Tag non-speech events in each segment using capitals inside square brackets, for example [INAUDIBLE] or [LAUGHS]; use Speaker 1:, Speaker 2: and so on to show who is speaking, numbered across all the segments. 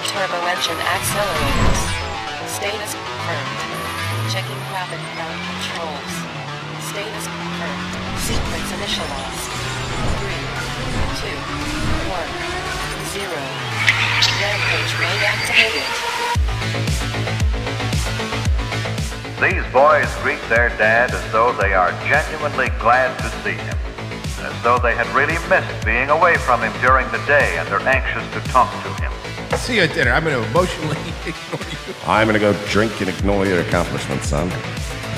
Speaker 1: Inception accelerators. Status confirmed. Checking rapid ground controls. Status confirmed. Sequence initialized. 3, 2, 1, 0. Rampage mode activated.
Speaker 2: These boys greet their dad as though they are genuinely glad to see him, as though they had really missed being away from him during the day and are anxious to talk to him.
Speaker 3: See you at dinner. I'm going to emotionally [LAUGHS] ignore you.
Speaker 4: I'm gonna go drink and ignore your accomplishments, son.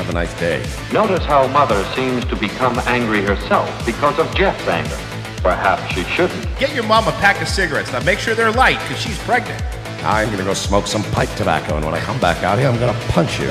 Speaker 4: Have a nice day.
Speaker 5: Notice how Mother seems to become angry herself because of Jeff's anger. Perhaps she shouldn't.
Speaker 3: Get your mom a pack of cigarettes. Now make sure they're light because she's pregnant.
Speaker 4: I'm gonna go smoke some pipe tobacco, and when I come back out here, I'm gonna punch [LAUGHS] you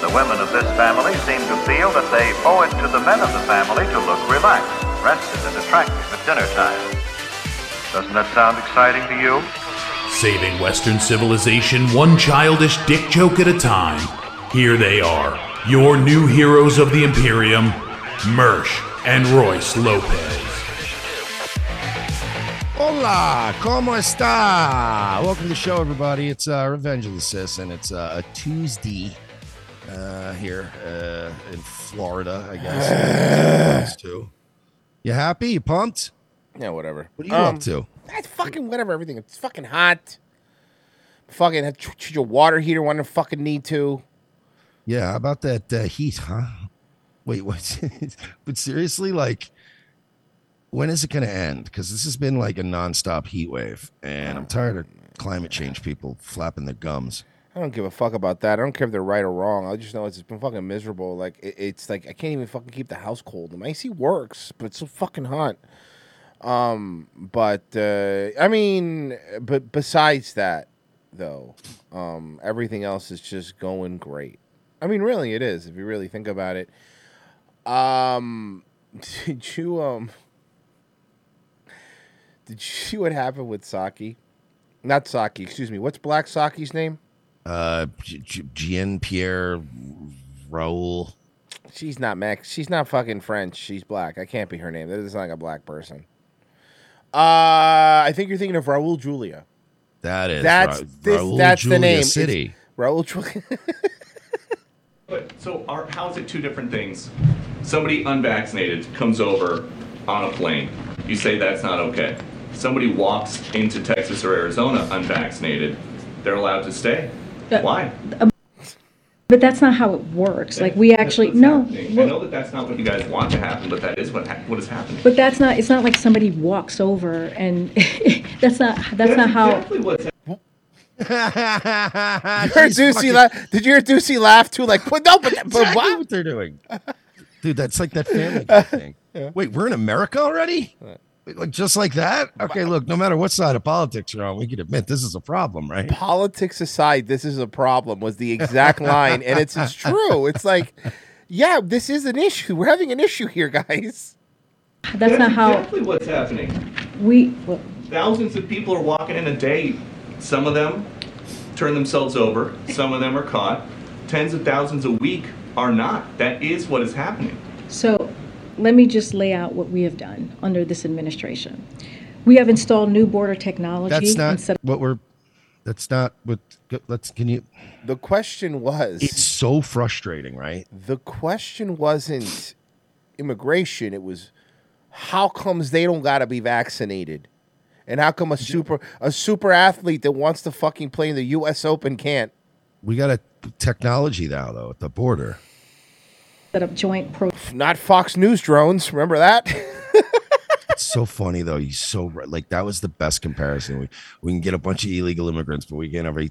Speaker 2: The women of this family seem to feel that they owe it to the men of the family to look relaxed, rested, and attractive at dinner time. Doesn't that sound exciting to you?
Speaker 6: Saving Western civilization one childish dick joke at a time. Here they are, your new heroes of the Imperium, Mersch and Royce Lopez.
Speaker 4: Hola, como esta? Welcome to the show, everybody. It's uh, Revenge of the Sis, and it's uh, a Tuesday uh, here uh, in Florida, I guess. [SIGHS] It's too. You happy? You pumped?
Speaker 7: Yeah, whatever.
Speaker 4: What are you
Speaker 7: Um,
Speaker 4: up to?
Speaker 7: That's fucking whatever. Everything. It's fucking hot. Fucking had to choose your water heater when you fucking need to.
Speaker 4: Yeah, how about that uh, heat, huh? Wait, [LAUGHS] what? but seriously, like, when is it going to end? Because this has been like a nonstop heat wave, and I'm tired of climate change people flapping their gums.
Speaker 7: I don't give a fuck about that. I don't care if they're right or wrong. I just know it's been fucking miserable. Like it, it's like I can't even fucking keep the house cold. My AC works, but it's so fucking hot. Um, but uh, I mean, but besides that, though, um, everything else is just going great. I mean, really, it is if you really think about it. Um, [LAUGHS] did you um, did you see what happened with Saki? Not Saki, excuse me. What's Black Saki's name?
Speaker 4: Uh, G- G- Jean Pierre Raoul.
Speaker 7: She's not Mex. She's not fucking French. She's black. I can't be her name. That is not like a black person. Uh, I think you're thinking of Raul Julia.
Speaker 4: That is
Speaker 7: That's
Speaker 4: Ra-
Speaker 7: this-
Speaker 4: Raoul
Speaker 7: that's the
Speaker 4: Julia
Speaker 7: name. It's-
Speaker 4: City.
Speaker 7: Raul [LAUGHS] Julia.
Speaker 8: But so are how's it two different things? Somebody unvaccinated comes over on a plane. You say that's not okay. Somebody walks into Texas or Arizona unvaccinated. They're allowed to stay. Why?
Speaker 9: Uh, But that's not how it works. Like we
Speaker 8: That's
Speaker 9: actually
Speaker 8: what's
Speaker 9: no,
Speaker 8: happening. I know
Speaker 9: well,
Speaker 8: that that's not what you guys want to happen, but that is what ha- what is happening.
Speaker 9: but that's not. It's not like somebody walks over and [LAUGHS] that's not. That's not how.
Speaker 8: exactly what's happening.
Speaker 10: [LAUGHS]
Speaker 7: [LAUGHS] you heard
Speaker 4: She's
Speaker 7: Ducey
Speaker 4: fucking-
Speaker 7: laugh. Did you hear Ducey laugh too? Like, but no, but, but
Speaker 4: exactly
Speaker 7: why?
Speaker 4: what they're doing. Dude, that's like that Family
Speaker 7: [LAUGHS]
Speaker 4: Guy thing. Wait, we're in America already? Wait, Like just like that? Okay, look, no matter what side of politics you're on, we can admit this is a problem, right?
Speaker 7: Politics aside, this is a problem. Was the exact line, and it's
Speaker 4: [LAUGHS]
Speaker 7: it's true. It's like, yeah, this is an issue. We're having an issue here, guys.
Speaker 9: That's not how
Speaker 8: exactly what's happening.
Speaker 9: we. Well,
Speaker 8: Thousands of people are walking in a day. Some of them turn themselves over. Some of them are caught. Tens of thousands a week are not. That is what is happening.
Speaker 9: So let me just lay out what we have done under this administration. We have installed new border technology.
Speaker 4: That's not
Speaker 9: instead
Speaker 4: what we're that's not what go- let's can you
Speaker 7: The question was.
Speaker 4: it's so frustrating, right?
Speaker 7: the question wasn't immigration it was how comes they don't got to be vaccinated and how come a super a super athlete that wants to fucking play in the US Open can't
Speaker 4: We got a technology now though at the border.
Speaker 9: set up joint pro.
Speaker 7: not Fox News drones remember that [LAUGHS]
Speaker 4: It's so funny though. He's so right. Like that was the best comparison. We we can get a bunch of illegal immigrants, but we can have a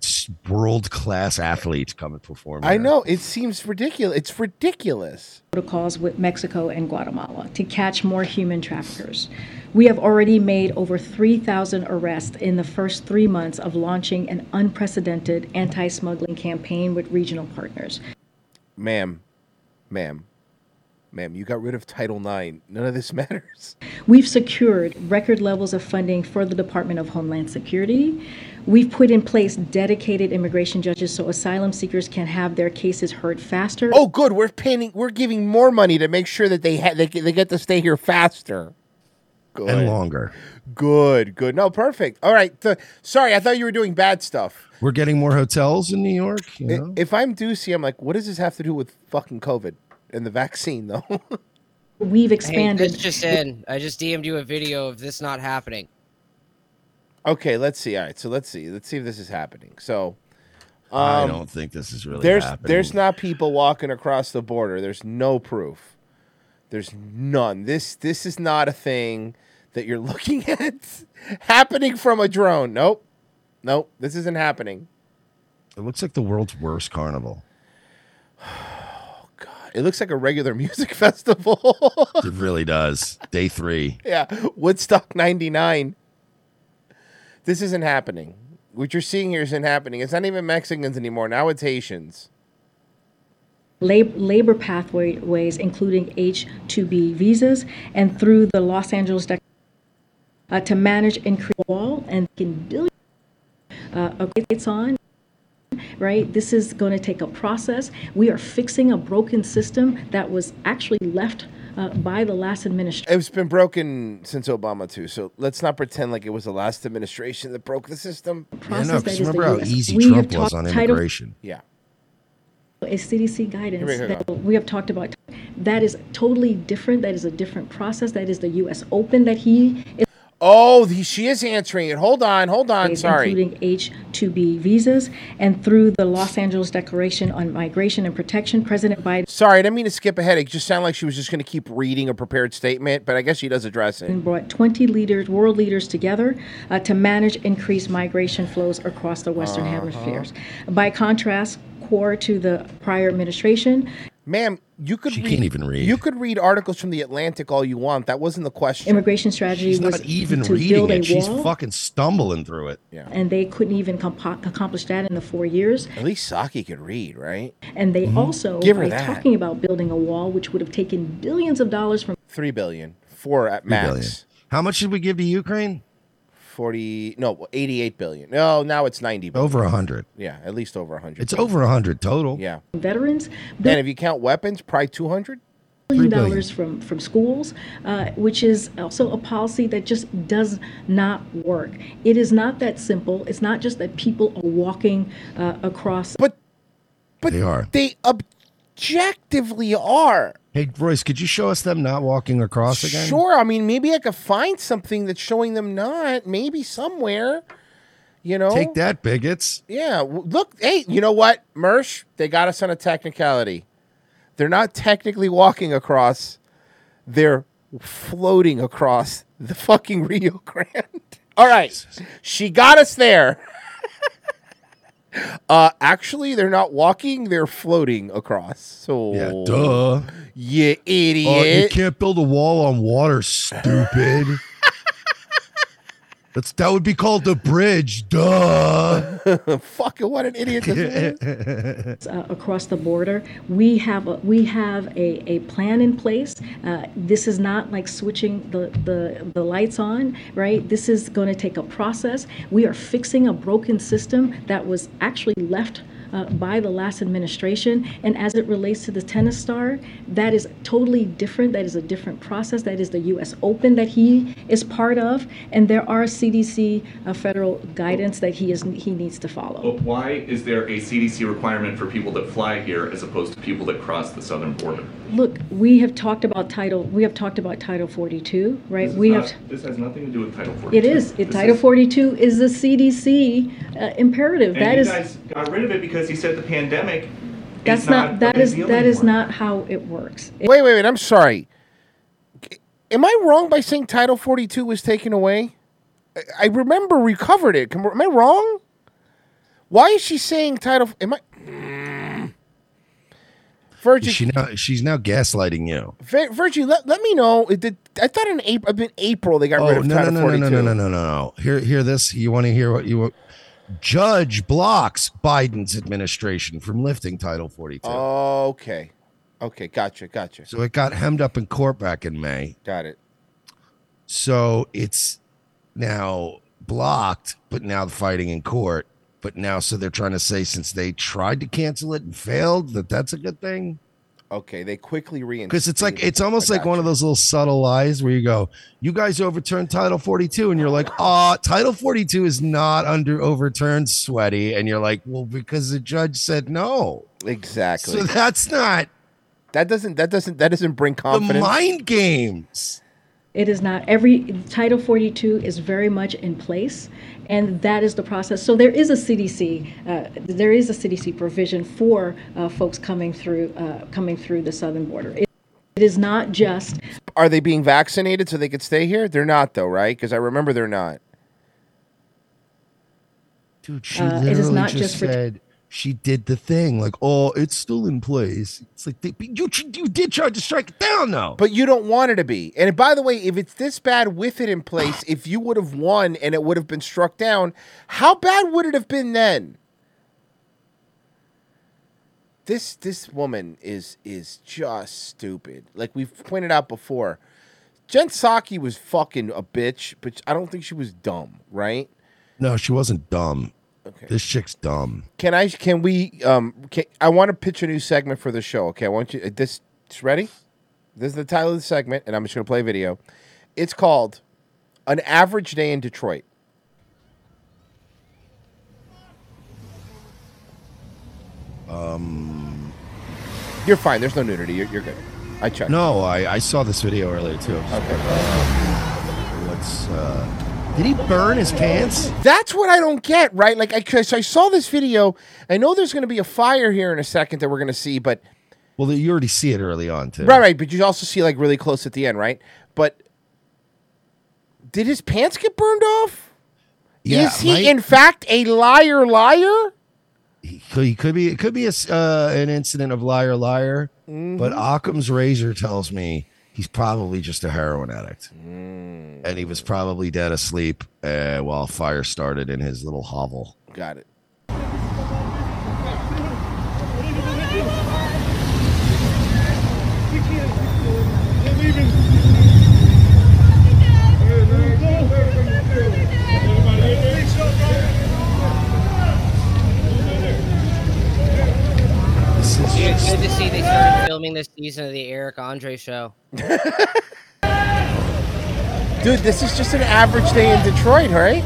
Speaker 4: world class athlete come and perform.
Speaker 7: I
Speaker 4: here.
Speaker 7: know it seems ridiculous it's ridiculous
Speaker 9: protocols with Mexico and Guatemala to catch more human traffickers. We have already made over 3,000 arrests in the first three months of launching an unprecedented anti smuggling campaign with regional partners.
Speaker 7: ma'am, ma'am, ma'am, you got rid of Title IX. None of this [LAUGHS] matters.
Speaker 9: We've secured record levels of funding for the Department of Homeland Security. We've put in place dedicated immigration judges so asylum seekers can have their cases heard faster.
Speaker 7: Oh, good. We're paying. We're giving more money to make sure that they ha- they, they get to stay here faster. Good.
Speaker 4: and longer.
Speaker 7: Good. Good. No, perfect. All right. th- sorry, I thought you were doing bad stuff.
Speaker 4: We're getting more hotels in New York. You
Speaker 7: I-
Speaker 4: know?
Speaker 7: If I'm Ducey, I'm like, what does this have to do with fucking COVID and the vaccine, though?
Speaker 9: We've
Speaker 11: Hey, that's just in. I just DM'd you a video of this not happening.
Speaker 7: okay, let's see. All right, so let's see. Let's see if this is happening. So, um,
Speaker 4: I don't think this is really
Speaker 7: there's
Speaker 4: happening.
Speaker 7: there's not people walking across the border. There's no proof. There's none. This this is not a thing that you're [LAUGHS] looking at happening from a drone. Nope. Nope. This isn't happening.
Speaker 4: It looks like the world's worst carnival.
Speaker 7: It looks like a regular [LAUGHS] music festival.
Speaker 4: It really does. Day three.
Speaker 7: [LAUGHS] yeah, Woodstock 99. This isn't happening. What you're seeing here isn't happening. It's not even Mexicans anymore. Now it's Haitians.
Speaker 9: lab- labor pathways, including H-2B visas, and through the Los Angeles Dec- uh, to manage and create a wall and can build uh, a great lights on. Right, this is going to take a process. We are fixing a broken system that was actually left uh, by the last administration.
Speaker 7: It's been broken since Obama too. So let's not pretend like it was the last administration that broke the system.
Speaker 4: Yeah, no, 'cause
Speaker 9: that is
Speaker 4: remember
Speaker 9: the
Speaker 4: how
Speaker 9: US.
Speaker 4: easy
Speaker 9: We
Speaker 4: Trump
Speaker 9: have
Speaker 4: was
Speaker 9: talked
Speaker 4: on
Speaker 9: title-
Speaker 4: immigration.
Speaker 7: Yeah.
Speaker 9: is CDC guidance
Speaker 7: Here we go.
Speaker 9: that we have talked about. That is totally different. That is a different process. That is the U.S. Open that he is.
Speaker 7: Oh, the, she is answering it. Hold on, hold on. Sorry.
Speaker 9: Including H-2B visas and through the Los Angeles Declaration on Migration and Protection, President Biden
Speaker 7: Sorry, I didn't mean to skip ahead. It just sounded like she was just going to keep reading a prepared statement, but I guess she does address it.
Speaker 9: brought 20 leaders, world leaders together uh, to manage increased migration flows across the Western
Speaker 7: Uh-huh.
Speaker 9: hemispheres. By contrast, core to the prior administration,
Speaker 7: Ma'am, you could read,
Speaker 4: can't even read.
Speaker 7: You could read articles from the Atlantic all you want. That wasn't the question.
Speaker 9: immigration strategy
Speaker 7: She's not
Speaker 9: was
Speaker 4: Even
Speaker 9: to
Speaker 4: reading
Speaker 9: build a
Speaker 4: it, she's
Speaker 9: wall.
Speaker 4: fucking stumbling through it.
Speaker 7: Yeah.
Speaker 9: and they couldn't even compo- accomplish that in the four years.
Speaker 7: At least uh, Saki could read, right?
Speaker 9: And they also,
Speaker 7: Mm-hmm. Give her
Speaker 9: by
Speaker 7: that.
Speaker 9: talking about building a wall, which would have taken billions of dollars from
Speaker 7: Three billion, four at max.
Speaker 4: billion. How much did we give to Ukraine?
Speaker 7: Forty, no, eighty-eight billion. No, now it's ninety. Billion.
Speaker 4: Over a hundred.
Speaker 7: Yeah, at least over hundred.
Speaker 4: It's over a hundred total.
Speaker 7: Yeah.
Speaker 9: veterans,
Speaker 7: And if you count weapons, probably two hundred.
Speaker 9: billion
Speaker 4: billion.
Speaker 9: dollars from, from schools, uh, which is also a policy that just does not work. It is not that simple. It's not just that people are walking uh, across.
Speaker 7: But
Speaker 4: But they are.
Speaker 7: They objectively are.
Speaker 4: Hey, Royce, could you show us them not walking across again?
Speaker 7: Sure. I mean, maybe I could find something that's showing them not. Maybe somewhere. You know.
Speaker 4: Take that, bigots.
Speaker 7: Yeah. w- Look, hey, you know what, Mersh? They got us on a technicality. They're not technically walking across; they're floating across the fucking [LAUGHS] Rio Grande. All right, she got us there. [LAUGHS] uh, actually, they're not walking; they're floating across. So
Speaker 4: Yeah, duh.
Speaker 7: You
Speaker 4: Oh, you
Speaker 7: idiot.
Speaker 4: can't build a wall on water,
Speaker 7: [LAUGHS]
Speaker 4: stupid. That's that would be called a bridge, duh.
Speaker 7: Fucking what an idiot
Speaker 9: [LAUGHS]
Speaker 7: this
Speaker 9: uh, across the border. We have a, we have a, a plan in place. Uh, this is not like switching the, the, the lights on, right? This is going to take a process. We are fixing a broken system that was actually left. Uh, by the last administration, and as it relates to the tennis star, that is totally different. That is a different process. That is the U.S. Open that he is part of, and there are CDC uh, federal guidance that he is he needs to follow.
Speaker 12: But why is there a CDC requirement for people that fly here as opposed to people that cross the southern border?
Speaker 9: Look, we have talked about title. We have talked about Title 42, right?
Speaker 12: This is
Speaker 9: We
Speaker 12: not-
Speaker 9: have.
Speaker 12: This has nothing to do with Title 42.
Speaker 9: It is. It,
Speaker 12: This
Speaker 9: title 42 is the CDC uh, imperative.
Speaker 12: And
Speaker 9: that
Speaker 12: you
Speaker 9: is.
Speaker 12: guys got rid of it because you said the pandemic.
Speaker 9: that's
Speaker 12: is
Speaker 9: not.
Speaker 12: a
Speaker 9: that
Speaker 12: big
Speaker 9: is.
Speaker 12: deal
Speaker 9: That is
Speaker 12: anymore.
Speaker 9: not how it works.
Speaker 7: is. Wait, wait, wait. I'm sorry. Am I wrong by saying Title 42 was taken away? I, I remember we covered it. Am I wrong? Why is she saying Title? Am I? Hmm. Virgie,
Speaker 4: She now, she's now gaslighting you.
Speaker 7: Vir- Virgie, let, let me know. It did, I thought in April, in April they got
Speaker 4: Oh
Speaker 7: rid of
Speaker 4: no no
Speaker 7: Title
Speaker 4: no no no
Speaker 7: 42.
Speaker 4: no no no no! Hear hear this. You want to hear what you want? Judge blocks Biden's administration from lifting Title 42.
Speaker 7: Oh. Okay. Okay. Gotcha. Gotcha.
Speaker 4: So it got hemmed up in court back in May.
Speaker 7: Got it.
Speaker 4: So it's now blocked, but now the fighting in court. But now, so they're trying to say since they tried to cancel it and failed, that that's a good thing.
Speaker 7: Okay. They quickly reinstated.
Speaker 4: Because it's like, it's
Speaker 7: it.
Speaker 4: almost
Speaker 7: I
Speaker 4: like one
Speaker 7: gotcha.
Speaker 4: of those little subtle lies where you go, you guys overturned Title 42. And you're like, ah, Title 42 is not under overturned, sweaty. And you're like, well, because the judge said no.
Speaker 7: Exactly.
Speaker 4: So that's not
Speaker 7: that doesn't that doesn't that doesn't bring confidence.
Speaker 4: mind games.
Speaker 9: It is not every Title 42 is very much in place, and that is the process. So there is a CDC, uh, there is a CDC provision for uh, folks coming through uh, coming through the southern border. It- it is not just
Speaker 7: Are they being vaccinated so they could stay here? They're not though, right? Because I remember they're not.
Speaker 4: Dude, she
Speaker 9: Uh, it is
Speaker 4: literally
Speaker 9: not
Speaker 4: just,
Speaker 9: just for-
Speaker 4: said she did the thing. Like, oh, it's still in place. It's like they, you you did try to strike it down though.
Speaker 7: But you don't want it to be. And by the way, if it's this bad with it in place, if you would have won and it would have been struck down, how bad would it have been then? This this woman is is just stupid. Like we've pointed out before. Jen Psaki was fucking a bitch, but I don't think she was dumb, right?
Speaker 4: No, she wasn't dumb.
Speaker 7: Okay.
Speaker 4: This chick's dumb.
Speaker 7: Can I? Can we? Um, can, I want to pitch a new segment for the show. Okay, I want you. uh, This it's ready. This is the title of the segment, and I'm just going to play a video. It's called "An Average Day in Detroit."
Speaker 4: Um,
Speaker 7: you're fine. There's no nudity. You're, you're good. I checked.
Speaker 4: No, I, I saw this video earlier too. Okay. what's oh, uh? Did he burn his pants?
Speaker 7: That's what I don't get, right? Like, I, 'cause I saw this video. I know there's going to be a fire here in a second that we're going to see, but
Speaker 4: Well, you already see it early on too.
Speaker 7: right, right. But you also see like really close at the end, right? But did his pants get burned off?
Speaker 4: Yeah,
Speaker 7: Is he
Speaker 4: my-
Speaker 7: in fact a liar, liar?
Speaker 4: Could- He could be. It could be a s- uh, an incident of liar, liar. But Occam's razor tells me he's probably just a heroin addict, and he was probably dead asleep uh, while fire started in his little hovel.
Speaker 7: Got it.
Speaker 11: Dude, it's good to see they started filming this season of the Eric
Speaker 7: [LAUGHS]
Speaker 11: Andre show.
Speaker 7: Dude, this is just an average day in Detroit, right?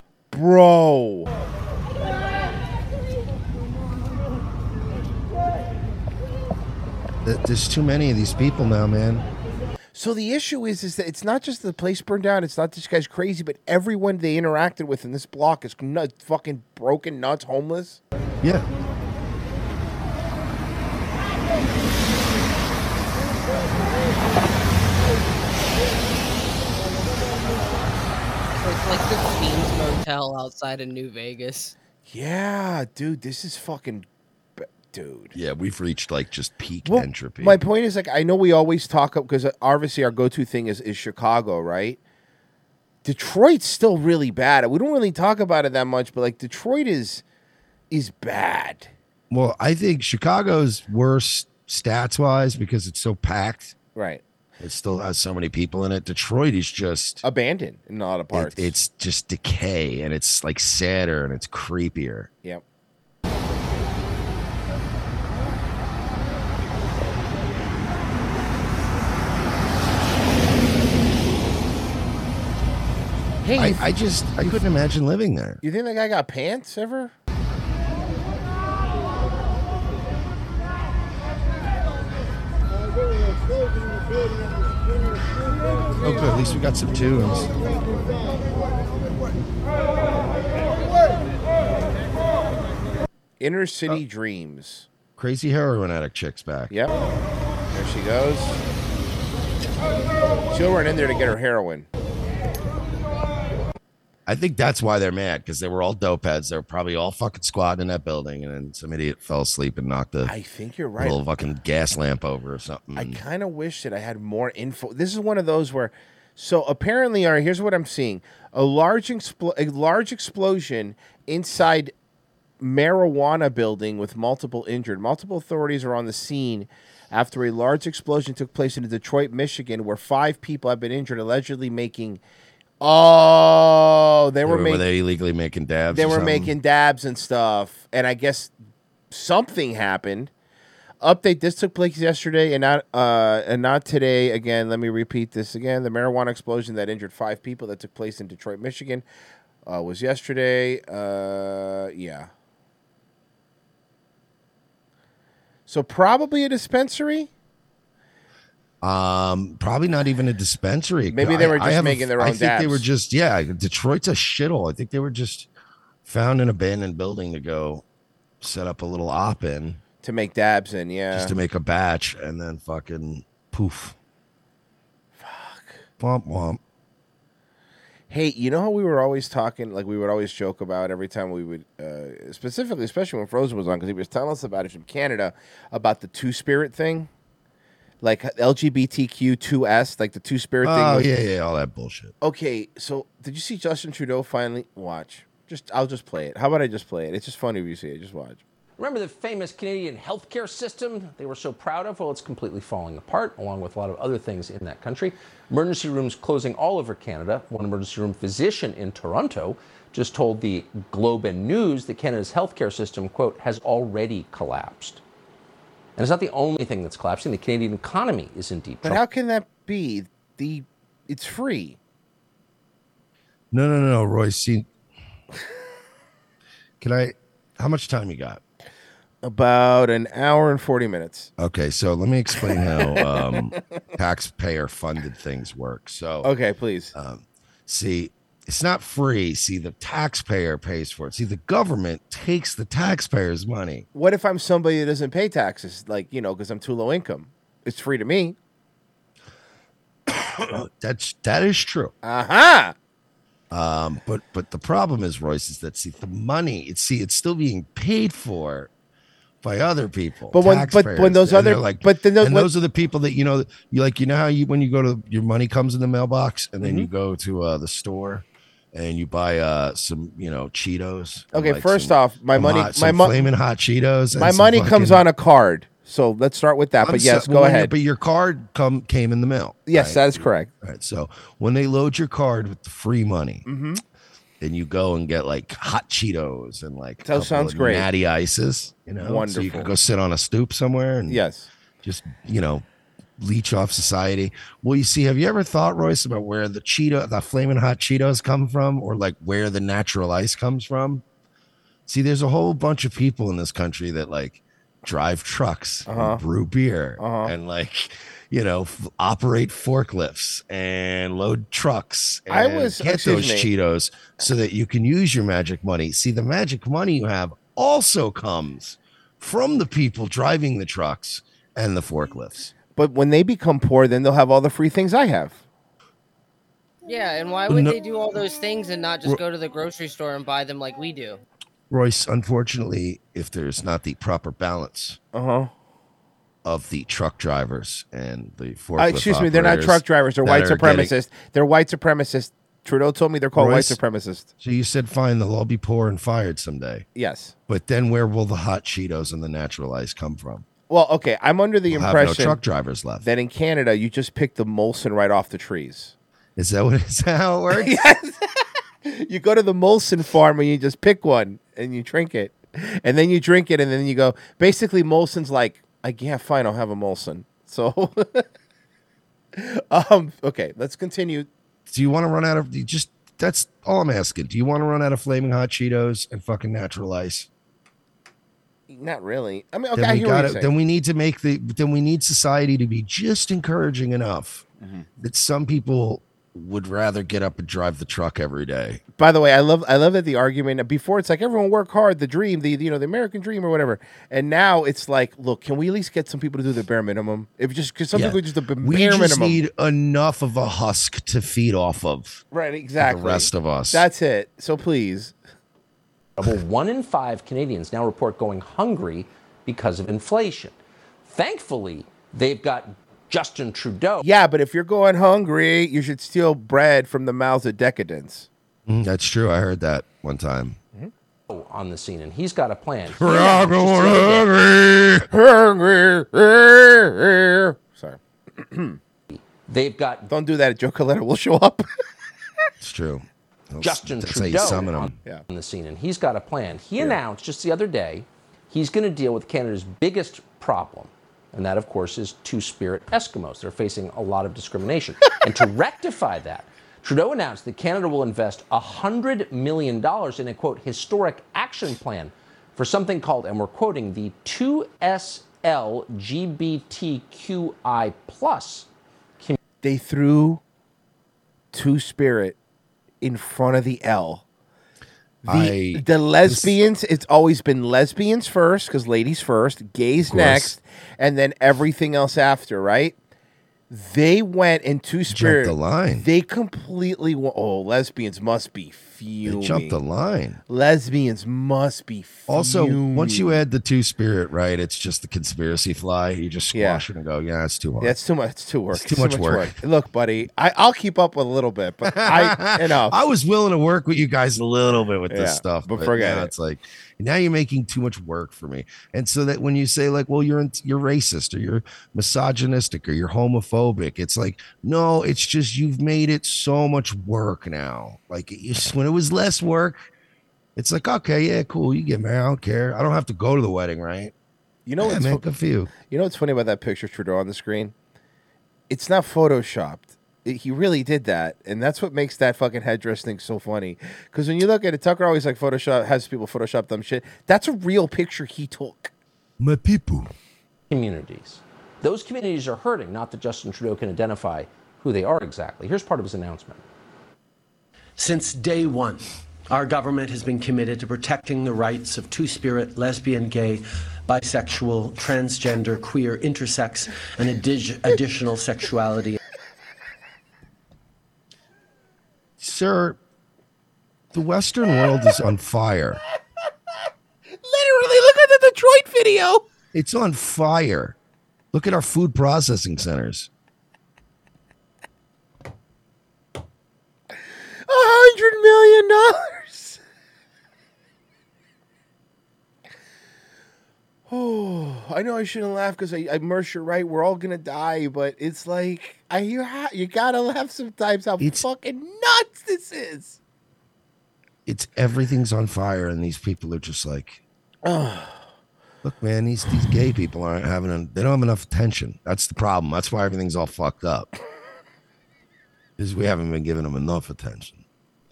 Speaker 7: [SIGHS] Bro.
Speaker 4: Th- There's too many of these people now, man.
Speaker 7: So the issue is, is that it's not just the place burned down. It's not this guy's crazy, but everyone they interacted with in this block is nut, fucking broken, nuts, homeless.
Speaker 4: Yeah.
Speaker 11: It's like the Queens Motel outside of New Vegas.
Speaker 7: Yeah, dude, this is fucking, b- dude.
Speaker 4: Yeah, we've reached like just peak entropy.
Speaker 7: My point is, like, I know we always talk up because obviously our go-to thing is is Chicago, right? Detroit's still really bad. We don't really talk about it that much, but like Detroit is is bad.
Speaker 4: Well, I think Chicago's worse stats wise because it's so packed.
Speaker 7: Right.
Speaker 4: It still has so many people in it. Detroit is just
Speaker 7: abandoned in a lot of
Speaker 4: parts. it's just decay and it's like sadder and it's creepier.
Speaker 7: Yep.
Speaker 4: Hey, I, I just I couldn't imagine living there.
Speaker 7: You think that guy got pants ever?
Speaker 4: Oh, good. At least we got some tunes.
Speaker 7: Inner City Dreams.
Speaker 4: Crazy heroin addict chicks back.
Speaker 7: Yep. There she goes. She'll run in there to get her heroin.
Speaker 4: I think that's why they're mad because they were all dope heads. They were probably all fucking squatting in that building, and then some idiot fell asleep and knocked the
Speaker 7: I think you're right.
Speaker 4: little fucking gas lamp over or something.
Speaker 7: I kind of wish that I had more info. This is one of those where So apparently, all right, here's what I'm seeing: a large expl- a large explosion inside marijuana building with multiple injured. Multiple authorities are on the scene after a large explosion took place in Detroit, Michigan, where five people have been injured, allegedly making. Oh, they were,
Speaker 4: Were,
Speaker 7: making
Speaker 4: they illegally making dabs?
Speaker 7: they
Speaker 4: or
Speaker 7: were
Speaker 4: something?
Speaker 7: making dabs and stuff, and I guess something happened. Update: This took place yesterday and not uh, and not today. Again, let me repeat this again: the marijuana explosion that injured five people that took place in Detroit, Michigan, uh, was yesterday. Uh, yeah. So probably a dispensary.
Speaker 4: Um, probably not even a dispensary.
Speaker 7: Maybe they
Speaker 4: I-
Speaker 7: were
Speaker 4: I
Speaker 7: just
Speaker 4: have a-
Speaker 7: making their
Speaker 4: I
Speaker 7: own
Speaker 4: think they
Speaker 7: dabs.
Speaker 4: were just yeah. Detroit's a shithole. I think they were just found an abandoned building to go set up a little op in
Speaker 7: to make dabs in. Yeah,
Speaker 4: just to make a batch, and then fucking poof. Fuck. Womp womp.
Speaker 7: Hey, you know how we were always talking, like we would always joke about every time we would, uh, specifically, especially when Frozen was on, because he was telling us about it from Canada, about the two spirit thing, like LGBTQ2S, like the two spirit thing.
Speaker 4: Oh
Speaker 7: was-
Speaker 4: yeah, yeah, all that bullshit.
Speaker 7: Okay, so did you see Justin Trudeau finally watch? Just I'll just play it. How about I just play it? It's just funny if you see it. Just watch.
Speaker 13: Remember the famous Canadian healthcare system they were so proud of? Well, it's completely falling apart, along with a lot of other things in that country. Emergency rooms closing all over Canada. One emergency room physician in Toronto just told the Globe and News that Canada's healthcare system, quote, has already collapsed. And it's not the only thing that's collapsing. The Canadian economy is in deep
Speaker 7: But how can that be? The it's free.
Speaker 4: No, no, no, no, Roy. See, can I? How much time you got?
Speaker 7: About an hour and forty minutes.
Speaker 4: Okay, so let me explain how
Speaker 7: [LAUGHS]
Speaker 4: um, taxpayer-funded things work. So,
Speaker 7: okay, please.
Speaker 4: Um, see, it's not free. See, the taxpayer pays for it. See, the government takes the taxpayer's money.
Speaker 7: What if I'm somebody that doesn't pay taxes, like you know, because I'm too low income? It's free
Speaker 4: [COUGHS]
Speaker 7: to me.
Speaker 4: That's that is true.
Speaker 7: Uh-huh.
Speaker 4: Um, but but the problem is, Royce, is that see the money, it's see, it's still being paid for by other people.
Speaker 7: But when- but- but
Speaker 4: taxpayers,
Speaker 7: those
Speaker 4: and they're
Speaker 7: other-
Speaker 4: like
Speaker 7: but then those-
Speaker 4: and
Speaker 7: what-
Speaker 4: those are the people that you know you like you know how you when you go to your money comes in the mailbox and then
Speaker 7: Mm-hmm.
Speaker 4: you go to uh the store and you buy uh some you know Cheetos. and,
Speaker 7: Okay,
Speaker 4: like,
Speaker 7: first
Speaker 4: some-
Speaker 7: off, my
Speaker 4: some
Speaker 7: money,
Speaker 4: hot-
Speaker 7: my
Speaker 4: some
Speaker 7: money,
Speaker 4: flaming hot Cheetos. and
Speaker 7: My
Speaker 4: some
Speaker 7: money comes
Speaker 4: fucking-
Speaker 7: on a card, so let's start with that.
Speaker 4: I'm
Speaker 7: Uh, But yes,
Speaker 4: so-
Speaker 7: go
Speaker 4: well, yeah,
Speaker 7: ahead.
Speaker 4: But your card come came in the mail.
Speaker 7: Yes, that is correct.
Speaker 4: All right. So when they load your card with the free money,
Speaker 7: Mhm.
Speaker 4: then you go and get like hot Cheetos and like a
Speaker 7: That
Speaker 4: couple
Speaker 7: sounds
Speaker 4: of
Speaker 7: great.
Speaker 4: natty ices. You know, So you
Speaker 7: Wonderful.
Speaker 4: can go sit on a stoop somewhere and
Speaker 7: yes,
Speaker 4: just you know, leech off society. Well, you see, have you ever thought, Royce, about where the Cheeto, the flaming hot Cheetos come from, or like where the natural ice comes from? See, there's a whole bunch of people in this country that like drive trucks, and
Speaker 7: Uh-huh.
Speaker 4: brew beer, and like you know f- operate forklifts and load trucks.
Speaker 7: I
Speaker 4: and
Speaker 7: was-
Speaker 4: get
Speaker 7: excuse
Speaker 4: those
Speaker 7: me.
Speaker 4: Cheetos so that you can use your magic money. See, the magic money you have also comes from the people driving the trucks and the forklifts.
Speaker 7: But when they become poor, then they'll have all the free things I have.
Speaker 11: Yeah, and why would
Speaker 4: No-
Speaker 11: they do all those things and not
Speaker 4: Ro-
Speaker 11: just go to the grocery store and buy them like we do?
Speaker 4: Royce, unfortunately, if there's not the proper balance
Speaker 7: Uh-huh.
Speaker 4: of the truck drivers and the forklift
Speaker 7: Uh, excuse me, they're not
Speaker 4: operators
Speaker 7: truck drivers. They're
Speaker 4: that
Speaker 7: white
Speaker 4: are getting-
Speaker 7: supremacists. They're white supremacists. Trudeau told me they're called
Speaker 4: Royce,
Speaker 7: white supremacists.
Speaker 4: So you said, fine, they'll all be poor and fired someday.
Speaker 7: Yes.
Speaker 4: But then where will the hot Cheetos and the natural ice come from?
Speaker 7: Well, okay, I'm under the
Speaker 4: We'll have no
Speaker 7: impression
Speaker 4: truck drivers left.
Speaker 7: that in Canada you just pick the Molson right off the trees.
Speaker 4: Is that what [LAUGHS] is that how it
Speaker 7: [LAUGHS]
Speaker 4: works?
Speaker 7: you go to the Molson farm and you just pick one and you drink it, and then you drink it, and then you go. Basically, Molson's like, I yeah, fine, I'll have a Molson. So, [LAUGHS] um, okay, let's continue.
Speaker 4: Do you want to run out of do you just that's all I'm asking. Do you want to run out of flaming hot Cheetos and fucking natural ice?
Speaker 7: Not really. I mean, okay,
Speaker 4: then
Speaker 7: I
Speaker 4: we
Speaker 7: hear what you're
Speaker 4: gotta-
Speaker 7: saying.
Speaker 4: then we need to make the then we need society to be just encouraging enough that some people would rather get up and drive the truck every day.
Speaker 7: By the way, I love I love that the argument before it's like everyone work hard, the dream, the you know the American dream or whatever, and now it's like, look, can we at least get some people to do the bare minimum? If just because some
Speaker 4: Yeah.
Speaker 7: people just the b-
Speaker 4: we
Speaker 7: bare
Speaker 4: just
Speaker 7: minimum,
Speaker 4: need enough of a husk to feed off of.
Speaker 7: right? Exactly.
Speaker 4: rest of us.
Speaker 7: That's it. So please.
Speaker 13: Well, one in five Canadians now report going hungry because of inflation. Thankfully, they've got Justin Trudeau.
Speaker 7: Yeah, but if you're going hungry, you should steal bread from the mouths of decadence.
Speaker 4: Mm, That's true. I heard that one time.
Speaker 13: On the scene, and he's got a plan.
Speaker 4: We're all going
Speaker 7: hungry. Sorry. [CLEARS THROAT]
Speaker 13: They've got.
Speaker 7: Don't do that. Joe Coletta will show up. [LAUGHS]
Speaker 4: It's true. That's-
Speaker 13: Justin
Speaker 4: that's how you
Speaker 13: Trudeau
Speaker 4: summon 'em.
Speaker 13: on, on the scene, and he's got a plan. He announced just the other day he's going to deal with Canada's biggest problem, and that, of course, is Two Spirit Eskimos. They're facing a lot of
Speaker 4: [LAUGHS]
Speaker 13: discrimination. and to rectify that, Trudeau announced that Canada will invest $100 million in a quote, historic action plan for something called, and we're quoting, the 2SLGBTQI plus
Speaker 7: They threw Two Spirit in front of the L. The,
Speaker 4: I-
Speaker 7: the lesbians, it's always been lesbians first, because ladies first, gays
Speaker 4: course.
Speaker 7: next, and then everything else after, right? They went in Two Spirit.
Speaker 4: the line.
Speaker 7: They completely went, oh, lesbians must be fuming.
Speaker 4: jumped the line.
Speaker 7: Lesbians must be fuming.
Speaker 4: Also, once you add the two spirit, right, it's just the conspiracy fly. You just squash it and go, yeah, it's too hard.
Speaker 7: Yeah, it's too much. It's too work.
Speaker 4: It's too much work.
Speaker 7: Look, buddy, I, I'll keep up with a little bit, but
Speaker 4: [LAUGHS]
Speaker 7: I enough.
Speaker 4: I was willing to work with you guys a little bit with
Speaker 7: Yeah,
Speaker 4: this stuff,
Speaker 7: but forget
Speaker 4: now
Speaker 7: it.
Speaker 4: It's like now you're making too much work for me, and so that when you say like, "Well, you're in, you're racist or you're misogynistic or you're homophobic," it's like, no, it's just you've made it so much work now. Like it used, when it was less work, it's like, okay, yeah, cool, you get married, I don't care, I don't have to go to the wedding, right?
Speaker 7: You know
Speaker 4: Yeah,
Speaker 7: what's
Speaker 4: make a few.
Speaker 7: You know what's funny about that picture Trudeau on the screen? It's not photoshopped. It- he really did that, and that's what makes that fucking headdress thing so funny. Because when you look at it, Tucker always like Photoshop has people Photoshop dumb shit. That's a real picture he took.
Speaker 10: [LAUGHS]
Speaker 4: My people.
Speaker 13: communities. Those communities are hurting, not that Justin Trudeau can identify who they are exactly. Here's part of his announcement.
Speaker 14: Since day one, our government has been committed to protecting the rights of two spirit, lesbian, gay, bisexual, transgender, queer, intersex, and addi- additional sexuality.
Speaker 4: Sir, Er, the Western world is on fire.
Speaker 7: Literally, look at the Detroit video. [SIGHS]
Speaker 4: It's on fire. Look at our food processing centers.
Speaker 7: A hundred million dollars. Oh, I know I shouldn't laugh because I, I Mersh, you're right. We're all gonna die, but it's like I you ha- you gotta laugh sometimes. How fucking nuts this is.
Speaker 4: It's everything's on fire, and these people are just like, look, man, these these gay people aren't having en- they don't have enough attention. That's the problem. That's why everything's all fucked up. Is we haven't been giving them enough attention.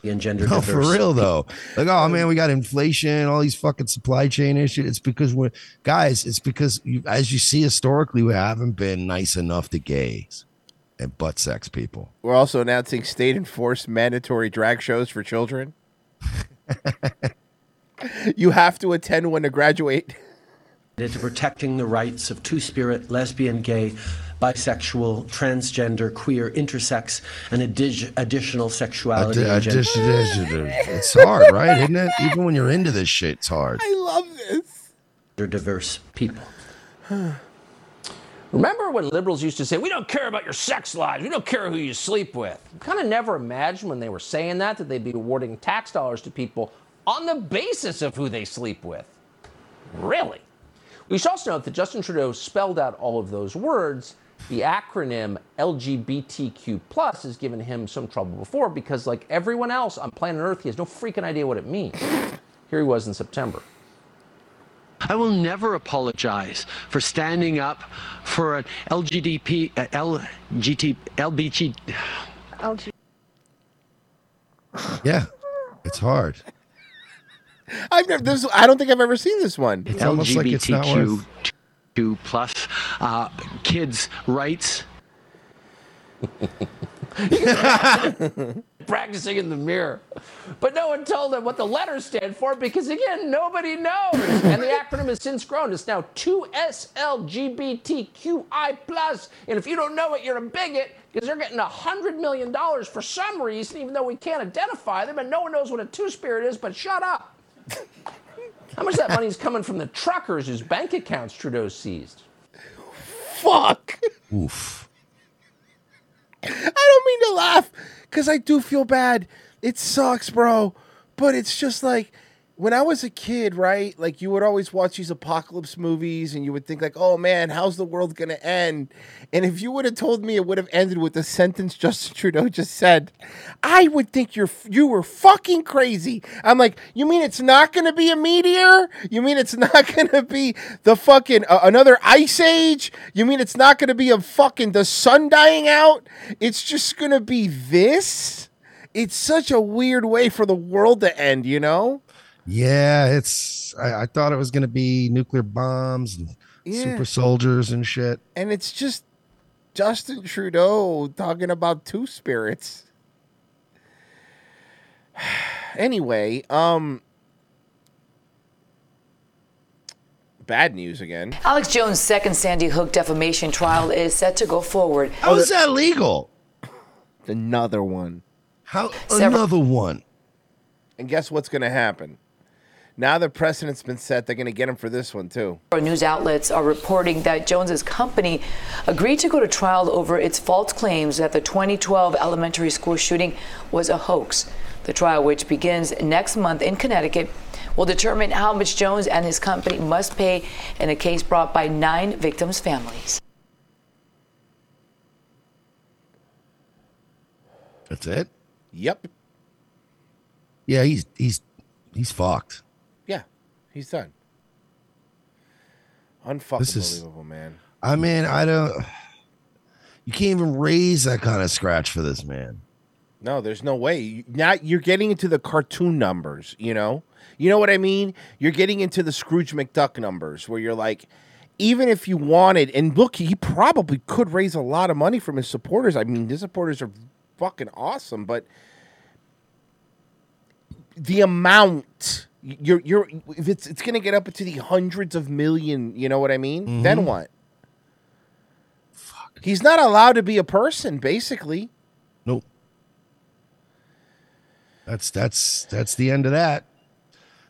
Speaker 14: And gender
Speaker 4: No,
Speaker 14: diverse.
Speaker 4: for real though. Like, oh man, we got inflation, all these fucking supply chain issues. It's because we're guys. It's because you, as you see historically, we haven't been nice enough to gays and butt sex people.
Speaker 7: We're also announcing state enforced mandatory drag shows for children. you have to attend one to graduate.
Speaker 14: committed to protecting the rights of two spirit, lesbian, gay, bisexual, transgender, queer, intersex, and addi- additional sexuality.
Speaker 4: Addi-
Speaker 14: and gender-
Speaker 4: addition- addition- It's hard, right? Isn't it? Even when you're into this shit, it's hard.
Speaker 7: I love this.
Speaker 14: They're diverse people.
Speaker 13: Remember when liberals used to say, We don't care about your sex lives, we don't care who you sleep with? You kind of never imagined when they were saying that that they'd be awarding tax dollars to people on the basis of who they sleep with. Really? We should also note that Justin Trudeau spelled out all of those words. The acronym LGBTQ plus has given him some trouble before because, like everyone else on planet Earth, he has no freaking idea what it means. Here he was in September.
Speaker 15: I will never apologize for standing up for an LGDP, uh, LGT, LBG.
Speaker 4: Yeah, it's hard.
Speaker 7: I've never this. I don't think I've ever seen this one.
Speaker 15: It's LGBTQ two plus uh, kids' rights.
Speaker 13: practicing in the mirror. But no one told them what the letters stand for because, again, nobody knows. and the acronym has since grown. It's now 2SLGBTQI. And if you don't know it, you're a bigot because they're getting $100 million for some reason, even though we can't identify them. And no one knows what a two spirit is, but shut up. How much of that money is coming from the truckers whose bank accounts Trudeau seized?
Speaker 7: Fuck.
Speaker 4: Oof.
Speaker 7: to laugh because I do feel bad. It sucks, bro. But it's just like when I was a kid, right? Like you would always watch these apocalypse movies and you would think like, "Oh man, how's the world going to end?" And if you would have told me it would have ended with the sentence Justin Trudeau just said, I would think you're you were fucking crazy. I'm like, "You mean it's not going to be a meteor? You mean it's [LAUGHS] not going to be the fucking uh, another ice age? You mean it's not going to be a fucking the sun dying out? It's just going to be this?" It's such a weird way for the world to end, you know?
Speaker 4: Yeah, it's. I, I thought it was going to be nuclear bombs and
Speaker 7: Yeah.
Speaker 4: super soldiers and shit.
Speaker 7: and it's just Justin Trudeau talking about two spirits. [SIGHS] anyway, um bad news again.
Speaker 16: Alex Jones' second Sandy Hook defamation trial is set to go forward.
Speaker 4: How is that legal?
Speaker 7: [LAUGHS] Another one.
Speaker 4: How
Speaker 16: Several-
Speaker 4: another one?
Speaker 7: And guess what's going to happen? Now the precedent's been set, they're going to get him for this one too.
Speaker 16: News outlets are reporting that Jones's company agreed to go to trial over its false claims that the 2012 elementary school shooting was a hoax. The trial, which begins next month in Connecticut, will determine how much Jones and his company must pay in a case brought by nine victims' families.
Speaker 4: That's it.
Speaker 7: Yep.
Speaker 4: Yeah, he's he's he's fucked.
Speaker 7: Yeah. He's done. Unfucking
Speaker 4: This is-
Speaker 7: believable, man.
Speaker 4: I mean, I don't. You can't even raise that kind of scratch for this man.
Speaker 7: No, there's no way. You- Now you're getting into the cartoon numbers, you know? You know what I mean? You're getting into the Scrooge McDuck numbers where you're like, even if you wanted, and look, he probably could raise a lot of money from his supporters. I mean, his supporters are fucking awesome, but the amount you're you're if it's it's gonna get up into the hundreds of million, you know what I mean? Then what? Fuck. He's not allowed to be a person, basically.
Speaker 4: Nope. That's that's that's the end of that.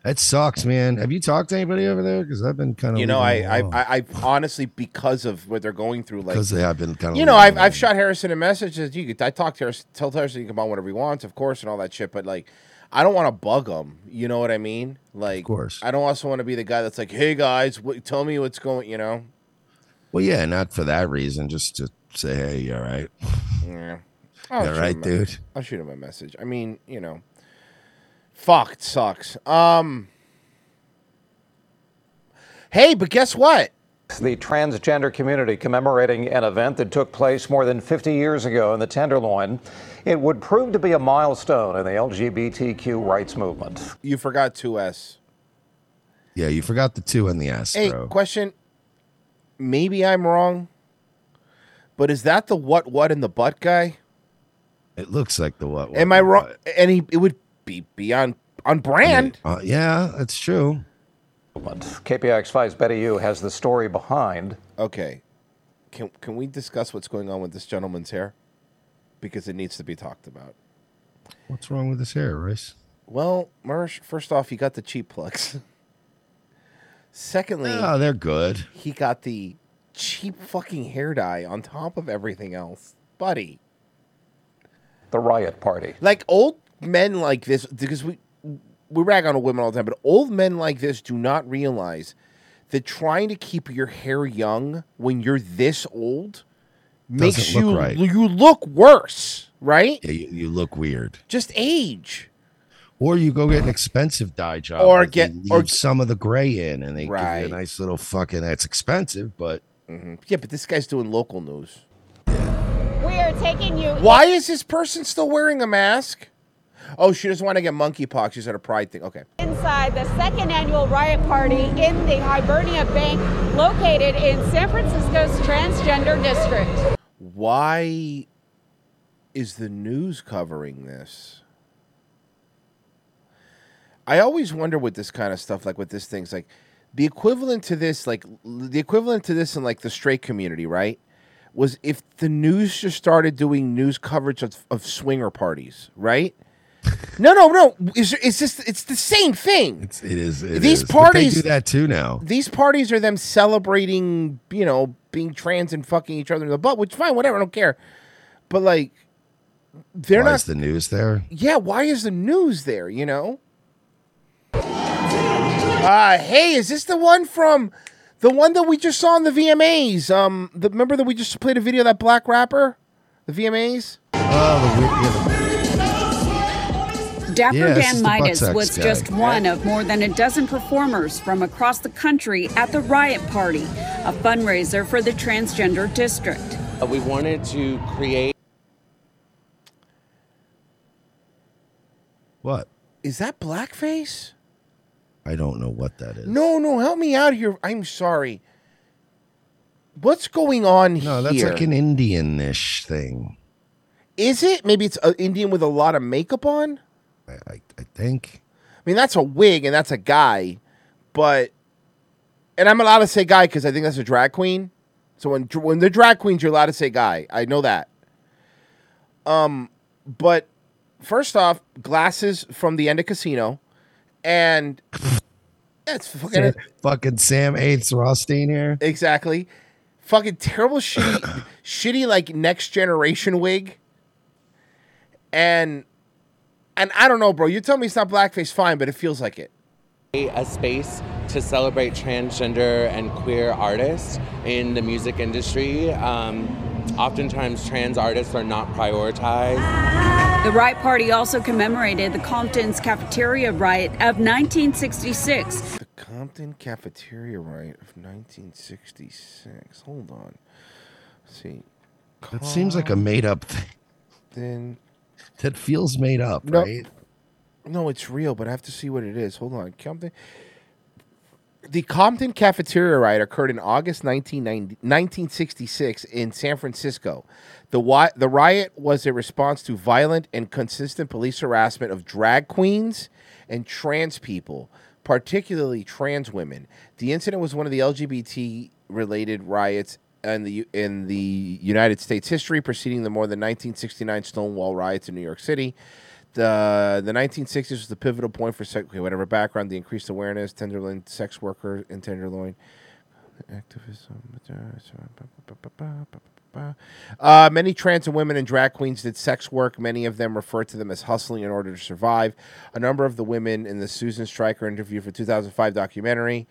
Speaker 4: That sucks, man. Have you talked to anybody over there? Because I've been kind of
Speaker 7: You know, I, I, I, I honestly because of what they're going through, like
Speaker 4: because they have been kind of
Speaker 7: you know, I've, I've shot Harrison a message that you could, I talk to Harrison, tell Harrison he can buy whatever he wants, of course, and all that shit. But like, I don't want to bug him. You know what I mean? Like, of
Speaker 4: course.
Speaker 7: I don't also want to be the guy that's like, hey guys, what, tell me what's going. You know?
Speaker 4: Well, yeah, not for that reason. Just to say, hey, you all right?
Speaker 7: Yeah.
Speaker 4: You all
Speaker 7: shoot
Speaker 4: right,
Speaker 7: him a-
Speaker 4: dude?
Speaker 7: I'll shoot him a message. I mean, you know, fuck, it sucks. Um. Hey, but guess what?
Speaker 10: The transgender community commemorating an event that took place more than 50 years ago in the Tenderloin. It would prove to be a milestone in the LGBTQ rights movement.
Speaker 7: You forgot two S.
Speaker 4: Yeah, you forgot the two in the S,
Speaker 7: Hey,
Speaker 4: bro.
Speaker 7: question. Maybe I'm wrong, but is that the what, what, and the but guy?
Speaker 4: It looks like the what?
Speaker 7: Am I wrong? And he, it would be beyond on brand.
Speaker 4: Uh, yeah, that's true.
Speaker 10: KPIX 5's Betty Yu has the story behind. [LAUGHS]
Speaker 7: Okay. Can can we discuss what's going on with this gentleman's hair? Because it needs to be talked about.
Speaker 4: What's wrong with his hair, Rice?
Speaker 7: Well, Mersh, first off, you got the cheap plugs. [LAUGHS] Secondly,
Speaker 4: Oh, they're good.
Speaker 7: he got the cheap fucking hair dye on top of everything else, buddy.
Speaker 10: The riot party.
Speaker 7: Like old men like this, because we we rag on women all the time, but old men like this do not realize that trying to keep your hair young when you're this old makes
Speaker 4: Doesn't look
Speaker 7: you
Speaker 4: right.
Speaker 7: you look worse, right?
Speaker 4: Yeah, you, you look weird.
Speaker 7: Just age.
Speaker 4: Or you go get an expensive dye job,
Speaker 7: Or
Speaker 4: where they
Speaker 7: get-
Speaker 4: leave
Speaker 7: or-
Speaker 4: some of the gray in, and they give
Speaker 7: Right. Mm-hmm.
Speaker 4: you a nice little fucking. That's expensive, but
Speaker 7: Yeah, but this guy's doing local news.
Speaker 17: We are taking you.
Speaker 7: Why is this person still wearing a mask? Oh, she doesn't want to get monkeypox. She's at a pride thing. Okay.
Speaker 17: Inside the second annual riot party in the Hibernia Bank, located in San Francisco's transgender district.
Speaker 7: Why is the news covering this? I always wonder with this kind of stuff, like with this things, like the equivalent to this, like l- the equivalent to this in like the straight community, right? Was if the news just started doing news coverage of, of swinger parties, right? [LAUGHS] no, no, no. Is it's just it's the same thing.
Speaker 4: It's, it is. it is.
Speaker 7: These
Speaker 4: But
Speaker 7: parties-
Speaker 4: they do that too now.
Speaker 7: these parties are them celebrating, you know, being trans and fucking each other in the butt, which fine, whatever, I don't care. But like, they're
Speaker 4: Why
Speaker 7: not
Speaker 4: is the news there?
Speaker 7: Yeah, why is the news there, you know? Uh hey, is this the one from the one that we just saw on the VMAs? Um the remember that we just played a video of that black rapper? The VMAs?
Speaker 4: Oh, the weird, yeah, the-
Speaker 18: Dapper
Speaker 4: Yeah, this is
Speaker 18: Dan
Speaker 4: the
Speaker 18: Midas
Speaker 4: butt sex
Speaker 18: was
Speaker 4: guy.
Speaker 18: just one of more than a dozen performers from across the country at the Riot Party, a fundraiser for the transgender district.
Speaker 19: Uh, we wanted to create.
Speaker 4: what?
Speaker 7: Is that blackface?
Speaker 4: I don't know what that is.
Speaker 7: No, no, help me out here. I'm sorry. What's going on here?
Speaker 4: No, that's like an Indian-ish thing.
Speaker 7: Is it? Maybe it's an Indian with a lot of makeup on?
Speaker 4: I, I, I think.
Speaker 7: I mean, that's a wig and that's a guy, but. And I'm allowed to say guy because I think that's a drag queen. So when, dr- when they're drag queens, you're allowed to say guy. I know that. Um, But first off, glasses from the end of casino. And that's
Speaker 4: Sam-
Speaker 7: fucking.
Speaker 4: fucking Sam Eighth Rothstein here.
Speaker 7: Exactly. Fucking
Speaker 4: [COUGHS]
Speaker 7: terrible, shitty, shitty, like next generation wig. And and I don't know, bro. You tell me it's not blackface, fine, but it feels like it.
Speaker 19: a space to celebrate transgender and queer artists in the music industry. Um, oftentimes, trans artists are not prioritized.
Speaker 18: The Riot Party also commemorated the Compton's cafeteria riot of 1966.
Speaker 7: Compton Cafeteria Riot of 1966. Hold on. Let's see.
Speaker 4: That seems like a made-up thing.
Speaker 7: Then
Speaker 4: That feels made up,
Speaker 7: No.
Speaker 4: right?
Speaker 7: no, it's real, but I have to see what it is. Hold on. Compton. The Compton Cafeteria Riot occurred in August 1990 1966 in San Francisco. The, wi- the riot was a response to violent and consistent police harassment of drag queens and trans people, particularly trans women. The incident was one of the LGBT related riots in the, U- in the United States history, preceding the more than 1969 Stonewall riots in New York City the the 1960s was the pivotal point for sex, okay, whatever background, the increased awareness, tenderloin sex worker and tenderloin activism. Uh, many trans and women and drag queens did sex work. Many of them referred to them as hustling in order to survive. A number of the women in the Susan Stryker interview for 2005 documentary,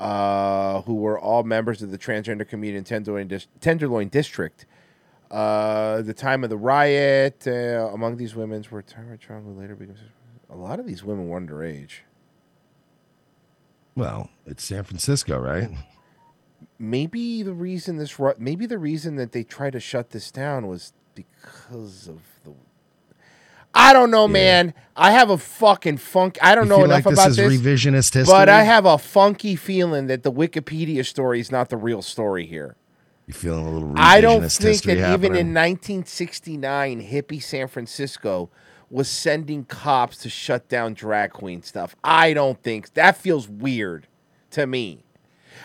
Speaker 7: uh, who were all members of the transgender community in Tenderloin, dis- Tenderloin District, uh, the time of the riot, uh, among these women were Tyra Chung, who later became. A lot of these women were underage.
Speaker 4: Well, it's San Francisco, right?
Speaker 7: Maybe the reason this, ru- maybe the reason that they tried to shut this down was because of the. I don't know, man. I have a fucking funk. I don't
Speaker 4: You
Speaker 7: know
Speaker 4: feel
Speaker 7: enough
Speaker 4: like this
Speaker 7: about
Speaker 4: is
Speaker 7: this,
Speaker 4: revisionist history?
Speaker 7: but I have a funky feeling that the Wikipedia story is not the real story here.
Speaker 4: You feeling a little revisionist
Speaker 7: I don't think
Speaker 4: history
Speaker 7: that even
Speaker 4: happening?
Speaker 7: in 1969, hippie San Francisco was sending cops to shut down drag queen stuff. I don't think that feels weird to me.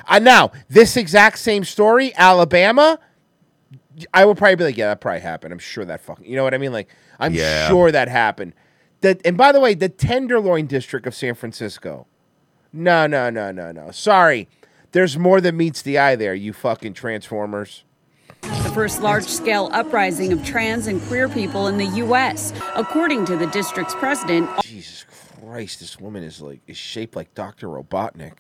Speaker 7: I Uh, now this exact same story, Alabama. I would probably be like, yeah, that probably happened. I'm sure that fucking, you know what I mean? Like, I'm
Speaker 4: Yeah.
Speaker 7: sure that happened. That, and by the way, the Tenderloin district of San Francisco. No, no, no, no, no. Sorry, there's more than meets the eye there. You fucking Transformers.
Speaker 18: The first large scale uprising of trans and queer people in the U.S., according to the district's president.
Speaker 7: Jesus Christ, this woman is like is shaped like Doctor Robotnik.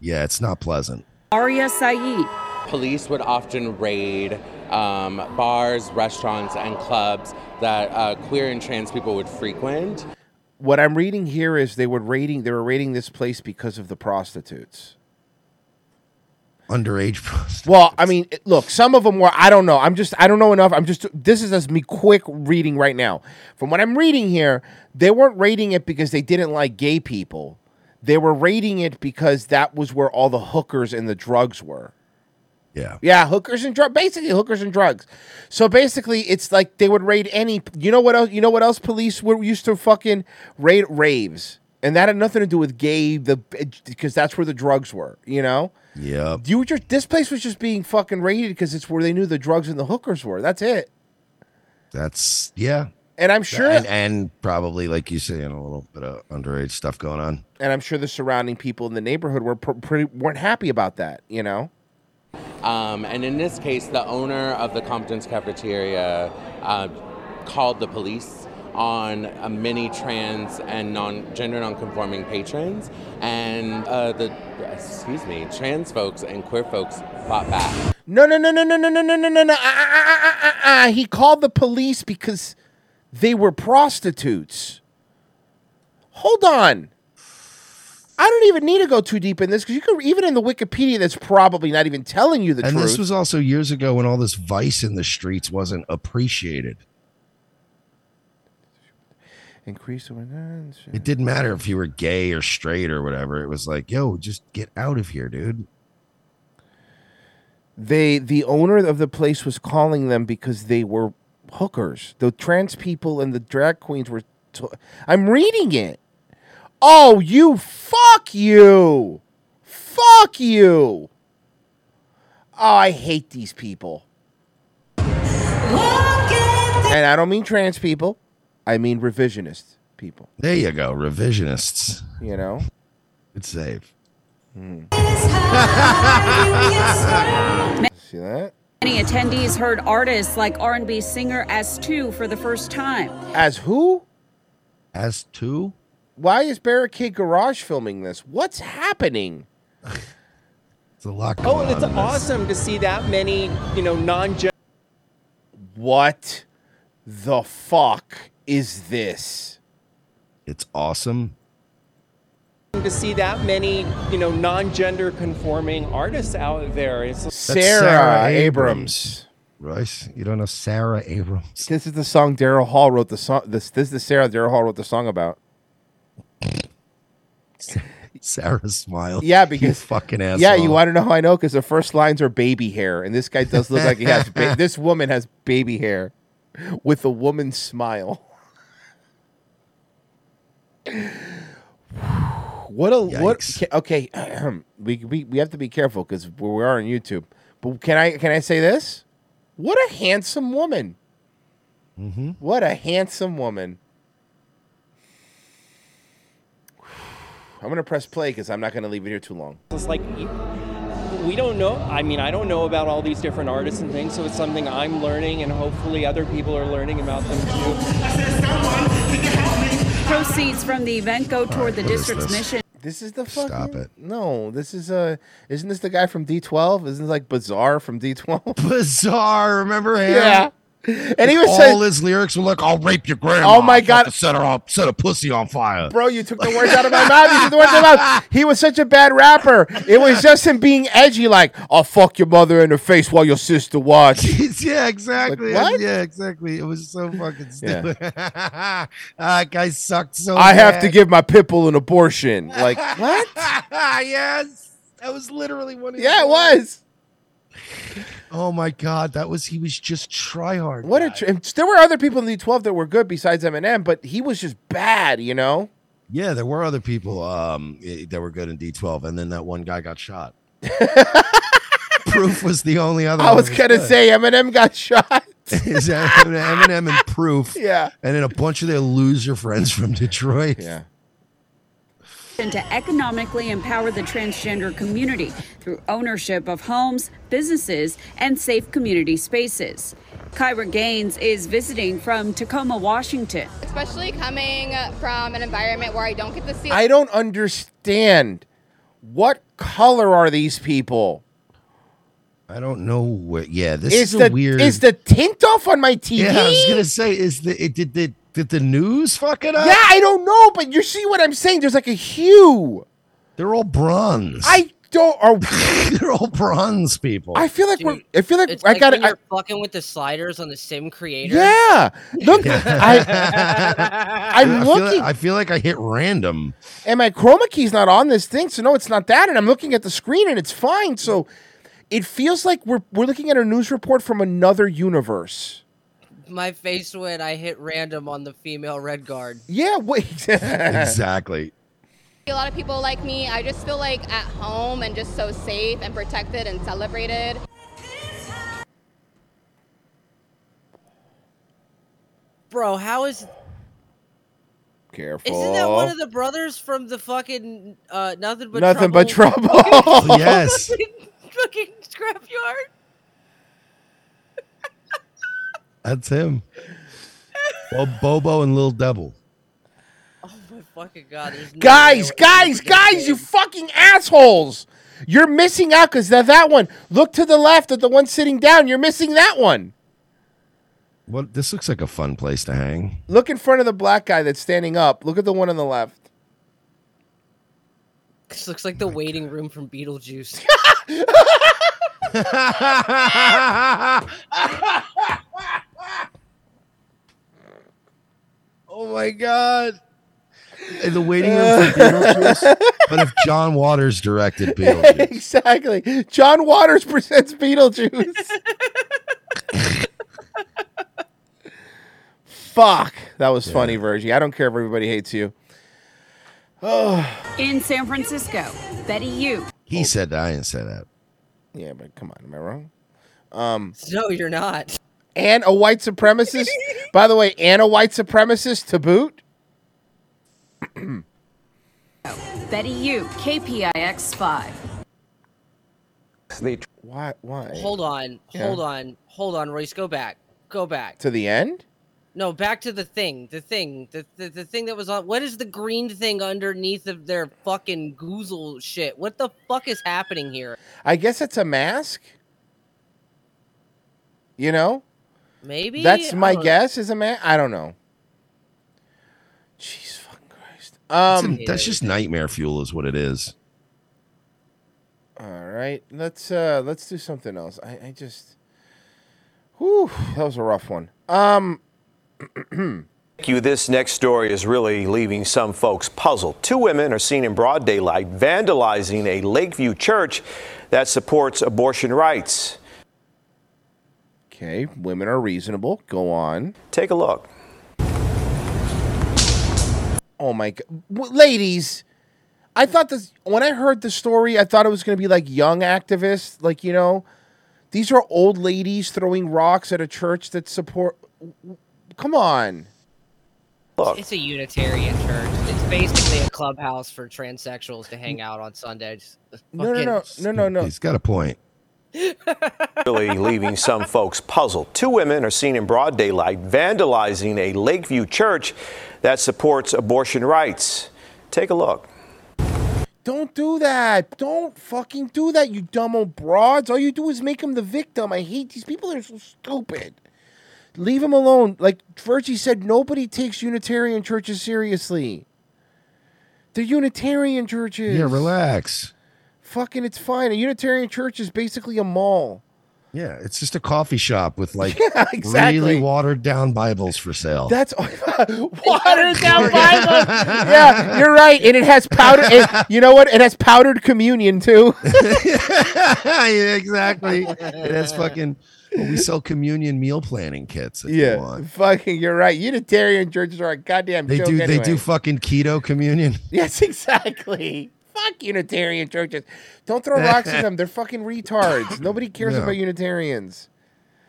Speaker 4: yeah, it's not pleasant.
Speaker 18: Aria Saeed.
Speaker 19: Police would often raid um, bars, restaurants, and clubs that uh, queer and trans people would frequent.
Speaker 7: What I'm reading here is they were raiding they were raiding this place because of the prostitutes.
Speaker 4: Underage. pro-
Speaker 7: Well, I mean, it- look, some of them were I don't know. I'm just I don't know enough. I'm just this is just me quick reading right now. From what I'm reading here, they weren't raiding it because they didn't like gay people. They were raiding it because that was where all the hookers and the drugs were.
Speaker 4: Yeah.
Speaker 7: Yeah, hookers and drugs. Basically, hookers and drugs. So basically, it's like they would raid any. You know what else? You know what else? Police were used to fucking raid raves, and that had nothing to do with gay. The because that's where the drugs were. You know.
Speaker 4: Yep.
Speaker 7: You were just this place was just being fucking raided because it's where they knew the drugs and the hookers were. That's it.
Speaker 4: That's yeah.
Speaker 7: And I'm sure.
Speaker 4: And, and probably like you say, a little bit of underage stuff going on.
Speaker 7: And I'm sure the surrounding people in the neighborhood were pr- pretty weren't happy about that. You know.
Speaker 19: Um, and in this case, the owner of the Compton's cafeteria uh, called the police on uh, many trans and non gender nonconforming patrons, and uh, the excuse me, trans folks and queer folks fought back.
Speaker 3: No, no, no, no, no, no, no, no, no, no, no. Ah, ah, ah, ah, ah, ah. He called the police because they were prostitutes. Hold on. I don't even need to go too deep in this because you could even in the Wikipedia that's probably not even telling you the
Speaker 4: and
Speaker 3: truth.
Speaker 4: this was also years ago when all this vice in the streets wasn't appreciated.
Speaker 7: Increase awareness.
Speaker 4: It didn't matter if you were gay or straight or whatever. It was like, yo, just get out of here, dude.
Speaker 7: They the owner of the place was calling them because they were hookers. The trans people and the drag queens were. T- I'm reading it.
Speaker 3: Oh, you fuck you. Fuck you. Oh, I hate these people.
Speaker 7: And I don't mean trans people. I mean revisionist people.
Speaker 4: There you go, revisionists.
Speaker 7: You know?
Speaker 4: Good save.
Speaker 7: See that?
Speaker 18: Many attendees heard artists like R&B singer S2 for the first time.
Speaker 7: As who?
Speaker 4: As two?
Speaker 7: Why is Barricade Garage filming this? What's happening?
Speaker 4: It's a lot.
Speaker 20: Oh, and it's awesome to see that many, you know, non
Speaker 7: What the fuck is this?
Speaker 4: It's awesome.
Speaker 20: to see that many, you know, non-gender conforming artists out there. It's
Speaker 4: That's Royce, you don't know Sarah Abrams. [LAUGHS]
Speaker 7: This is the song Daryl Hall wrote the song. This this is the Sarah Daryl Hall wrote the
Speaker 4: [LAUGHS]
Speaker 7: song about.
Speaker 4: Sarah smile.
Speaker 7: Yeah, because
Speaker 4: you fucking asshole.
Speaker 7: Yeah, you want to know how I know? Because the first lines are baby hair, and this guy does look like he has. Ba- this woman has baby hair, with a woman's smile. what a what? Okay, [CLEARS THROAT] we, we we have to be careful because we are on YouTube. But can I can I say this? What a handsome woman!
Speaker 4: Mm-hmm.
Speaker 7: What a handsome woman! [SIGHS] I'm gonna press play because I'm not gonna leave it here too long.
Speaker 20: It's like you- we don't know. I mean, I don't know about all these different artists and things, so it's something I'm learning, and hopefully other people are learning about them
Speaker 21: [LAUGHS]
Speaker 20: too.
Speaker 18: Proceeds from the event go toward the
Speaker 20: what is
Speaker 18: district's
Speaker 20: this?
Speaker 18: mission.
Speaker 7: This is the fucking. Stop it. No, this is uh Isn't this the guy from D12? Isn't this like Bizarre from
Speaker 4: [LAUGHS]
Speaker 7: D12?
Speaker 4: Bizarre, remember him?
Speaker 7: Yeah. And he was
Speaker 4: all
Speaker 7: saying-
Speaker 4: his lyrics were like, "I'll rape your grandma."
Speaker 7: Oh my
Speaker 4: I'll
Speaker 7: God.
Speaker 4: fucking Set her up, set a pussy on fire. [LAUGHS]
Speaker 7: Bro, you took the words out of my mouth. You took the words out of my mouth. He was such a bad rapper. It was just him being edgy, like, I'll fuck your mother in the face while your
Speaker 4: [LAUGHS]
Speaker 7: sister watch.
Speaker 4: yeah, exactly.
Speaker 7: Like, what?
Speaker 4: Yeah, exactly. It was so fucking stupid. [LAUGHS] Ah, that guy sucked so.
Speaker 7: I have
Speaker 4: bad. [LAUGHS]
Speaker 7: to give my pitbull an abortion. Like, what?
Speaker 4: yes, that was literally one. Of
Speaker 7: Yeah, it was.
Speaker 4: Oh my god, that was he was just try hard.
Speaker 7: What a tr- and there were other people in the 12 that were good besides Eminem, but he was just bad, you know?
Speaker 4: Yeah, there were other people um i- that were good in D12, and then that one guy got shot. [LAUGHS] Proof was the only other.
Speaker 7: I
Speaker 4: one
Speaker 7: was
Speaker 4: who
Speaker 7: gonna
Speaker 4: good.
Speaker 7: say Eminem got shot.
Speaker 4: Is that Eminem and Proof?
Speaker 7: Yeah.
Speaker 4: and then a bunch of their loser friends from Detroit.
Speaker 7: Yeah.
Speaker 18: and to economically empower the transgender community through ownership of homes, businesses, and safe community spaces. Kyra Gaines is visiting from Tacoma, Washington.
Speaker 22: Especially coming from an environment where I don't get to see.
Speaker 7: I don't understand. What color are these people?
Speaker 4: I don't know what. Yeah, this
Speaker 7: is
Speaker 4: is a
Speaker 7: the
Speaker 4: weird.
Speaker 7: is the tint off on my TV?
Speaker 4: yeah, I was gonna say, is the it did the did the news fuck it up?
Speaker 7: Yeah, I don't know, but you see what I'm saying? There's like a hue.
Speaker 4: They're all bronze. [LAUGHS]
Speaker 7: I don't. Are,
Speaker 4: They're all bronze people.
Speaker 7: I feel like we're. I feel like
Speaker 11: It's
Speaker 7: I
Speaker 11: like
Speaker 7: got
Speaker 11: when
Speaker 7: it.
Speaker 11: you're fucking with the sliders on the sim creator.
Speaker 7: Yeah.
Speaker 11: [LAUGHS]
Speaker 4: [LAUGHS]
Speaker 7: Look, I, I'm
Speaker 4: I feel,
Speaker 7: looking-
Speaker 4: I feel like I hit [LAUGHS] random.
Speaker 7: and my chroma key's not on this thing, so no, it's not that. And I'm looking at the screen, and it's fine. So it feels like we're we're looking at a news report from another universe.
Speaker 11: My face when I hit random on the female red guard.
Speaker 7: Yeah. Wait. [LAUGHS]
Speaker 4: exactly.
Speaker 22: A lot of people like me, I just feel like at home and just so safe and protected and celebrated.
Speaker 11: Bro, how is
Speaker 7: Careful.
Speaker 11: isn't that one of the brothers from the fucking uh nothing but
Speaker 7: Nothing but
Speaker 11: trouble? [LAUGHS]
Speaker 7: Trouble. Yes.
Speaker 11: fucking scrapyard.
Speaker 4: That's him. Bo- Bobo and Lil Devil.
Speaker 11: Fucking god, there's no
Speaker 7: Guys, guys, guys, you fucking assholes! You're missing out because that one. Look to the left at the one sitting down. You're missing that one.
Speaker 4: What? This looks like a fun place to
Speaker 7: [LAUGHS]
Speaker 4: hang.
Speaker 7: Look in front of the black guy that's standing up. Look at the one on the left.
Speaker 11: This looks like the waiting room
Speaker 7: [LAUGHS]
Speaker 11: from Beetlejuice. [LAUGHS]
Speaker 4: Oh my god. In the waiting room for
Speaker 7: [LAUGHS]
Speaker 4: Beetlejuice. But if John Waters directed Beetlejuice.
Speaker 7: [LAUGHS] exactly. John Waters presents Beetlejuice.
Speaker 11: [LAUGHS]
Speaker 7: Fuck. That was funny, Virgie. I don't care if everybody hates you. Oh,
Speaker 23: In San Francisco, Betty U.
Speaker 4: He said that. I didn't say that.
Speaker 7: yeah, but come on. Am I wrong? Um,
Speaker 11: no, you're not.
Speaker 7: And a white
Speaker 11: [LAUGHS]
Speaker 7: supremacist. By the way, and a white supremacist to boot.
Speaker 23: Betty U. KPIX 5.
Speaker 24: The
Speaker 7: why? Why?
Speaker 11: Hold on,
Speaker 7: Yeah.
Speaker 11: hold on, hold on, Royce. Go back, go back.
Speaker 7: To the end?
Speaker 11: No, back to the thing, the thing, the, the the thing that was on. What is the green thing underneath of their fucking goozle shit? What the fuck is happening here?
Speaker 7: I guess it's a mask. You know?
Speaker 11: Maybe Oh.
Speaker 7: That's
Speaker 11: I
Speaker 7: my
Speaker 11: don't-
Speaker 7: guess is a man. I don't know.
Speaker 4: That's
Speaker 7: Um,
Speaker 4: a- that's just nightmare fuel, is what it is.
Speaker 7: All right, let's uh let's do something else. I, I just, whew, that was a rough one. Um,
Speaker 3: you. This next story is really leaving some folks puzzled. Two women are seen in broad daylight vandalizing a Lakeview church that supports abortion rights.
Speaker 7: okay, women are reasonable. Go on.
Speaker 3: Take a look.
Speaker 7: Oh my god, w- ladies! I thought this when I heard the story. I thought it was going to be like young activists, like you know, these are old ladies throwing rocks at a church that support. w- w- Come on.
Speaker 3: Look.
Speaker 11: It's a Unitarian church. It's basically a clubhouse for transsexuals to hang out on Sundays.
Speaker 7: No, no, no, no, no, no.
Speaker 4: He's got a point.
Speaker 3: really leaving some folks puzzled. Two women are seen in broad daylight vandalizing a Lakeview church that supports abortion rights. Take a look.
Speaker 7: Don't do that. Don't fucking do that, you dumb old broads. All you do is make them the victim. I hate these people. They're so stupid. Leave them alone. Like Virgie said, nobody takes Unitarian churches seriously. They're Unitarian churches.
Speaker 4: Yeah, relax.
Speaker 7: Fucking, it's fine. A Unitarian church is basically a mall.
Speaker 4: Yeah, it's just a coffee shop with
Speaker 7: [LAUGHS]
Speaker 4: like
Speaker 7: exactly.
Speaker 4: really watered down Bibles for sale.
Speaker 7: That's [LAUGHS] watered down Bible. yeah, you're right. And it has powder. It, you know what? It has powdered communion
Speaker 4: [LAUGHS]
Speaker 7: too.
Speaker 4: [LAUGHS] yeah, exactly. It has fucking. well, we sell communion meal planning kits. If You
Speaker 7: Yeah,
Speaker 4: want.
Speaker 7: fucking, you're right. Unitarian churches are a goddamn
Speaker 4: They
Speaker 7: joke.
Speaker 4: do. They
Speaker 7: anyway. [LAUGHS]
Speaker 4: do fucking keto communion. [LAUGHS]
Speaker 7: Yes, exactly. Fuck Unitarian churches.
Speaker 4: [LAUGHS]
Speaker 7: Don't throw rocks at them. They're fucking retards. Nobody cares
Speaker 4: Yeah.
Speaker 7: about Unitarians.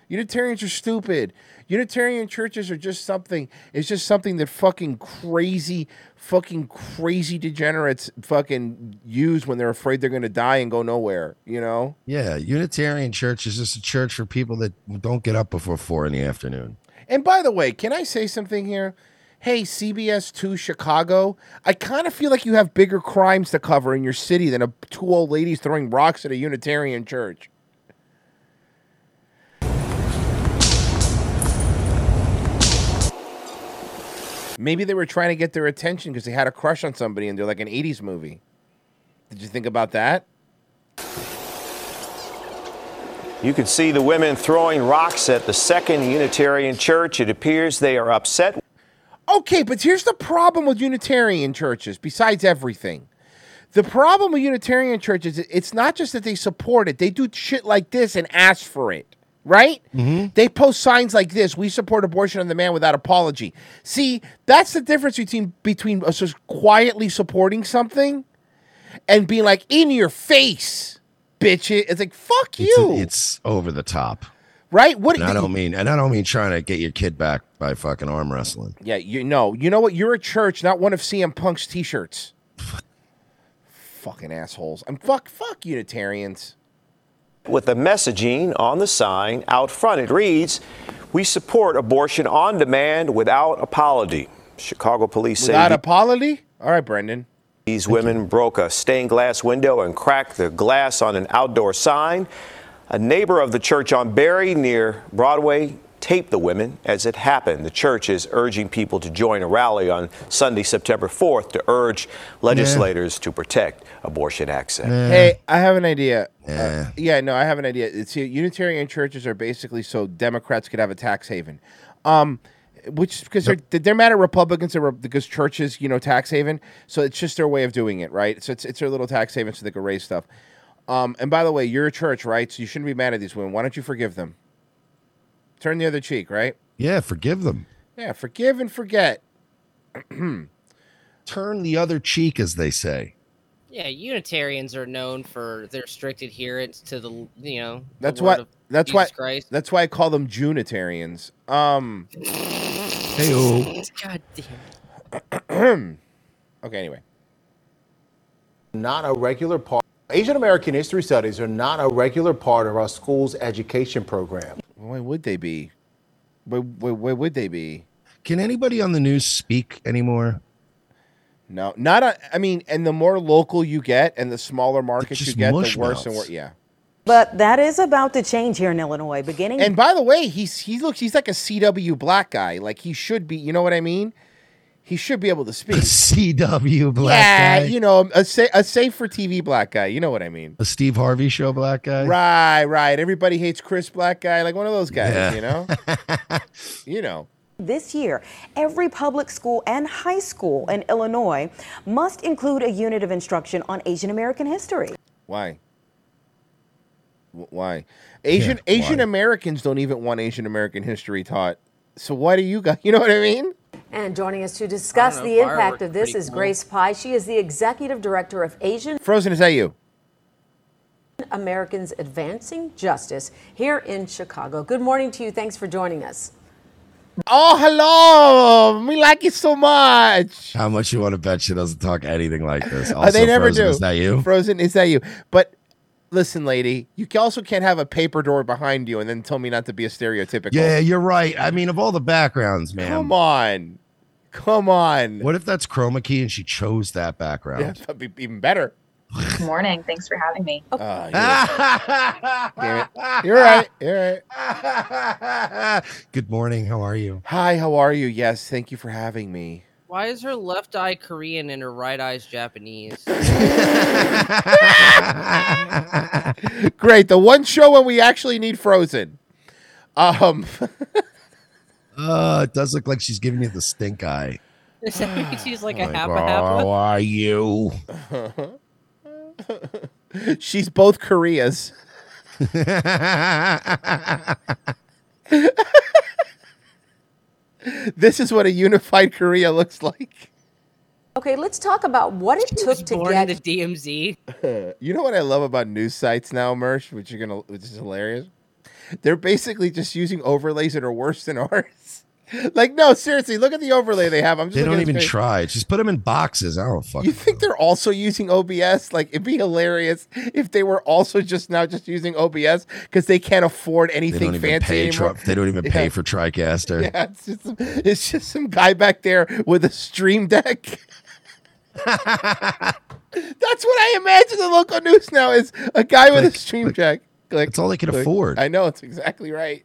Speaker 7: Unitarians are stupid. Unitarian churches are just something. It's just something that fucking crazy, fucking crazy degenerates fucking use when they're afraid they're going to die and go nowhere. You know.
Speaker 4: Yeah, Unitarian Church is just a church for people that don't get up before four in the afternoon.
Speaker 7: And by the way, can I say something here? Hey, CBS 2 Chicago, I kind of feel like you have bigger crimes to cover in your city than a, two old ladies throwing rocks at a Unitarian church. Maybe they were trying to get their attention because they had a crush on somebody and they're like an 80s movie. Did you think about that?
Speaker 3: You can see the women throwing rocks at the Second Unitarian Church. It appears they are upset
Speaker 7: Okay, but here's the problem with Unitarian churches, besides everything. The problem with Unitarian churches, i- it's not just that they support it, they do shit like this and ask for it, right? They post signs like this We support abortion on demand without apology. See, that's the difference between, between us just quietly supporting something and being like, in your face, bitch. It's like, fuck you,
Speaker 4: It's, it's over the top.
Speaker 7: right? What
Speaker 4: And I don't mean, and I don't mean trying to get your kid back by fucking arm wrestling.
Speaker 7: Yeah, you know, you know what? You're a church, not one of CM Punk's T-shirts. Fucking assholes! I'm fuck fuck Unitarians.
Speaker 3: with the messaging on the sign out front. It reads, We support abortion on demand without apology. Chicago police say
Speaker 7: Without
Speaker 3: the-
Speaker 7: apology? All right, Brendan.
Speaker 3: These women broke a stained glass window and cracked the glass on an outdoor sign. A neighbor of the church on Berry near Broadway taped the women as it happened. The church is urging people to join a rally on Sunday, September 4th to urge legislators to protect abortion access.
Speaker 7: Hey, I have an idea. Uh, yeah, no, I have an idea. It's uh, Unitarian churches are basically so Democrats could have a tax haven, um, which because they're they're mad at Republicans are, because churches, you know, tax haven. So it's just their way of doing it, right? So it's it's their little tax haven, so they can raise stuff. Um, and by the way, you're a church, right? So you shouldn't be mad at these women. Why don't you forgive them? Turn the other cheek, right?
Speaker 4: Yeah, forgive
Speaker 7: [CLEARS THROAT]
Speaker 4: them.
Speaker 7: Yeah, forgive and forget.
Speaker 4: Turn the other cheek, as they say.
Speaker 11: Yeah, Unitarians are known for their strict adherence to the you know. the
Speaker 7: That's
Speaker 11: word
Speaker 7: why.
Speaker 11: of
Speaker 7: That's
Speaker 11: Jesus
Speaker 7: why.
Speaker 11: Christ.
Speaker 7: That's why I call them Junitarians. Um.
Speaker 11: God damn.
Speaker 7: [CLEARS THROAT] okay. Anyway.
Speaker 25: not a regular part. Asian American history studies are not a regular part of our school's education program.
Speaker 7: Why would they be? Why, why, why would they be?
Speaker 4: Can anybody on the news speak anymore?
Speaker 7: No, not. A, I mean, and the more local you get, and the smaller markets you
Speaker 4: just
Speaker 7: get, the
Speaker 4: mush
Speaker 7: worse and
Speaker 4: mouths.
Speaker 7: worse. Yeah.
Speaker 26: But that is about to change here in Illinois, beginning.
Speaker 7: And by the way, he's he looks. He's like a CW black guy. Like he should be. You know what I mean? He should be able to speak.
Speaker 4: CW black
Speaker 7: yeah,
Speaker 4: guy.
Speaker 7: you know, a sa- a safe for TV black guy. You know what I mean?
Speaker 4: a Steve Harvey show black guy.
Speaker 7: Right, right. Everybody hates Chris Black guy, like one of those guys,
Speaker 4: Yeah.
Speaker 7: you
Speaker 4: [LAUGHS]
Speaker 7: know? you know.
Speaker 26: This year, every public school and high school in Illinois must include a unit of instruction on Asian American history.
Speaker 7: Why? Wh- Why? Asian Asian Americans don't even want Asian American history taught. So why do you guys, [LAUGHS] you know what I mean?
Speaker 27: And joining us to discuss
Speaker 7: know,
Speaker 27: the impact
Speaker 7: fireworks
Speaker 27: of this
Speaker 7: pretty
Speaker 27: is
Speaker 7: cool.
Speaker 27: Grace Pye. She is the executive director of Asian
Speaker 7: Frozen, is that you?
Speaker 27: Americans Advancing Justice here in Chicago. Good morning to you. Thanks for joining us.
Speaker 7: Oh, hello. We like it so much.
Speaker 4: How much you want to bet she doesn't talk anything like this?
Speaker 7: Uh, [LAUGHS] they never
Speaker 4: Frozen,
Speaker 7: do.
Speaker 4: Is that you?
Speaker 7: Frozen, is that you? But listen, lady, you ca- also can't have a paper door behind you and then tell me not to be a stereotypical.
Speaker 4: Yeah, you're right. I mean, of all the backgrounds, man.
Speaker 7: Come on. Come on.
Speaker 4: What if that's chroma key and she chose that background?
Speaker 7: Yeah, that'd be even better.
Speaker 1: Good morning. Thanks for having me.
Speaker 7: Damn it. You're right. You're [LAUGHS]
Speaker 4: right. Good morning. How are you?
Speaker 7: Hi, how are you? Yes, thank you for having me.
Speaker 11: Why is her left eye Korean and her right
Speaker 7: [LAUGHS]
Speaker 11: eye's Japanese?
Speaker 7: Great. The one show when we actually need Frozen. Um, [LAUGHS]
Speaker 4: Uh, it does look like she's giving you the stink eye.
Speaker 11: She's like a
Speaker 4: Like,
Speaker 11: half
Speaker 4: oh,
Speaker 11: a half.
Speaker 4: How are you?
Speaker 7: she's both Koreas. [LAUGHS] this is what a unified Korea looks like.
Speaker 27: Okay, let's talk about what it took to
Speaker 11: Born
Speaker 27: get
Speaker 11: in the DMZ.
Speaker 7: [LAUGHS] you know what I love about news sites now, Mersh, which you're gonna, which is hilarious. They're basically just using overlays that are worse than [LAUGHS] ours. like, no, seriously, look at the overlay they have. I'm just
Speaker 4: They
Speaker 7: looking
Speaker 4: don't
Speaker 7: at this
Speaker 4: even
Speaker 7: page.
Speaker 4: try. Just put them in boxes. I don't fucking.
Speaker 7: You think they're also using OBS? Like, it'd be hilarious if they were also just now just using OBS because they can't afford
Speaker 4: They
Speaker 7: anything
Speaker 4: don't even
Speaker 7: fancy
Speaker 4: pay.
Speaker 7: anymore.
Speaker 4: Tri- they don't even pay
Speaker 7: [LAUGHS] Yeah.
Speaker 4: for TriCaster.
Speaker 7: Yeah, it's just, it's just some guy back there with a
Speaker 4: [LAUGHS]
Speaker 7: stream deck. That's what I imagine the local news now is a guy with a stream deck. Click, That's all they
Speaker 4: can afford.
Speaker 7: I know it's exactly right.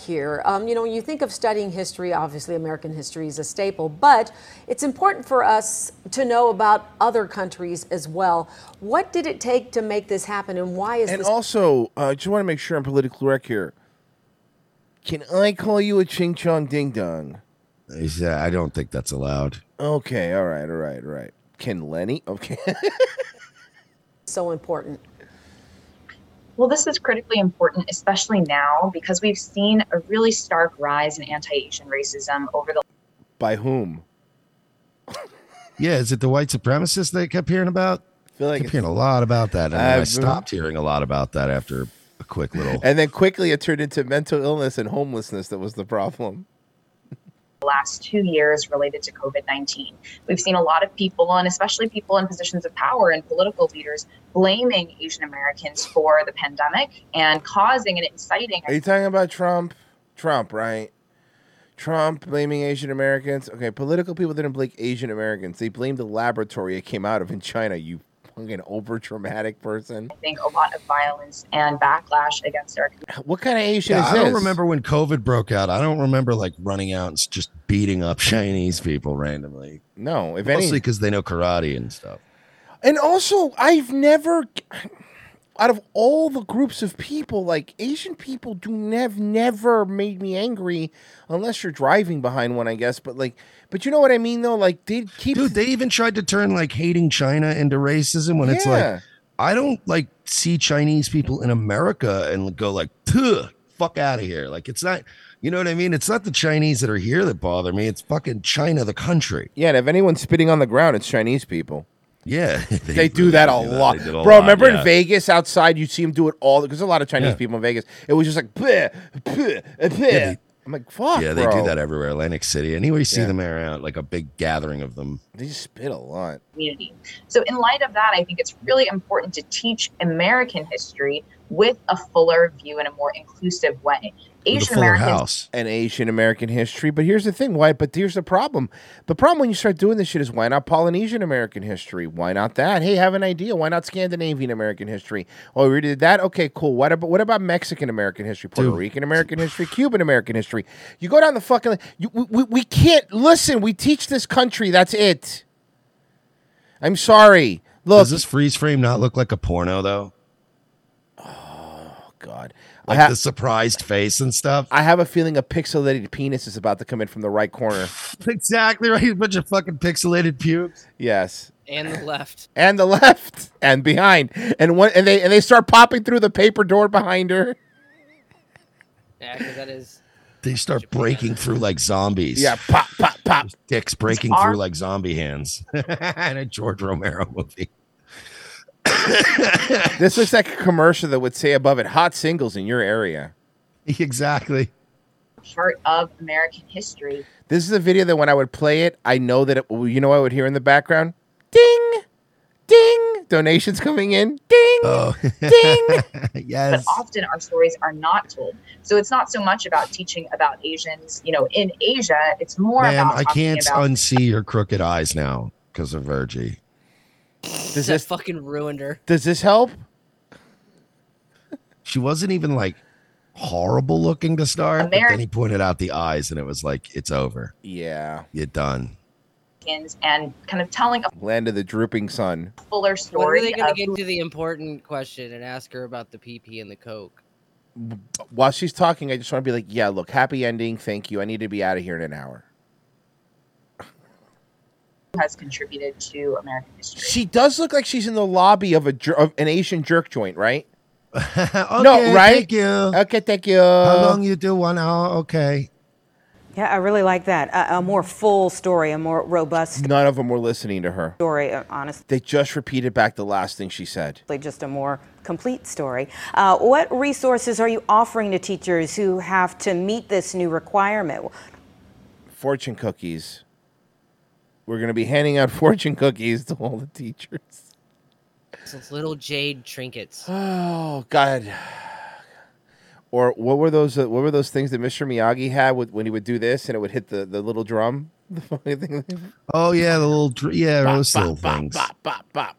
Speaker 27: here. Um, you know, when you think of studying history, obviously American history is a staple, but it's important for us to know about other countries as well. What did it take to make this happen, and why is
Speaker 7: And
Speaker 27: this
Speaker 7: also, uh, I just want to make sure I'm politically correct here. Can I call you a ching chong ding dong?
Speaker 4: He said, I don't think that's allowed.
Speaker 7: Okay, all right, all right, all right. Can Lenny? Okay. [LAUGHS]
Speaker 27: so important?
Speaker 1: Well, this is critically important, especially now, because we've seen a really stark rise in anti Asian racism over the
Speaker 7: By whom?
Speaker 4: Yeah, is it the white supremacists that I kept hearing about?
Speaker 7: I feel like
Speaker 4: kept hearing a lot about that, and then I
Speaker 7: I've-
Speaker 4: stopped hearing a lot about that after a quick little.
Speaker 7: And then quickly it turned into mental illness and homelessness that was the problem.
Speaker 1: last two years related to COVID 19. We've seen a lot of people, and especially people in positions of power and political leaders, blaming Asian Americans for the pandemic and causing and inciting
Speaker 7: Are you talking about Trump? Trump, right? Trump blaming Asian Americans. Okay, political people didn't blame Asian Americans. They blamed the laboratory it came out of in China. You fucking over dramatic person.
Speaker 1: I think a lot of violence and backlash against our
Speaker 7: What kind of Asian
Speaker 4: Yeah,
Speaker 7: is
Speaker 4: I don't
Speaker 7: this?
Speaker 4: remember when COVID broke out. I don't remember like running out and s- just beating up [LAUGHS] Chinese people randomly.
Speaker 7: No, if
Speaker 4: mostly
Speaker 7: any-
Speaker 4: because they know karate and stuff.
Speaker 7: And also, I've never, out of all the groups of people, like Asian people do nev never made me angry, unless you're driving behind one, I guess. But like, but you know what I mean, though. Like they keep.
Speaker 4: Dude, they even tried to turn like hating China into racism when it's
Speaker 7: Yeah.
Speaker 4: like I don't like see Chinese people in America and go like, "Pugh, fuck out of here. Like it's not, you know what I mean? It's not the Chinese that are here that bother me. It's fucking China, the country.
Speaker 7: Yeah, and if anyone's spitting on the ground, it's Chinese people.
Speaker 4: Yeah, [LAUGHS]
Speaker 7: they, do that a lot,
Speaker 4: They did a
Speaker 7: bro.
Speaker 4: lot,
Speaker 7: remember
Speaker 4: yeah.
Speaker 7: in Vegas outside, you'd see them do it all because a lot of Chinese
Speaker 4: Yeah.
Speaker 7: people in Vegas. It was just like, bleh, bleh, bleh.
Speaker 4: they-
Speaker 7: I'm like, fuck,
Speaker 4: yeah, they
Speaker 7: bro.
Speaker 4: do that everywhere. Atlantic City, anywhere you see
Speaker 7: Yeah.
Speaker 4: them around, like a big gathering of them.
Speaker 7: They spit a lot.
Speaker 1: community. So, in light of that, I think it's really important to teach American history with a fuller view in a more inclusive way. Asian Americans
Speaker 7: and Asian American history. But here's the thing, why? But here's the problem. The problem when you start doing this shit is why not Polynesian American history? Why not that? Hey, have an idea. Why not Scandinavian American history? Oh, we did that. Okay, cool. What about what about Mexican American history, Puerto
Speaker 28: Dude.
Speaker 7: Rican American history, Cuban American history? You go down the fucking. You, we, we, we can't listen. We teach this country. That's it. I'm sorry. Look,
Speaker 4: Does this freeze frame not look like a porno though?
Speaker 7: Oh God.
Speaker 4: Like
Speaker 7: ha-
Speaker 4: the surprised face and stuff.
Speaker 7: I have a feeling a pixelated penis is about to come in from the right corner.
Speaker 4: [LAUGHS] exactly right. A bunch of fucking pixelated pubes.
Speaker 7: Yes.
Speaker 11: and the left.
Speaker 7: and the left and behind and one and they and they start popping through the paper door behind her.
Speaker 11: Yeah, because that is
Speaker 4: They start breaking through like zombies.
Speaker 7: Yeah, pop, pop, pop.
Speaker 4: Dicks breaking
Speaker 7: It's
Speaker 4: through
Speaker 7: our-
Speaker 4: like zombie hands [LAUGHS] [LAUGHS] in a George Romero movie.
Speaker 7: this looks like a commercial that would say above it hot singles in your area.
Speaker 4: [LAUGHS] Exactly.
Speaker 1: part of American history.
Speaker 7: This is a video that when I would play it, I know that it, you know what I would hear in the background? Ding! Ding! Donations coming in. Ding!
Speaker 4: Oh. [LAUGHS]
Speaker 7: Ding!
Speaker 1: But often our stories are not told. So it's not so much about teaching about Asians, you know, in Asia. It's more
Speaker 4: Ma'am,
Speaker 1: about
Speaker 4: I
Speaker 1: talking
Speaker 4: can't
Speaker 1: about
Speaker 4: unsee your crooked eyes now because of Virgie.
Speaker 7: Does
Speaker 11: this fucking ruined her.
Speaker 7: Does this help?
Speaker 4: She wasn't even like horrible looking to start. But then he pointed out the eyes and it was like, it's over.
Speaker 7: Yeah.
Speaker 4: You're done.
Speaker 1: Americans and kind of telling a
Speaker 7: Land of the drooping sun.
Speaker 1: fuller
Speaker 11: When are
Speaker 1: story.
Speaker 11: they going
Speaker 1: of
Speaker 11: to get to the important question and ask her about the PP and the Coke?
Speaker 7: While she's talking, I just want to be like, yeah, look, happy ending. Thank you. I need to be out of here in an hour.
Speaker 1: who has contributed to American history.
Speaker 7: She does look like she's in the lobby of a jer- of an Asian jerk
Speaker 4: [LAUGHS]
Speaker 7: joint, right?
Speaker 4: Okay,
Speaker 7: no, right?
Speaker 4: thank you.
Speaker 7: Okay, thank you.
Speaker 4: How long you do? One hour? Okay.
Speaker 26: Yeah, I really like that. A, a more full story, a more robust
Speaker 7: None of them were listening to her.
Speaker 26: story, uh, honestly,
Speaker 7: They just repeated back the last thing she said.
Speaker 26: just a more complete story. Uh, what resources are you offering to teachers who have to meet this new requirement?
Speaker 7: Fortune cookies. We're going to be handing out fortune cookies to all the teachers.
Speaker 11: It's little jade trinkets.
Speaker 7: [SIGHS] Oh God. Or what were those? Uh, what were those things that Mr. Miyagi had with, when he would do this and it would hit the, the little drum? The funny thing.
Speaker 4: Oh, yeah. The little, dr- yeah,
Speaker 7: Bop,
Speaker 4: those
Speaker 7: bop,
Speaker 4: little
Speaker 7: bop,
Speaker 4: things.
Speaker 7: bop, bop, bop.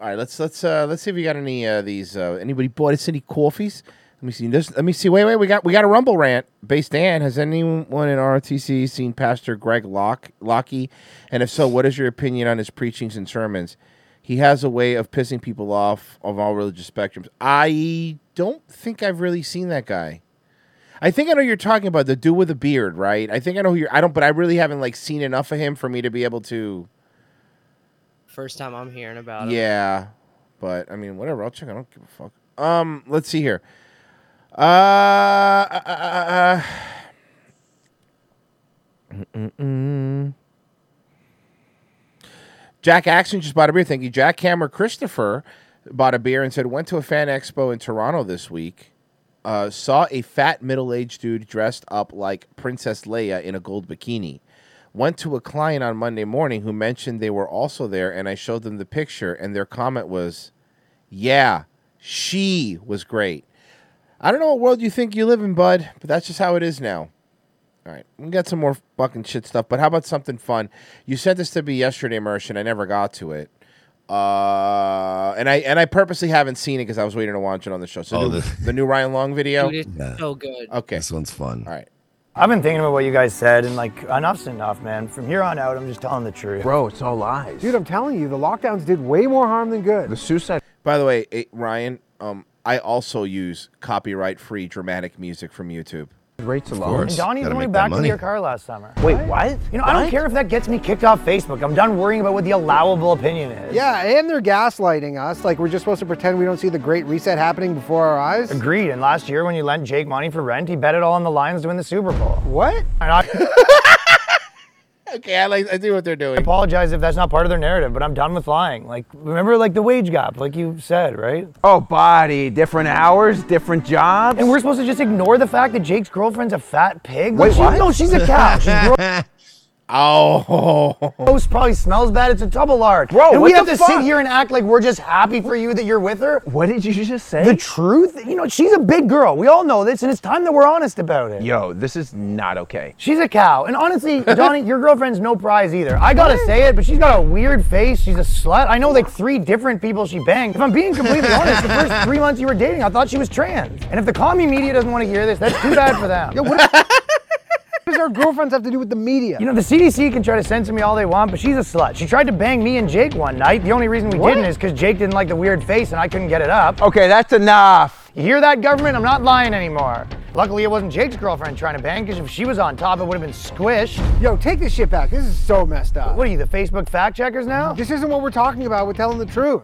Speaker 7: All right, let's let's uh, let's see if we got any uh, these. Uh, anybody bought us any coffees? Let me see. There's, let me see. Wait, wait. We got we got a rumble rant. Based Dan, has anyone in RTC seen Pastor Greg Locke Lockie? And if so, what is your opinion on his preachings and sermons? He has a way of pissing people off of all religious spectrums. I don't think I've really seen that guy. I think I know who you're talking about the dude with the beard, right? I think I know who you're. I don't, but I really haven't like seen enough of him for me to be able to.
Speaker 11: First time I'm hearing about it.
Speaker 7: Yeah, but I mean, whatever. I'll check. I don't give a fuck. Um, let's see here. Uh, uh, uh, uh, uh. Mm-mm-mm. Jack Axon just bought a beer. Thank you, Jack. Hammer Christopher bought a beer and said went to a fan expo in Toronto this week. Uh, saw a fat middle-aged dude dressed up like Princess Leia in a gold bikini. Went to a client on Monday morning who mentioned they were also there, and I showed them the picture, and their comment was, "Yeah, she was great." I don't know what world you think you live in, bud, but that's just how it is now. All right, we got some more fucking shit stuff, but how about something fun? You sent this to me yesterday, Mersh, and I never got to it. Uh, and I and I purposely haven't seen it because I was waiting to watch it on the show. So
Speaker 4: Oh,
Speaker 7: new-
Speaker 4: the-
Speaker 7: the new Ryan Long video.
Speaker 4: Dude, it's Yeah. so
Speaker 29: good.
Speaker 7: Okay,
Speaker 4: this one's fun.
Speaker 7: All right.
Speaker 30: I've been thinking about what you guys said, and like, enough's enough, man. From here on out, I'm just telling the truth. Bro, it's all lies.
Speaker 21: Dude, I'm telling you, the lockdowns did way more harm than good.
Speaker 7: The suicide. By the way, eh, Ryan, um, I also use copyright-free dramatic music from YouTube.
Speaker 21: Rates
Speaker 7: alone.
Speaker 30: And Donnie's only back to your car last summer. Wait, what? You know, I
Speaker 21: What?
Speaker 30: don't care if that gets me kicked off Facebook. I'm done worrying about what the allowable opinion is.
Speaker 21: Yeah, and they're gaslighting us. Like, we're just supposed to pretend we don't see the Great Reset happening before our eyes.
Speaker 30: Agreed. And last year, when you lent Jake money for rent, he bet it all on the Lions to win the Super Bowl.
Speaker 21: What?
Speaker 30: And I
Speaker 7: okay, I like I see what they're doing.
Speaker 30: apologize if that's not part of their narrative, but I'm done with lying. Like, remember, like the wage gap, like you said, right?
Speaker 16: Oh, body, different hours, different jobs.
Speaker 30: And we're supposed to just ignore the fact that Jake's girlfriend's a fat pig.
Speaker 16: Wait,
Speaker 30: She-
Speaker 16: what?
Speaker 30: No, she's a cow. She's gross.
Speaker 7: Oh.
Speaker 30: Ghost probably smells bad. It's a double arc. Bro, and
Speaker 16: what
Speaker 30: we have
Speaker 16: the
Speaker 30: to
Speaker 16: fuck?
Speaker 30: sit here and act like we're just happy for you that you're with her.
Speaker 16: What did you just say?
Speaker 30: The truth, you know, she's a big girl. We all know this, and it's time that we're honest about it.
Speaker 16: Yo, this is not okay.
Speaker 30: She's a cow.
Speaker 16: [LAUGHS]
Speaker 30: And honestly, Donnie, your girlfriend's no prize either. I gotta
Speaker 16: What?
Speaker 30: say it, but she's got a weird face. She's a slut. I know like three different people she banged. If I'm
Speaker 16: [LAUGHS]
Speaker 30: being completely honest, the first three months you were dating, I thought she was trans. And if the commie media doesn't want to hear this, that's too bad for them.
Speaker 21: What does our girlfriends have to do with the media?
Speaker 30: You know, the CDC can try to censor me all they want, but she's a slut. She tried to bang me and Jake one night. The only reason we
Speaker 16: What?
Speaker 30: didn't is because Jake didn't like the weird face and I couldn't get it up.
Speaker 16: Okay, that's enough.
Speaker 30: You hear that, government? I'm not lying anymore. Luckily, it wasn't Jake's girlfriend trying to bang, because if she was on top, it would have been squished.
Speaker 21: Yo, take this shit back. This is so messed up.
Speaker 30: What are you, the Facebook fact checkers now?
Speaker 21: This isn't what we're talking about. We're telling the truth.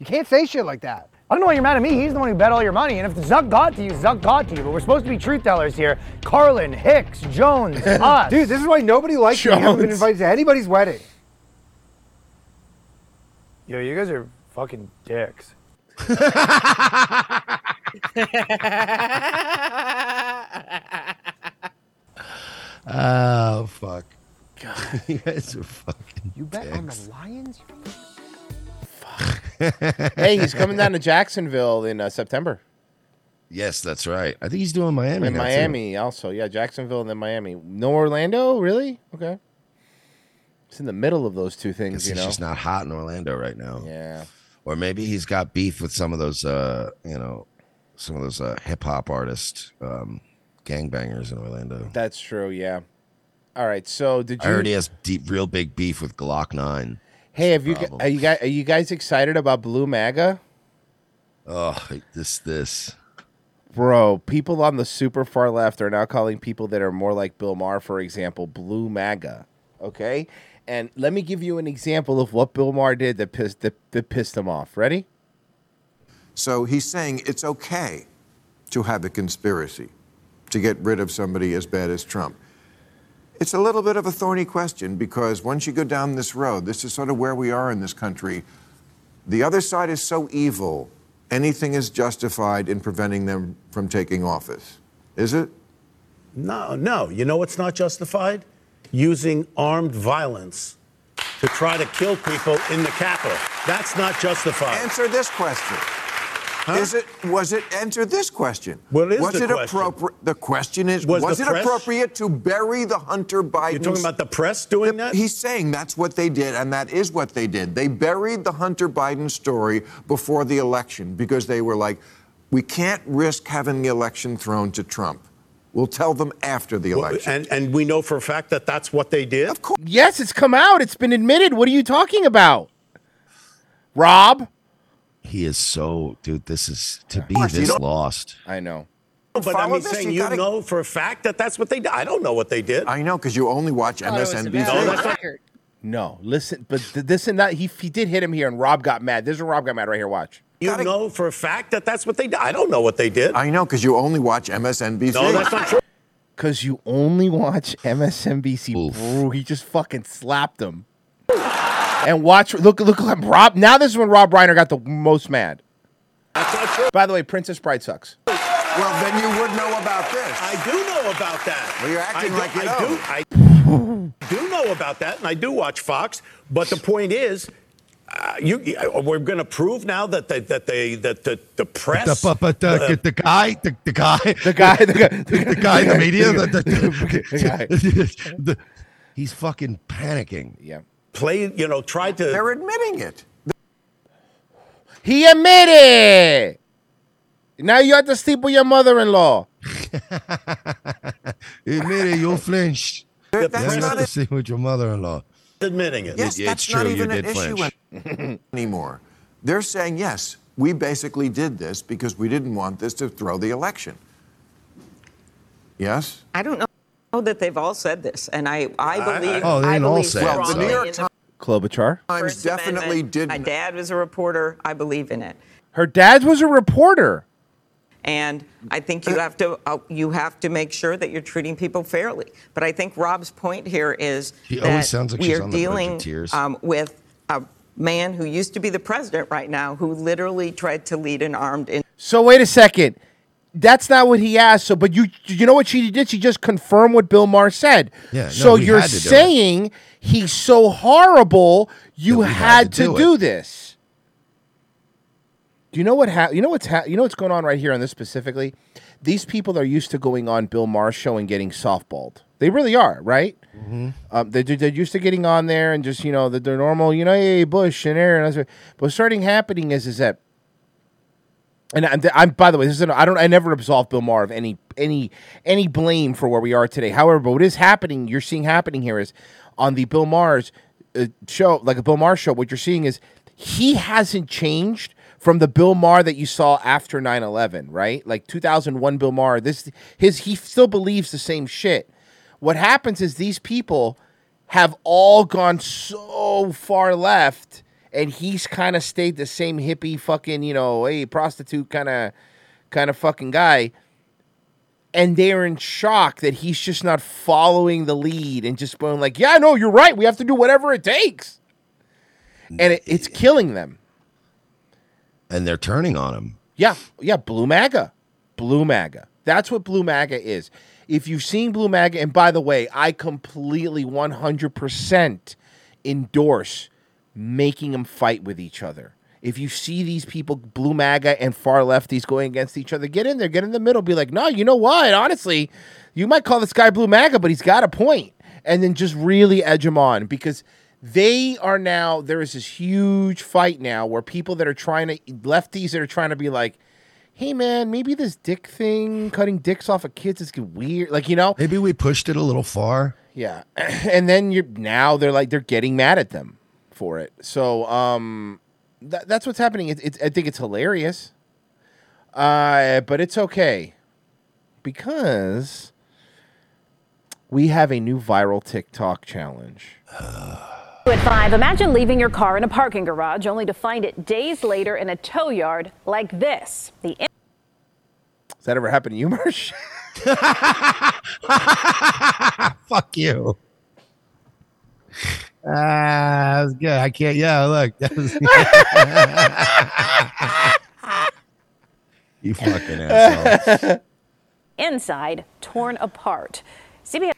Speaker 21: You can't say shit like that.
Speaker 30: I don't know why you're mad at me. He's the one who bet all your money. And if Zuck got to you, Zuck got to you. But we're supposed to be truth tellers here. Carlin, Hicks,
Speaker 21: [LAUGHS]
Speaker 30: Jones, us.
Speaker 21: Ah, Dude, this is why nobody likes you. You haven't been
Speaker 30: Jones.
Speaker 21: invited to anybody's wedding.
Speaker 30: Yo, you guys are fucking dicks.
Speaker 4: Oh fuck. [LAUGHS] you guys are fucking.
Speaker 21: You bet on the
Speaker 7: uh,
Speaker 4: dicks.
Speaker 21: Lions?
Speaker 7: hey,
Speaker 4: [LAUGHS]
Speaker 7: he's coming down to Jacksonville in uh, September.
Speaker 4: Yes, that's right. I think he's doing Miami.
Speaker 7: in
Speaker 4: now, too.
Speaker 7: Miami, also. Yeah, Jacksonville and then Miami. No Orlando, really? Okay. It's in the middle of those two
Speaker 4: Guess
Speaker 7: things, you
Speaker 4: he's
Speaker 7: know.
Speaker 4: just not hot in Orlando right now.
Speaker 7: Yeah.
Speaker 4: Or maybe he's got beef with some of those, uh, you know, some of those uh, hip hop artists, um, gangbangers in Orlando.
Speaker 7: That's true, yeah. All right, so did
Speaker 4: I
Speaker 7: you
Speaker 4: heard he has deep, real big beef with Glock Nine.
Speaker 7: Hey, have you gu- are you guys are you guys excited about Blue MAGA?
Speaker 4: Oh, this this.
Speaker 7: Bro, people on the super far left are now calling people that are more like Bill Maher, for example, Blue MAGA. Okay? And let me give you an example of what Bill Maher did that pissed that, that pissed him off. Ready?
Speaker 12: So he's saying it's okay to have a conspiracy to get rid of somebody as bad as Trump. It's a little bit of a thorny question because once you go down this road, this is sort of where we are in this country. The other side is so evil, anything is justified in preventing them from taking office. Is it?
Speaker 31: No, no. You know what's not justified? Using armed violence to try to kill people in the Capitol. That's not justified.
Speaker 12: Answer this question. Is it was it answer this question?
Speaker 31: Well, it is
Speaker 12: was
Speaker 31: the
Speaker 12: it
Speaker 31: question.
Speaker 12: appropriate? The question is
Speaker 31: Was
Speaker 12: was,
Speaker 31: the
Speaker 12: it
Speaker 31: press-
Speaker 12: appropriate to bury the Hunter Biden?
Speaker 31: talking about the press doing that?
Speaker 12: He's saying that's what they did, and that is what they did. They buried the Hunter Biden story before the election because they were like, we can't risk having the election thrown to Trump. We'll tell them after the election.
Speaker 31: And, and we know for a fact that that's what they did. Of course.
Speaker 7: Yes, it's come out. It's been admitted. What are you talking about? Rob?
Speaker 4: He is so dude. This is to be
Speaker 31: course, you
Speaker 4: this
Speaker 31: don't-
Speaker 4: lost.
Speaker 7: I know.
Speaker 31: But I
Speaker 12: Follow
Speaker 31: mean,
Speaker 12: this,
Speaker 31: saying
Speaker 12: you
Speaker 31: you
Speaker 12: gotta-
Speaker 31: know for a fact that that's what they did. I don't know what they did.
Speaker 12: I know because you only watch MSNBC.
Speaker 7: No, listen, but th- this and that he he did hit him here, and Rob got mad. This is where Rob got mad right here. Watch.
Speaker 31: You know for a fact that that's what they did. I don't know what they did.
Speaker 12: I know because you only watch MSNBC.
Speaker 31: No, that's not true.
Speaker 7: Because you only watch MSNBC. Bro, he just fucking slapped him. and watch. Look, look, look. Rob. Now this is when Rob Reiner got the most mad. By the way, Princess Bride sucks.
Speaker 12: Well, then you would know about this.
Speaker 31: I do know about that. Well,
Speaker 12: you're acting
Speaker 31: I do,
Speaker 12: like you
Speaker 31: I
Speaker 12: know.
Speaker 31: Do, I do know about that, and I do watch Fox. But the point is, Uh, you, uh, we're going to prove now that they, that they that the, the
Speaker 4: But
Speaker 31: press.
Speaker 4: the, but the,
Speaker 31: uh,
Speaker 4: the guy, the, [LAUGHS] the guy,
Speaker 31: [LAUGHS] The guy- the guy-
Speaker 4: the, the guy in the
Speaker 31: [LAUGHS]
Speaker 4: media, the, [LAUGHS] the,
Speaker 31: The
Speaker 4: the- he's fucking panicking.
Speaker 7: Yeah.
Speaker 31: play, you know, tried to. They're
Speaker 12: admitting it.
Speaker 7: He admitted. Now you have to sleep with your mother-in-law.
Speaker 4: Admit it, [LAUGHS] you flinched.
Speaker 7: That-
Speaker 4: You
Speaker 7: that's
Speaker 4: went
Speaker 7: not
Speaker 4: up to
Speaker 7: it.
Speaker 4: see with your mother-in-law.
Speaker 31: Admitting it.
Speaker 12: Yes,
Speaker 4: It-
Speaker 12: that's
Speaker 4: it's
Speaker 12: not
Speaker 4: true, you
Speaker 12: even an
Speaker 4: did
Speaker 12: issue an- [LAUGHS] anymore. They're saying, yes, we basically did this because we didn't want this to throw the election. Yes?
Speaker 32: I don't know- know that they've all said this, and I, I believe.
Speaker 7: Oh, they
Speaker 32: I
Speaker 7: ain't all
Speaker 32: believe
Speaker 7: said it,
Speaker 32: strongly
Speaker 7: so. The New York
Speaker 32: in the
Speaker 7: Klobuchar.
Speaker 32: First definitely did. My dad was a reporter. I believe in it,
Speaker 7: Her dad was a reporter.
Speaker 32: and I think you have to uh, you have to make sure that you're treating people fairly. But I think Rob's point here is
Speaker 4: She
Speaker 32: that
Speaker 4: always sounds like
Speaker 32: we
Speaker 4: she's
Speaker 32: are
Speaker 4: on the verge of
Speaker 32: dealing
Speaker 4: tears.
Speaker 32: Um, with a man who used to be the president right now, who literally tried to lead an armed. In-
Speaker 7: So wait a second. That's not what he asked. So, but you you know what she did? She just confirmed what Bill Maher said.
Speaker 4: Yeah, no,
Speaker 7: so
Speaker 4: we
Speaker 7: you're
Speaker 4: had to do it.
Speaker 7: saying he's so horrible, you had, to, do, this. Do you know what? Ha- you know what's ha- you know what's going on right here on this specifically? These people are used to going on Bill Maher's show and getting softballed. They really are, right?
Speaker 4: Mm-hmm.
Speaker 7: Um, they, they're used to getting on there and just you know the, the normal, you know, hey Bush and Aaron. and that's it. But what's starting happening is is that and I'm, I'm by the way, this is an, I don't I never absolve Bill Maher of any any any blame for where we are today. However, but what is happening, you're seeing happening here is on the Bill Maher's uh, show, like a Bill Maher show. What you're seeing is he hasn't changed from the Bill Maher that you saw after 9/11, right? Like 2001 Bill Maher. This his he still believes the same shit. What happens is these people have all gone so far left, and he's kind of stayed the same hippie fucking, you know, hey, prostitute kind of kind of fucking guy. And they're in shock that he's just not following the lead and just going like, yeah, no, you're right. We have to do whatever it takes. And it, it's killing them.
Speaker 4: And they're turning on him.
Speaker 7: Yeah, yeah, Blue MAGA. Blue MAGA. That's what Blue MAGA is. If you've seen Blue MAGA, and by the way, I completely 100% endorse making them fight with each other. If you see these people, Blue MAGA and far lefties going against each other, get in there, get in the middle, be like, no, you know what? Honestly, you might call this guy Blue MAGA, but he's got a point. And then just really edge him on because they are now there is this huge fight now where people that are trying to lefties that are trying to be like hey man maybe this dick thing cutting dicks off of kids is weird like you know
Speaker 4: maybe we pushed it a little far
Speaker 7: yeah [CLEARS THROAT] and then you're now they're like they're getting mad at them for it so um tha- that's what's happening it, it's i think it's hilarious uh but it's okay because we have a new viral tiktok challenge
Speaker 23: At 5, imagine leaving your car in a parking garage only to find it days later in a tow yard like this. The in-
Speaker 7: Has that ever happened to you, Marsh? [LAUGHS]
Speaker 4: Fuck you. Ah, that was good. I can't. Yeah, look. [LAUGHS] That was- you fucking [LAUGHS] asshole.
Speaker 23: [LAUGHS] inside torn apart. CBS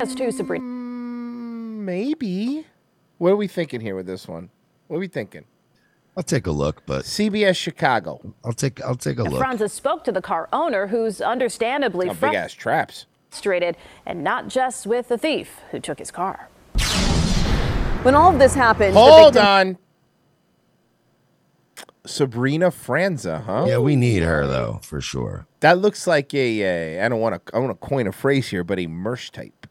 Speaker 23: has two Sabrina.
Speaker 7: Hmm, Maybe. What are we thinking here with this one? What are we thinking?
Speaker 4: I'll take a look, but
Speaker 7: CBS Chicago.
Speaker 4: I'll take. I'll take a look.
Speaker 23: Franza spoke to the car owner, who's understandably
Speaker 4: Oh, big
Speaker 23: frustrated
Speaker 4: ass
Speaker 7: traps.
Speaker 23: and not just with the thief who took his car.
Speaker 15: When all of this happened,
Speaker 7: Hold
Speaker 15: the victim
Speaker 7: on. Sabrina Franza, huh?
Speaker 4: Yeah, we need her though for sure.
Speaker 7: That looks like a, a I don't want to I want to coin a phrase here, but a merch type.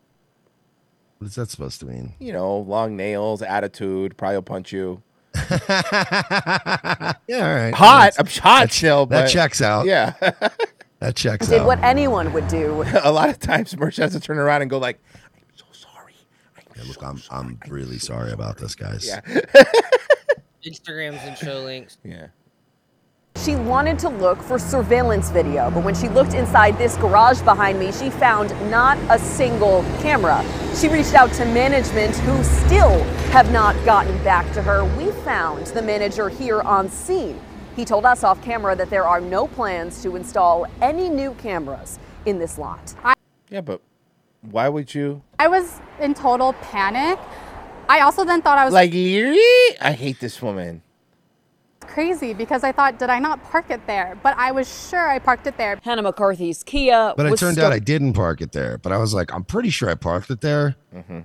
Speaker 4: What is that supposed to mean?
Speaker 7: You know, long nails, attitude, probably will
Speaker 4: [LAUGHS]
Speaker 7: punch you.
Speaker 4: Yeah, all right.
Speaker 7: Hot, I'm hot still,
Speaker 4: that
Speaker 7: but
Speaker 4: checks out.
Speaker 7: Yeah, [LAUGHS]
Speaker 4: that checks
Speaker 15: did
Speaker 4: out.
Speaker 15: what anyone would do.
Speaker 7: a lot of times merch has to turn around and go like,
Speaker 4: Yeah, look, I'm. I'm really sorry about this, guys.
Speaker 7: Yeah.
Speaker 11: [LAUGHS]
Speaker 4: [LAUGHS]
Speaker 11: Instagrams and show links.
Speaker 7: [LAUGHS] Yeah.
Speaker 15: She wanted to look for surveillance video, but when she looked inside this garage behind me, she found not a single camera. She reached out to management, who still have not gotten back to her. We found the manager here on scene. He told us off camera that there are no plans to install any new cameras in this lot.
Speaker 7: yeah, but why would you?
Speaker 33: I was in total panic.
Speaker 14: I also then thought I was
Speaker 3: Like, "Yee, I hate this woman.
Speaker 14: crazy because I thought, did I not park it there? But I was sure I parked it there.
Speaker 15: Hannah McCarthy's Kia
Speaker 4: But it
Speaker 15: was
Speaker 4: turned out I
Speaker 15: stolen
Speaker 4: didn't park it there. But I was like, I'm pretty sure I parked it there.
Speaker 3: Mm-hmm.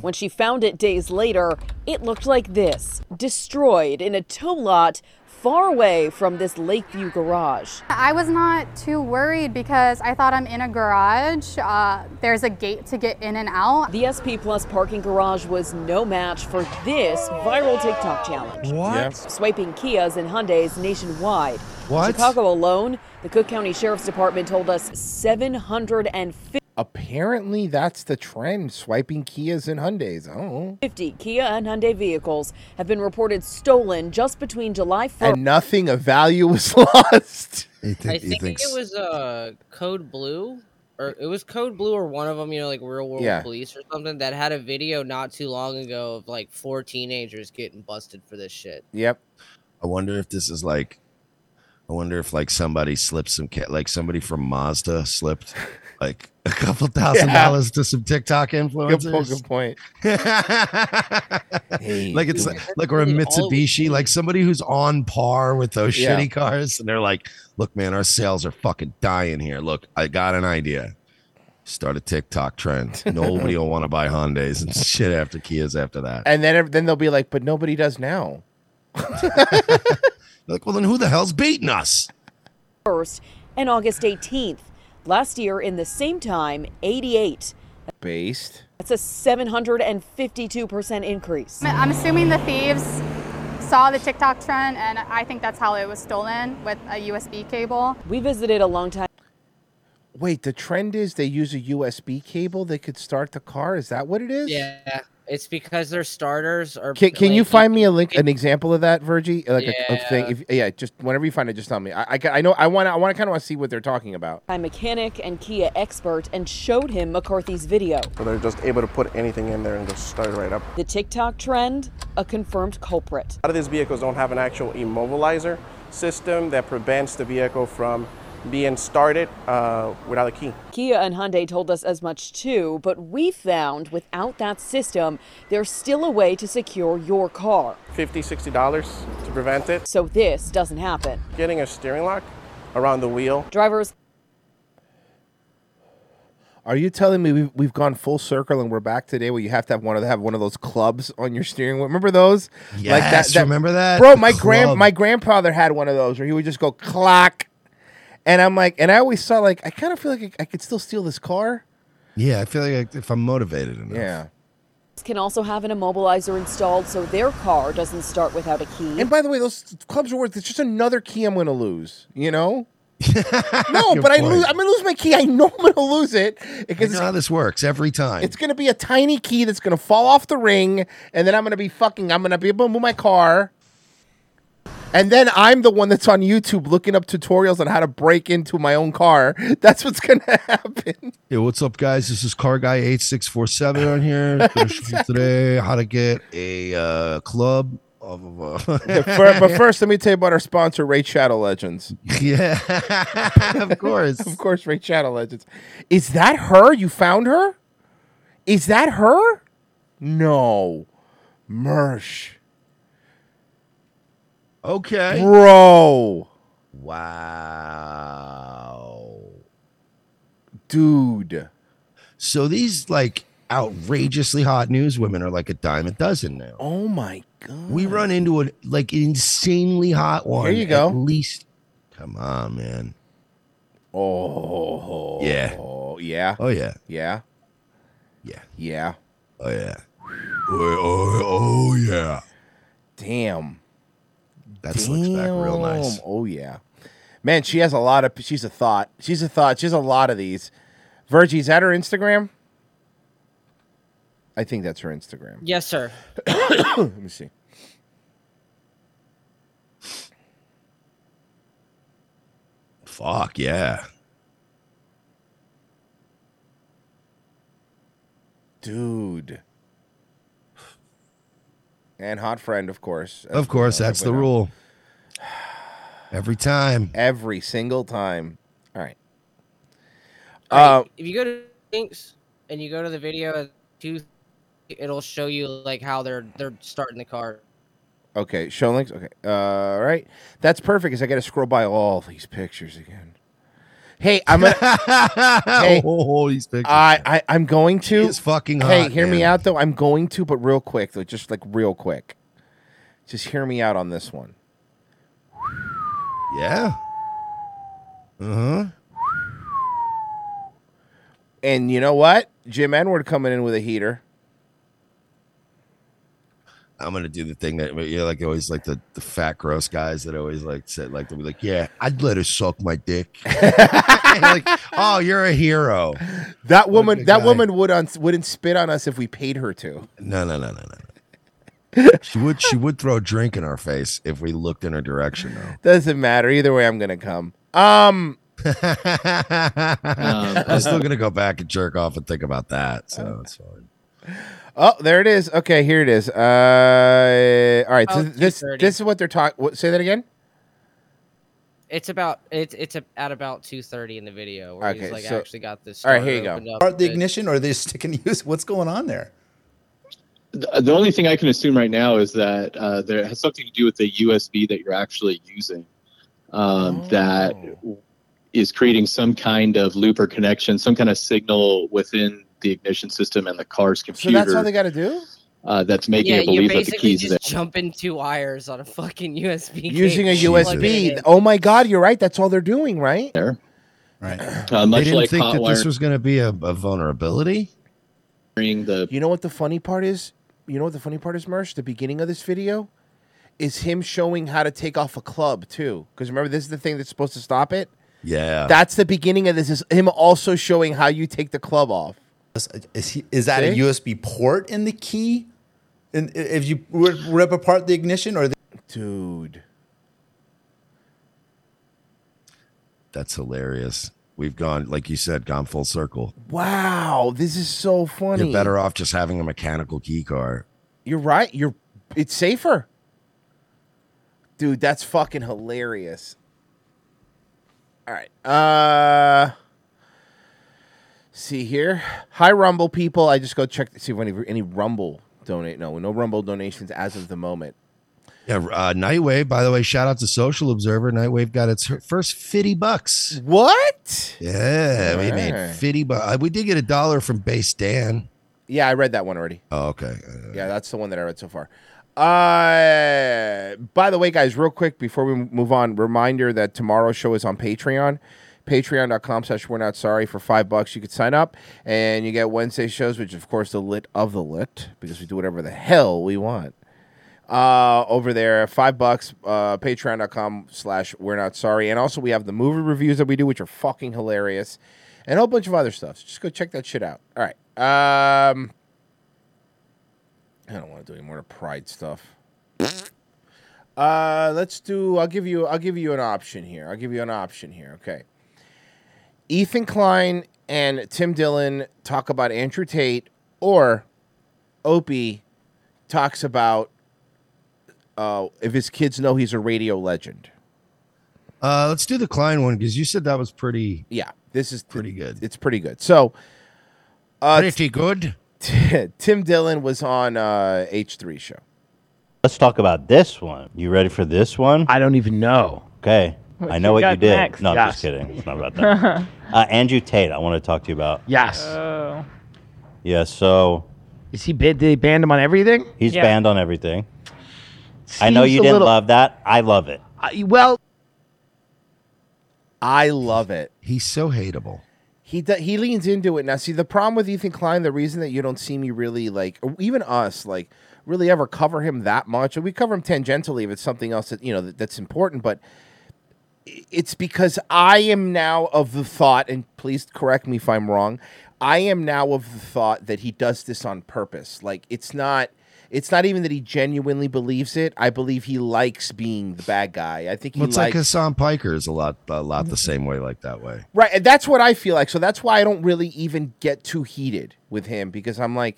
Speaker 15: When she found it days later, it looked like this destroyed in a tow lot far away from this Lakeview garage.
Speaker 14: I was not too worried because I thought I'm in a garage. Uh, there's a gate to get in and out.
Speaker 15: The SP Plus parking garage was no match for this viral TikTok challenge.
Speaker 14: What? Yeah.
Speaker 15: Swiping Kias and Hyundais nationwide.
Speaker 3: What?
Speaker 15: In Chicago alone, the Cook County Sheriff's Department told us 750.
Speaker 7: Apparently, that's the trend: swiping Kias and Hyundais. Oh,
Speaker 15: 50 Kia and Hyundai vehicles have been reported stolen just between July 1st
Speaker 7: and nothing of value was [LAUGHS] lost.
Speaker 11: I think it was uh, Code Blue, or it was Code Blue, or one of them. You know, like Real World
Speaker 7: Yeah.
Speaker 11: Police or something that had a video not too long ago of like four teenagers getting busted for this shit.
Speaker 7: Yep.
Speaker 4: I wonder if this is like, I wonder if like somebody slipped some cat, like somebody from
Speaker 3: [LAUGHS]
Speaker 4: Mazda slipped like a couple thousand
Speaker 3: Yeah.
Speaker 4: dollars to some TikTok
Speaker 3: point,
Speaker 4: influencers.
Speaker 3: good
Speaker 7: point.
Speaker 4: [LAUGHS] like it's like, like we're a Mitsubishi, like somebody who's on par with those
Speaker 3: Yeah.
Speaker 4: shitty cars, and they're like, "Look, man, our sales are fucking dying here. Look, I got an idea. Start a
Speaker 3: [LAUGHS]
Speaker 4: TikTok trend. Nobody will want to buy Hondas and shit after Kias after that.
Speaker 7: And then, then they'll be like, "But nobody
Speaker 4: [LAUGHS]
Speaker 7: does now."
Speaker 4: like, well, then who the hell's beating us?
Speaker 15: 1st and August 18th. Last year, in the same time, 88.
Speaker 7: Based.
Speaker 15: That's a 752% increase.
Speaker 14: I'm I'm assuming the thieves saw the TikTok trend, and I think that's how it was stolen with a USB cable.
Speaker 15: We visited a long time
Speaker 7: Wait, the trend is they use a USB cable that could start the car. Is that what it is?
Speaker 11: Yeah, it's because their starters are.
Speaker 7: Can, can you
Speaker 11: like,
Speaker 7: find me a link, an example of that, Virgie? Like a, a thing.
Speaker 11: Yeah.
Speaker 7: If, yeah, just whenever you find it, just tell me. I, I, ca- I know. I want. to I want to kind of want to see what they're talking about.
Speaker 15: by mechanic and Kia expert and showed him McCarthy's video.
Speaker 16: So they're just able to put anything in there and just start it right up.
Speaker 15: The TikTok trend, a confirmed culprit.
Speaker 16: A lot of these vehicles don't have an actual immobilizer system that prevents the vehicle from being started uh, without a key.
Speaker 15: Kia and Hyundai told us as much too, but we found without that system, there's still a way to secure your car.
Speaker 16: $50, $60 to prevent it.
Speaker 15: So this doesn't happen.
Speaker 16: Getting a steering lock around the wheel.
Speaker 15: Drivers
Speaker 7: Are you telling me we've, we've gone full circle and we're back today where you have to have one of have one of those clubs on your steering wheel? Remember those?
Speaker 4: Yes, remember that?
Speaker 7: Bro,
Speaker 4: The
Speaker 7: my grand
Speaker 4: club.
Speaker 7: my grandfather had one of those where he would just go clock, and I'm like, and I always saw like I kind of feel like I, I could still steal this car.
Speaker 4: Yeah, I feel like if I'm [LAUGHS] motivated enough.
Speaker 7: Yeah.
Speaker 15: can also have an immobilizer installed so their car doesn't start without a key.
Speaker 7: And by the way, those clubs are worth. It's just another key I'm going to lose.
Speaker 4: [LAUGHS]
Speaker 7: You know. no, but I lose. I'm going to lose my key. I know I'm going to lose it. It
Speaker 4: You
Speaker 7: gets,
Speaker 4: know how this works every time.
Speaker 7: It's gonna be a tiny key that's gonna fall off the ring, and then I'm gonna be fucking. I'm gonna be able to move my car, and then I'm the one that's on YouTube looking up tutorials on how to break into my own car. [LAUGHS] That's what's gonna happen.
Speaker 4: Hey, what's up, guys? This is Car Guy eight six four seven on
Speaker 7: [LAUGHS]
Speaker 4: here Gonna show you today. How to get a uh, club of uh,
Speaker 7: [LAUGHS]
Speaker 4: [LAUGHS]
Speaker 7: Yeah, fir- but first, let me tell you about our sponsor, Raid Shadow Legends.
Speaker 4: Yeah, [LAUGHS] of course,
Speaker 7: [LAUGHS] of course, Raid Shadow Legends. Is that her? You found her? Is that her? No, Mersh.
Speaker 4: Okay, Uh,
Speaker 7: bro.
Speaker 4: Wow,
Speaker 7: dude.
Speaker 4: So these like outrageously hot news women are like a dime a dozen now.
Speaker 7: Oh my god,
Speaker 4: we run into a like insanely hot one.
Speaker 7: Here you go.
Speaker 4: At least, come on, man.
Speaker 7: Oh.
Speaker 4: Yeah.
Speaker 7: Oh yeah.
Speaker 4: Oh, yeah.
Speaker 7: Yeah.
Speaker 4: Yeah.
Speaker 7: Yeah.
Speaker 4: Oh yeah. Oh, oh, oh, yeah.
Speaker 7: Damn.
Speaker 4: That slips back real nice.
Speaker 7: Damn. Oh yeah. Man, she has a lot of she's a thought. She's a thought. She has a lot of these. Virgie's at her Instagram? I think that's her Instagram.
Speaker 11: Yes, sir.
Speaker 7: [COUGHS] Let me see.
Speaker 4: Fuck yeah.
Speaker 7: Dude. And hot friend, of course.
Speaker 4: Of course, that's the
Speaker 18: [SIGHS]
Speaker 4: rule. Every time.
Speaker 7: Every single time. All right.
Speaker 11: All right,
Speaker 7: Uh,
Speaker 11: if you go to links and you go to the video at two it'll show you like how they're they're starting the car.
Speaker 7: Okay, show links. Okay, uh, all right. That's perfect. Cause I got to scroll by all these pictures again. Hey,
Speaker 4: [LAUGHS]
Speaker 7: I'm gonna. hey,
Speaker 4: oh, these pictures.
Speaker 7: I, I I'm going to. It's
Speaker 4: fucking
Speaker 7: Hey,
Speaker 4: hot,
Speaker 7: hear me
Speaker 4: man.
Speaker 7: out though. I'm going to, but real quick though, just like real quick. Just hear me out on this one.
Speaker 4: Yeah. Uh huh.
Speaker 7: And you know what? Jim Edward coming in with a heater.
Speaker 4: I'm gonna do the thing that you know, like always like the, the fat gross guys that always like said like they'll be like, Yeah, I'd let her suck my dick. like, [LAUGHS] oh, you're a hero.
Speaker 7: That woman,
Speaker 4: good
Speaker 7: that
Speaker 4: guy.
Speaker 7: woman would on, wouldn't spit on us if we paid her to.
Speaker 4: No, no, no, no, no.
Speaker 18: [LAUGHS]
Speaker 4: she would she would throw a drink in our face if we looked in her direction though.
Speaker 18: [LAUGHS]
Speaker 4: [LAUGHS]
Speaker 7: Doesn't matter. Either way, I'm gonna come.
Speaker 17: [LAUGHS]
Speaker 7: Um.
Speaker 4: I'm still gonna go back and jerk off and think about that. So it's fine.
Speaker 7: [LAUGHS] Oh, there it is. Okay, here it is. Uh, all right. so
Speaker 11: Oh,
Speaker 7: this
Speaker 11: 2:30.
Speaker 7: this is what they're talking. Say that again.
Speaker 11: It's about it's it's at about two thirty in the video where he's
Speaker 7: Okay,
Speaker 11: like
Speaker 7: so-
Speaker 11: actually got this.
Speaker 7: all right, here you
Speaker 11: starter opened up.
Speaker 17: Start the
Speaker 11: It's-
Speaker 17: ignition, or are they sticking use? [LAUGHS] What's going on there?
Speaker 18: The the only thing I can assume right now is that uh, there it has something to do with the USB that you're actually using
Speaker 11: Oh.
Speaker 18: um, that is creating some kind of loop or connection, some kind of signal within the ignition system and the car's
Speaker 7: So
Speaker 18: computer
Speaker 7: that's all they got to do.
Speaker 18: uh, that's making
Speaker 11: yeah,
Speaker 18: it
Speaker 11: you
Speaker 18: believe that the
Speaker 11: basically
Speaker 18: keys
Speaker 11: just
Speaker 18: there.
Speaker 11: jumping two wires on a fucking
Speaker 7: [LAUGHS]
Speaker 11: USB.
Speaker 7: Using a
Speaker 11: cable, plugging it
Speaker 7: USB.
Speaker 11: in.
Speaker 7: Oh my God, you're right. That's all they're doing, right? [CLEARS THROAT]
Speaker 18: There.
Speaker 17: Right.
Speaker 18: [LAUGHS] Uh,
Speaker 4: they
Speaker 18: much
Speaker 4: didn't
Speaker 18: like
Speaker 4: think
Speaker 18: hot
Speaker 4: that
Speaker 18: wire
Speaker 4: this was gonna be a, a vulnerability.
Speaker 18: the
Speaker 7: You know what the funny part is? You know what the funny part is, Mersh? The beginning of this video is him showing how to take off a club too. Because remember, this is the thing that's supposed to stop it.
Speaker 4: Yeah.
Speaker 7: That's the beginning of this. Is him also showing how you take the club off?
Speaker 17: Is he? Is that
Speaker 7: See?
Speaker 17: a USB port in the key? And i- if you rip rip apart the ignition, or the
Speaker 7: dude,
Speaker 4: That's hilarious. We've gone, like you said, gone full circle.
Speaker 7: Wow, this is so funny.
Speaker 4: You're better off just having a mechanical key car.
Speaker 7: You're right. You're it's safer. Dude, that's fucking hilarious. All right. Uh See here. Hi Rumble people. I just go check to see if any any Rumble donate. No, no Rumble donations as of the moment.
Speaker 4: Yeah, uh, Nightwave. By the way, shout out to Social Observer. Nightwave got its her- first fifty bucks.
Speaker 7: What?
Speaker 4: Yeah, we made
Speaker 7: Alright.
Speaker 4: fifty bucks. We did get a dollar from Base Dan.
Speaker 7: Yeah, I read that one already.
Speaker 4: Oh, okay.
Speaker 7: Yeah, that's the one that I read so far. Uh, by the way, guys, real quick before we move on, reminder that tomorrow's show is on Patreon. Patreon.com slash we're not sorry for five bucks. You could sign up and you get Wednesday shows, which of course the lit of the lit, because we do whatever the hell we want. Uh, over there, five bucks, uh, patreon.com slash we're not sorry. And also we have the movie reviews that we do, which are fucking hilarious, and a whole bunch of other stuff. So just go check that shit out. All right. Um I don't want to do any more pride stuff. Uh, let's do. I'll give you. I'll give you an option here. I'll give you an option here. Okay. Ethan Klein and Tim Dillon talk about Andrew Tate, or Opie talks about uh, if his kids know he's a radio legend.
Speaker 4: Uh, let's do the Klein one because you said that was pretty.
Speaker 7: Yeah, this is pretty
Speaker 4: good.
Speaker 7: It's pretty good. So, uh,
Speaker 4: pretty good.
Speaker 7: Tim Dillon was on uh, H3 show.
Speaker 19: Let's talk about this one. You ready for this one? I don't even know. Okay.
Speaker 20: What
Speaker 19: I
Speaker 20: you
Speaker 19: know what
Speaker 20: got
Speaker 19: you did.
Speaker 20: next,
Speaker 19: No, I'm
Speaker 20: Josh?
Speaker 19: just kidding. It's not
Speaker 20: [LAUGHS]
Speaker 19: about
Speaker 10: Oh.
Speaker 19: that. uh, Andrew Tate, I want to talk to you about.
Speaker 20: Yes.
Speaker 19: Yeah, so. Is he banned? Did he ban him on everything? He's
Speaker 20: Yeah.
Speaker 19: banned on everything. I know
Speaker 20: Seems
Speaker 19: you
Speaker 20: a
Speaker 19: didn't
Speaker 20: little-
Speaker 19: love that. I love it.
Speaker 20: I, well,
Speaker 7: I love it.
Speaker 4: He's so hateable.
Speaker 7: He do, he leans into it now. See the problem with Ethan Klein, the reason that you don't see me really like, or even us like, really ever cover him that much. We cover him tangentially if it's something else that you know that, that's important, but i- it's because I am now of the thought, and please correct me if I'm wrong. I am now of the thought that he does this on purpose. Like it's not. It's not even that he genuinely believes it. I believe he likes being the bad guy. I think he
Speaker 4: Well, it's like
Speaker 7: likes
Speaker 4: Hassan Piker is a lot, a lot the same way, like that way.
Speaker 7: Right, and that's what I feel like. So that's why I don't really even get too heated with him because I'm like,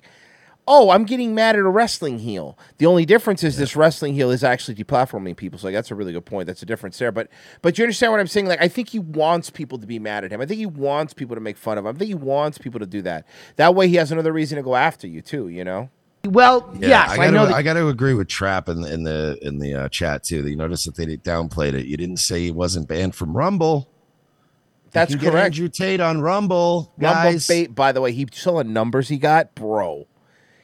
Speaker 7: oh, I'm getting mad at a wrestling heel. The only difference is this wrestling heel is actually deplatforming people. So that's a really good point. That's a difference there. But but you understand what I'm saying? Like I think he wants people to be mad at him. I think he wants people to make fun of him. I think he wants people to do that. That way he has another reason to go after you too. You know.
Speaker 21: Well, yes, I,
Speaker 4: I, gotta,
Speaker 21: know that.
Speaker 4: I got to agree with Trap in the in the in the uh, chat too. That you notice that they downplayed it. You didn't say he wasn't banned from Rumble.
Speaker 7: That's
Speaker 4: You can get
Speaker 7: correct.
Speaker 4: Andrew Tate on Rumble,
Speaker 7: Rumble
Speaker 4: guys.
Speaker 7: bait, by the way, he saw the numbers he got, bro.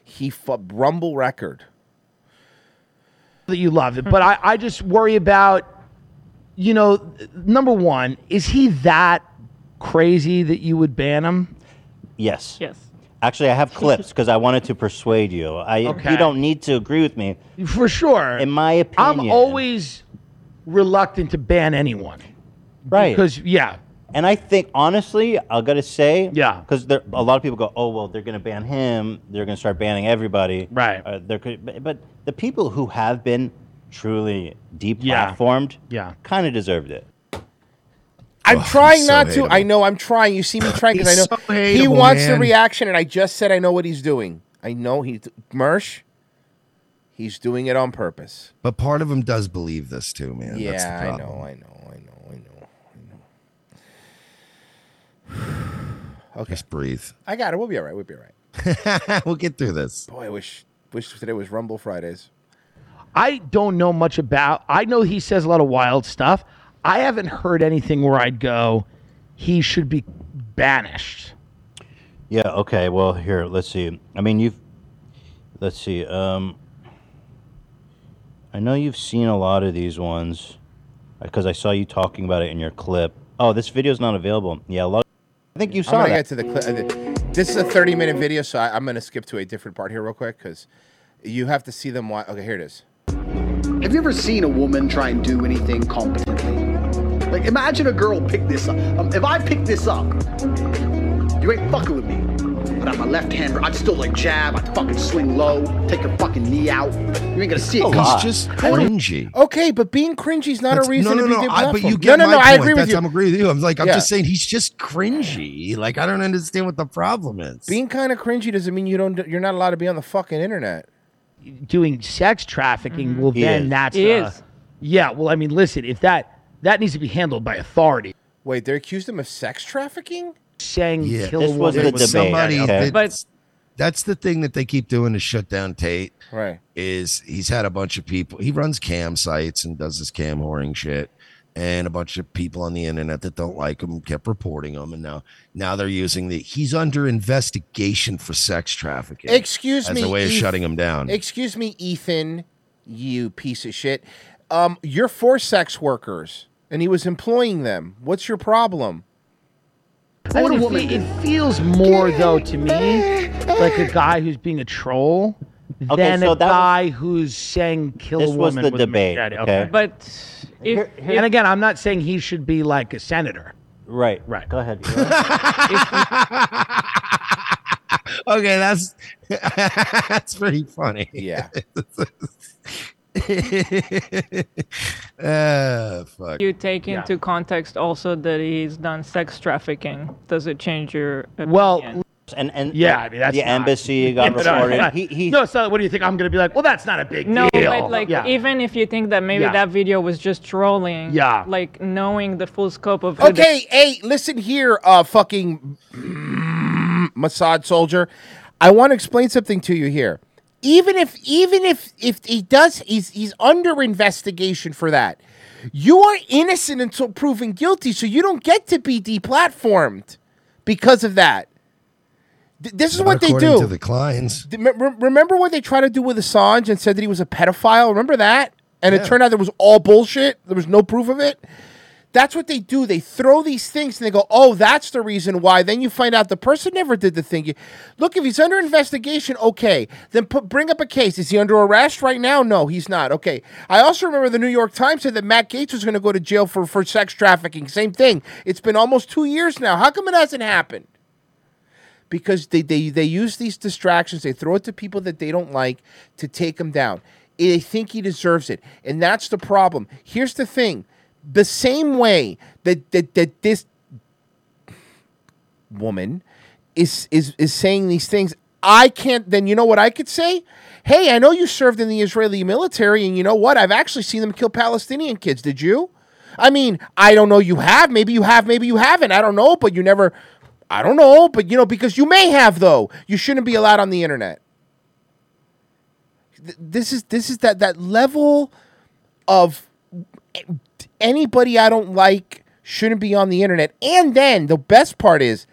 Speaker 7: He fu- Rumble record.
Speaker 21: that you love it, but I, I just worry about, you know, number one, is he that crazy that you would ban him?
Speaker 19: Yes. Yes. Actually,
Speaker 20: [LAUGHS]
Speaker 19: I have clips because I wanted to persuade you. I
Speaker 21: Okay.
Speaker 19: you don't need to agree with me.
Speaker 21: For sure.
Speaker 19: In my opinion,
Speaker 21: I'm always reluctant to ban anyone.
Speaker 19: Right.
Speaker 21: Because yeah.
Speaker 19: And I think honestly, I gotta say,
Speaker 21: yeah,
Speaker 19: because there a lot of people go, oh well, they're gonna ban him, they're gonna start banning everybody, right? Uh, there could, but, but the people who have been truly deplatformed,
Speaker 21: yeah,
Speaker 19: kind of deserved it.
Speaker 7: I'm trying
Speaker 19: so
Speaker 7: not to. I
Speaker 19: hateable.
Speaker 7: know I'm trying. You see me trying because I
Speaker 19: He's
Speaker 7: know
Speaker 19: so
Speaker 7: he
Speaker 19: hateable,
Speaker 7: wants the
Speaker 19: man.
Speaker 7: reaction, and I just said I know what he's doing. I know he, Mersh. He's doing it on purpose.
Speaker 4: But part of him does believe this too, man.
Speaker 7: yeah,
Speaker 4: That's the
Speaker 7: I
Speaker 4: problem.
Speaker 7: know, I know, I know, I know. [SIGHS] Okay.
Speaker 4: Just breathe. [LAUGHS]
Speaker 7: I got it. We'll be all right. We'll be all right.
Speaker 4: we'll get through this.
Speaker 7: Boy, I wish wish today was Rumble Fridays.
Speaker 21: I don't know much about. I know he says a lot of wild stuff. I haven't heard anything where I'd go, he should be banished.
Speaker 19: Yeah. Okay. Well, here, let's see. I mean, you've let's see. Um, I know you've seen a lot of these ones because I saw you talking about it in your clip. Oh, this video's not available. Yeah, a lot. I think you
Speaker 7: I'm
Speaker 19: saw
Speaker 7: gonna
Speaker 19: that.
Speaker 7: get to the clip. This is a 30 minute video, so I, I'm gonna skip to a different part here real quick because you have to see them. Why? Okay, here it is.
Speaker 2: Have you ever seen a woman try and do anything competently? Like, imagine a girl pick this up. Um, if I pick this up, you ain't fucking with me. But I'm a left-hander. I'd still like jab. I'd fucking swing low, take a fucking knee out. You ain't gonna see it.
Speaker 4: Oh,
Speaker 2: coming.
Speaker 4: he's
Speaker 2: [LAUGHS]
Speaker 4: just cringy.
Speaker 7: Okay, but being cringy is not
Speaker 4: That's-
Speaker 7: a reason
Speaker 4: no, no,
Speaker 7: to
Speaker 4: no,
Speaker 7: be
Speaker 4: I, but
Speaker 7: deplatformed.
Speaker 4: you get
Speaker 7: no, no,
Speaker 4: my
Speaker 7: no. I
Speaker 4: point.
Speaker 7: agree with
Speaker 4: That's-
Speaker 7: you.
Speaker 4: I'm agreeing with you. I'm like, I'm
Speaker 7: Yeah.
Speaker 4: just saying he's just cringy. Like, I don't understand what the problem is.
Speaker 7: Being kind of cringy doesn't mean you don't. You're not allowed to be on the fucking internet.
Speaker 21: Doing sex trafficking well
Speaker 7: He
Speaker 21: then
Speaker 7: is.
Speaker 21: that's
Speaker 7: He
Speaker 21: a-
Speaker 7: is.
Speaker 21: yeah well i mean listen if that that needs to be handled by authority
Speaker 7: Wait, they're accused him of sex trafficking.
Speaker 21: saying
Speaker 4: Yeah,
Speaker 21: kill a woman
Speaker 4: There was Somebody
Speaker 21: okay.
Speaker 4: that- that's the thing that they keep doing to shut down Tate.
Speaker 7: Right.
Speaker 4: Is he's had a bunch of people. He runs cam sites and does this cam whoring shit, and a bunch of people on the internet that don't like him kept reporting him, and now now they're using the he's under investigation for sex trafficking.
Speaker 7: Excuse
Speaker 4: as
Speaker 7: me.
Speaker 4: a way of
Speaker 7: Eth-
Speaker 4: shutting him down. [LAUGHS]
Speaker 7: Excuse me, Ethan, you piece of shit. Um, you're for sex workers, and he was employing them. What's your problem?
Speaker 21: I mean, it fe- it feels more though to me like a guy who's being a troll
Speaker 19: Okay,
Speaker 21: than
Speaker 19: so
Speaker 21: a
Speaker 19: that was-
Speaker 21: guy who's saying kill
Speaker 19: This
Speaker 21: a
Speaker 19: was
Speaker 21: woman
Speaker 19: the
Speaker 21: with a
Speaker 19: debate,
Speaker 21: machete.
Speaker 19: okay.
Speaker 21: But and again, I'm not saying he should be like a senator.
Speaker 19: Right. Right. Go
Speaker 7: [LAUGHS]
Speaker 19: ahead.
Speaker 4: okay, that's [LAUGHS] that's pretty funny. [LAUGHS]
Speaker 7: Yeah.
Speaker 4: uh, fuck.
Speaker 10: You take into context also that he's done sex trafficking. Does it change your opinion?
Speaker 21: Well,
Speaker 19: and and
Speaker 21: yeah, I mean, that's
Speaker 10: the
Speaker 21: not- [LAUGHS]
Speaker 10: embassy got
Speaker 21: Yeah, no,
Speaker 10: reported.
Speaker 21: no,
Speaker 10: He-
Speaker 21: no, so what do you think? I'm going to be like, well, that's not a big
Speaker 10: no,
Speaker 21: deal.
Speaker 10: but like
Speaker 21: yeah.
Speaker 10: even if you think that maybe
Speaker 21: Yeah.
Speaker 10: that video was just trolling,
Speaker 21: Yeah.
Speaker 10: like knowing the full scope of who the-
Speaker 7: Okay, hey, listen here, uh, fucking [CLEARS THROAT] Mossad soldier. I want to explain something to you here. Even if, even if, if he does, he's he's under investigation for that. You are innocent until proven guilty, so you don't get to be deplatformed because of that. Th- this is
Speaker 4: Not
Speaker 7: what they
Speaker 4: according
Speaker 7: do.
Speaker 4: to the [LAUGHS] Kleins.
Speaker 7: Th- me- re- remember what they tried to do with Assange and said that he was a pedophile? Remember that? And
Speaker 4: Yeah.
Speaker 7: it turned out there was all bullshit. There was no proof of it. That's what they do. They throw these things and they go, "Oh, that's the reason why." Then you find out the person never did the thing. You, look, if he's under investigation, okay, then put, bring up a case. Is he under arrest right now? No, he's not. Okay. I also remember the New York Times said that Matt Gates was going to go to jail for for sex trafficking. Same thing. It's been almost two years now. How come it hasn't happened? because they, they, they use these distractions, they throw it to people that they don't like to take him down. They think he deserves it. And that's the problem. Here's the thing the same way that, that, that this woman is, is, is saying these things, I can't, then you know what I could say? Hey, I know you served in the Israeli military, and you know what? I've actually seen them kill Palestinian kids. Did you? I mean, I don't know you have. Maybe you have, maybe you haven't. I don't know, but you never I don't know, but you know, because you may have though. You shouldn't be allowed on the internet. th- this is this is that that level of anybody I don't like shouldn't be on the internet. And then the best part is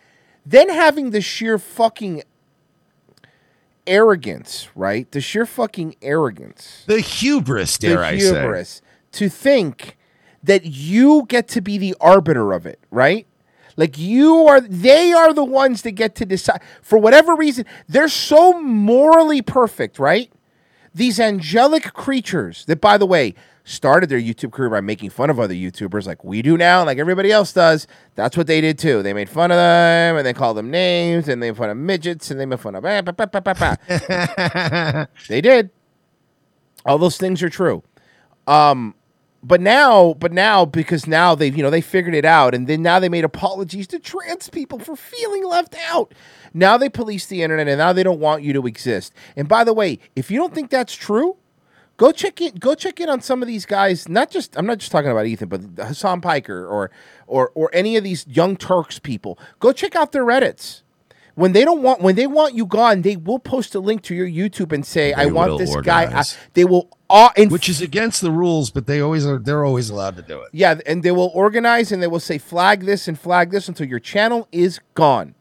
Speaker 7: then having the sheer fucking arrogance, right? The sheer fucking arrogance.
Speaker 4: The hubris, dare I say.
Speaker 7: hubris to think that you get to be the arbiter of it, right? Like you are, they are the ones that get to decide. For whatever reason, they're so morally perfect, right? These angelic creatures that, by the way, started their YouTube career by making fun of other YouTubers, like we do now, like everybody else does. That's what they did too. They made fun of them and they called them names and they made fun of midgets and they made fun of. ah, bah, bah, bah, bah, bah,
Speaker 4: [LAUGHS]
Speaker 7: bah. they did. All those things are true. Um, but now, but now, because now they've you know they figured it out, and then now they made apologies to trans people for feeling left out. Now they police the internet, and now they don't want you to exist. And by the way, if you don't think that's true, go check in. Go check in on some of these guys. Not just I'm not just talking about Ethan, but Hassan Piker or or or any of these young Turks people. Go check out their Reddit's. When they don't want when they want you gone, they will post a link to your YouTube and say, "I want
Speaker 4: will
Speaker 7: this guy." I-
Speaker 4: organize.
Speaker 7: they will all
Speaker 4: Which is against the rules, but they always are. They're always allowed to do it.
Speaker 7: Yeah, and they will organize and they will say flag this and flag this until your channel is gone.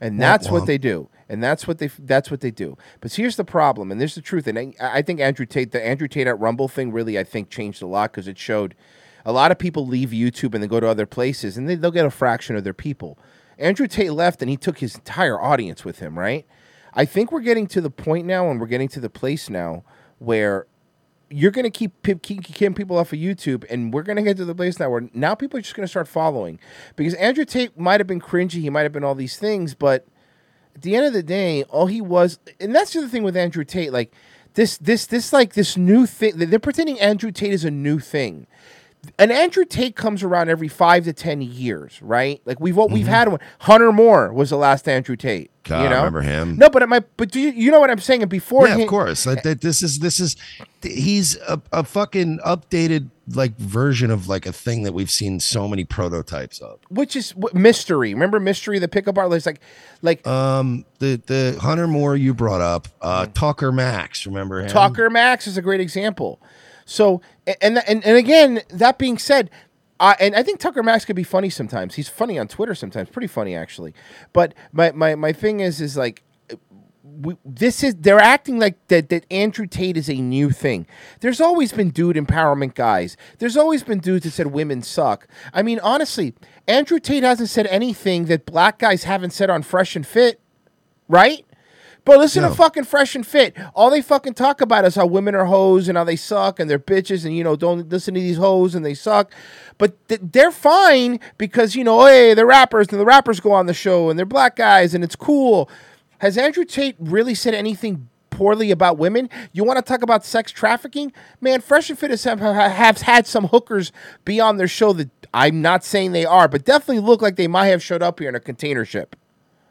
Speaker 7: And
Speaker 13: Womp
Speaker 7: that's
Speaker 13: womp.
Speaker 7: what they do. And that's what they that's what they do. But here's the problem, and there's the truth. And I, I think Andrew Tate, the Andrew Tate at Rumble thing, really I think changed a lot because it showed a lot of people leave YouTube and they go to other places, and they, they'll get a fraction of their people. Andrew Tate left, and he took his entire audience with him. Right? I think we're getting to the point now, and we're getting to the place now where you're going to keep keep kicking people off of YouTube, and we're going to get to the place now where now people are just going to start following because Andrew Tate might have been cringy, he might have been all these things, but at the end of the day, all he was, and that's the other thing with Andrew Tate, like this this this like this new thing. They're pretending Andrew Tate is a new thing. An Andrew Tate comes around every five to ten years, right? Like we've what we've had one. Hunter Moore was the last Andrew Tate.
Speaker 4: Mm-hmm. God,
Speaker 7: you
Speaker 4: I
Speaker 7: know?
Speaker 4: remember him.
Speaker 7: No, but my but do you, you know what I'm saying? And before
Speaker 4: yeah,
Speaker 7: him-
Speaker 4: of course. Like, that- this is this is th- he's a, a fucking updated like version of like a thing that we've seen so many prototypes of.
Speaker 7: which is what, mystery. Remember mystery, the pickup artist, like like
Speaker 4: Um, the the Hunter Moore you brought up, uh, Tucker Max. Remember him?
Speaker 7: Talker Max is a great example. So a- and and and again, that being said, I and I think Tucker Max could be funny sometimes. He's funny on Twitter sometimes, pretty funny actually. But my my my thing is is like we, this is they're acting like that that Andrew Tate is a new thing. There's always been dude empowerment guys. There's always been dudes that said women suck. I mean, honestly, Andrew Tate hasn't said anything that black guys haven't said on Fresh and Fit, right? But listen
Speaker 13: No.
Speaker 7: to fucking Fresh and Fit. All they fucking talk about is how women are hoes and how they suck and they're bitches and you know don't listen to these hoes and they suck. But th- they're fine because you know hey they're rappers and the rappers go on the show and they're black guys and it's cool. Has Andrew Tate really said anything poorly about women? You want to talk about sex trafficking? Man, Fresh and Fit has, have, have had some hookers be on their show that I'm not saying they are, but definitely look like they might have showed up here in a container ship.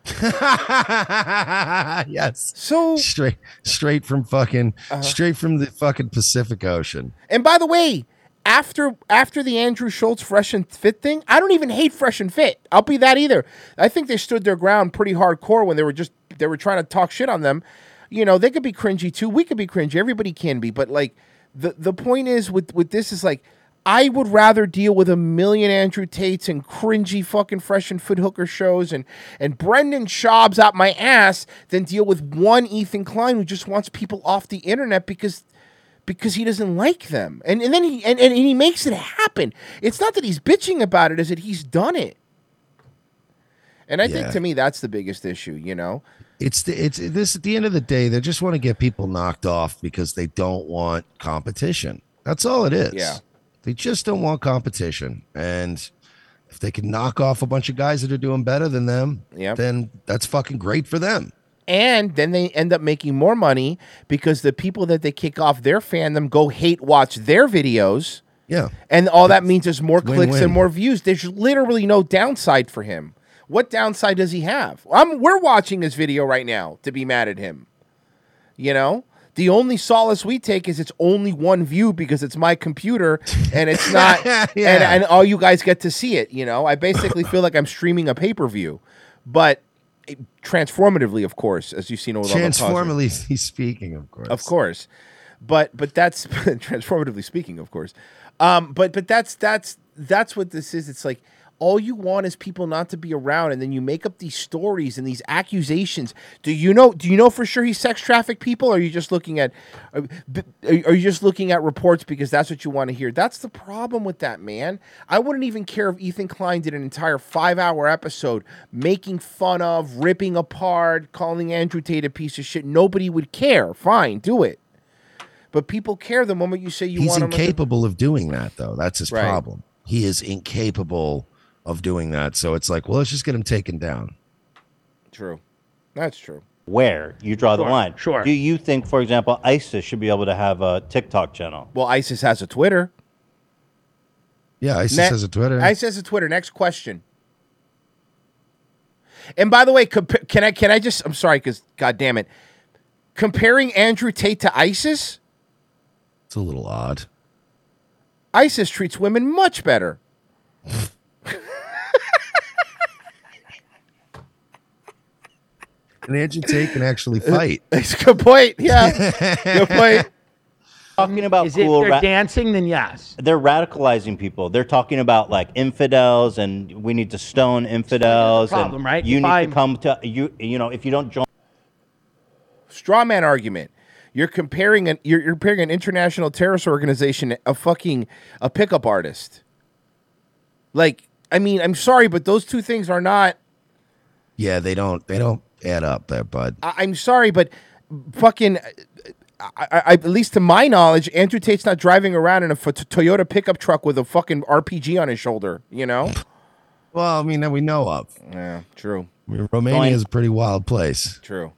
Speaker 4: [LAUGHS] yes.
Speaker 7: So Uh-huh.
Speaker 4: straight straight from fucking straight from the fucking Pacific Ocean.
Speaker 7: And by the way, after after the Andrew Schultz Fresh and Fit thing, I don't even hate Fresh and Fit. I'll be that either. I think they stood their ground pretty hardcore when they were just they were trying to talk shit on them. You know, they could be cringy too. We could be cringy. Everybody can be. But like the the point is with with this is like I would rather deal with a million Andrew Tates and cringy fucking fresh and foot hooker shows and and Brendan Schaub's out my ass than deal with one Ethan Klein who just wants people off the internet because because he doesn't like them. And and then he and, and he makes it happen. It's not that he's bitching about it, is that he's done it. And I
Speaker 4: Yeah.
Speaker 7: think to me that's the biggest issue, you know?
Speaker 4: It's the, it's this at the end of the day, they just want to get people knocked off because they don't want competition. That's all it is.
Speaker 7: Yeah.
Speaker 4: They just don't want competition. And if they can knock off a bunch of guys that are doing better than them,
Speaker 7: Yep.
Speaker 4: then that's fucking great for them.
Speaker 7: And then they end up making more money because the people that they kick off their fandom go hate watch their videos.
Speaker 4: Yeah.
Speaker 7: And all that means is more clicks
Speaker 4: Win-win.
Speaker 7: and more views. There's literally no downside for him. What downside does he have? I'm we're watching his video right now to be mad at him. You know? The only solace we take is it's only one view because it's my computer and it's not and, and all you guys get to see it, you know. I basically feel like I'm streaming a pay-per-view. But transformatively, of course, as you've seen over the
Speaker 4: Transformally [LAUGHS] speaking, of course.
Speaker 7: Of course, but but that's [LAUGHS] transformatively speaking, of course. Um, but but that's that's that's what this is. It's like all you want is people not to be around, and then you make up these stories and these accusations. Do you know? Do you know for sure he sex trafficked people? Or are you just looking at? Are, are you just looking at reports because that's what you want to hear? That's the problem with that man. I wouldn't even care if Ethan Klein did an entire five-hour episode making fun of, ripping apart, calling Andrew Tate a piece of shit. Nobody would care. Fine, do it. But people care the moment you say you
Speaker 4: He's
Speaker 7: want. 'em to-
Speaker 4: incapable of doing that, though. That's his
Speaker 7: Right.
Speaker 4: problem. He is incapable of doing that. So it's like, well, let's just get him taken down.
Speaker 7: True, that's true.
Speaker 19: Where you draw
Speaker 7: Sure,
Speaker 19: the line.
Speaker 7: sure.
Speaker 19: Do you think, for example, ISIS should be able to have a TikTok channel?
Speaker 7: Well, ISIS has a Twitter.
Speaker 4: Yeah, ISIS
Speaker 7: Ne-
Speaker 4: has a Twitter.
Speaker 7: ISIS has a Twitter. Next question. And by the way, compa- can I can I just? I'm sorry, because God damn it, comparing Andrew Tate to ISIS,
Speaker 4: it's a little odd.
Speaker 7: ISIS treats women much better.
Speaker 4: And Andrew Tate can actually fight.
Speaker 7: [LAUGHS] It's good point. Yeah.
Speaker 19: [LAUGHS]
Speaker 21: Good point.
Speaker 19: Talking about
Speaker 21: Is it
Speaker 19: cool
Speaker 21: they're
Speaker 19: ra-
Speaker 21: dancing? Then yes.
Speaker 19: They're radicalizing people. They're talking about like infidels, and we need to stone infidels.
Speaker 21: problem,
Speaker 19: and
Speaker 21: right?
Speaker 19: You
Speaker 21: If
Speaker 19: need
Speaker 21: I'm-
Speaker 19: to come to you. You know, if you don't join.
Speaker 7: straw man argument. You're comparing an you're, you're comparing an international terrorist organization to a fucking a pickup artist. Like, I mean, I'm sorry, but those two things are not.
Speaker 4: Yeah, they don't they don't add up there, bud.
Speaker 7: I, I'm sorry, but fucking. I, I, I- at least to my knowledge, Andrew Tate's not driving around in a f- Toyota pickup truck with a fucking RPG on his shoulder. You know.
Speaker 4: Well, I mean, that we know of.
Speaker 7: Yeah, true.
Speaker 4: I mean, Romania is a pretty wild place.
Speaker 7: True.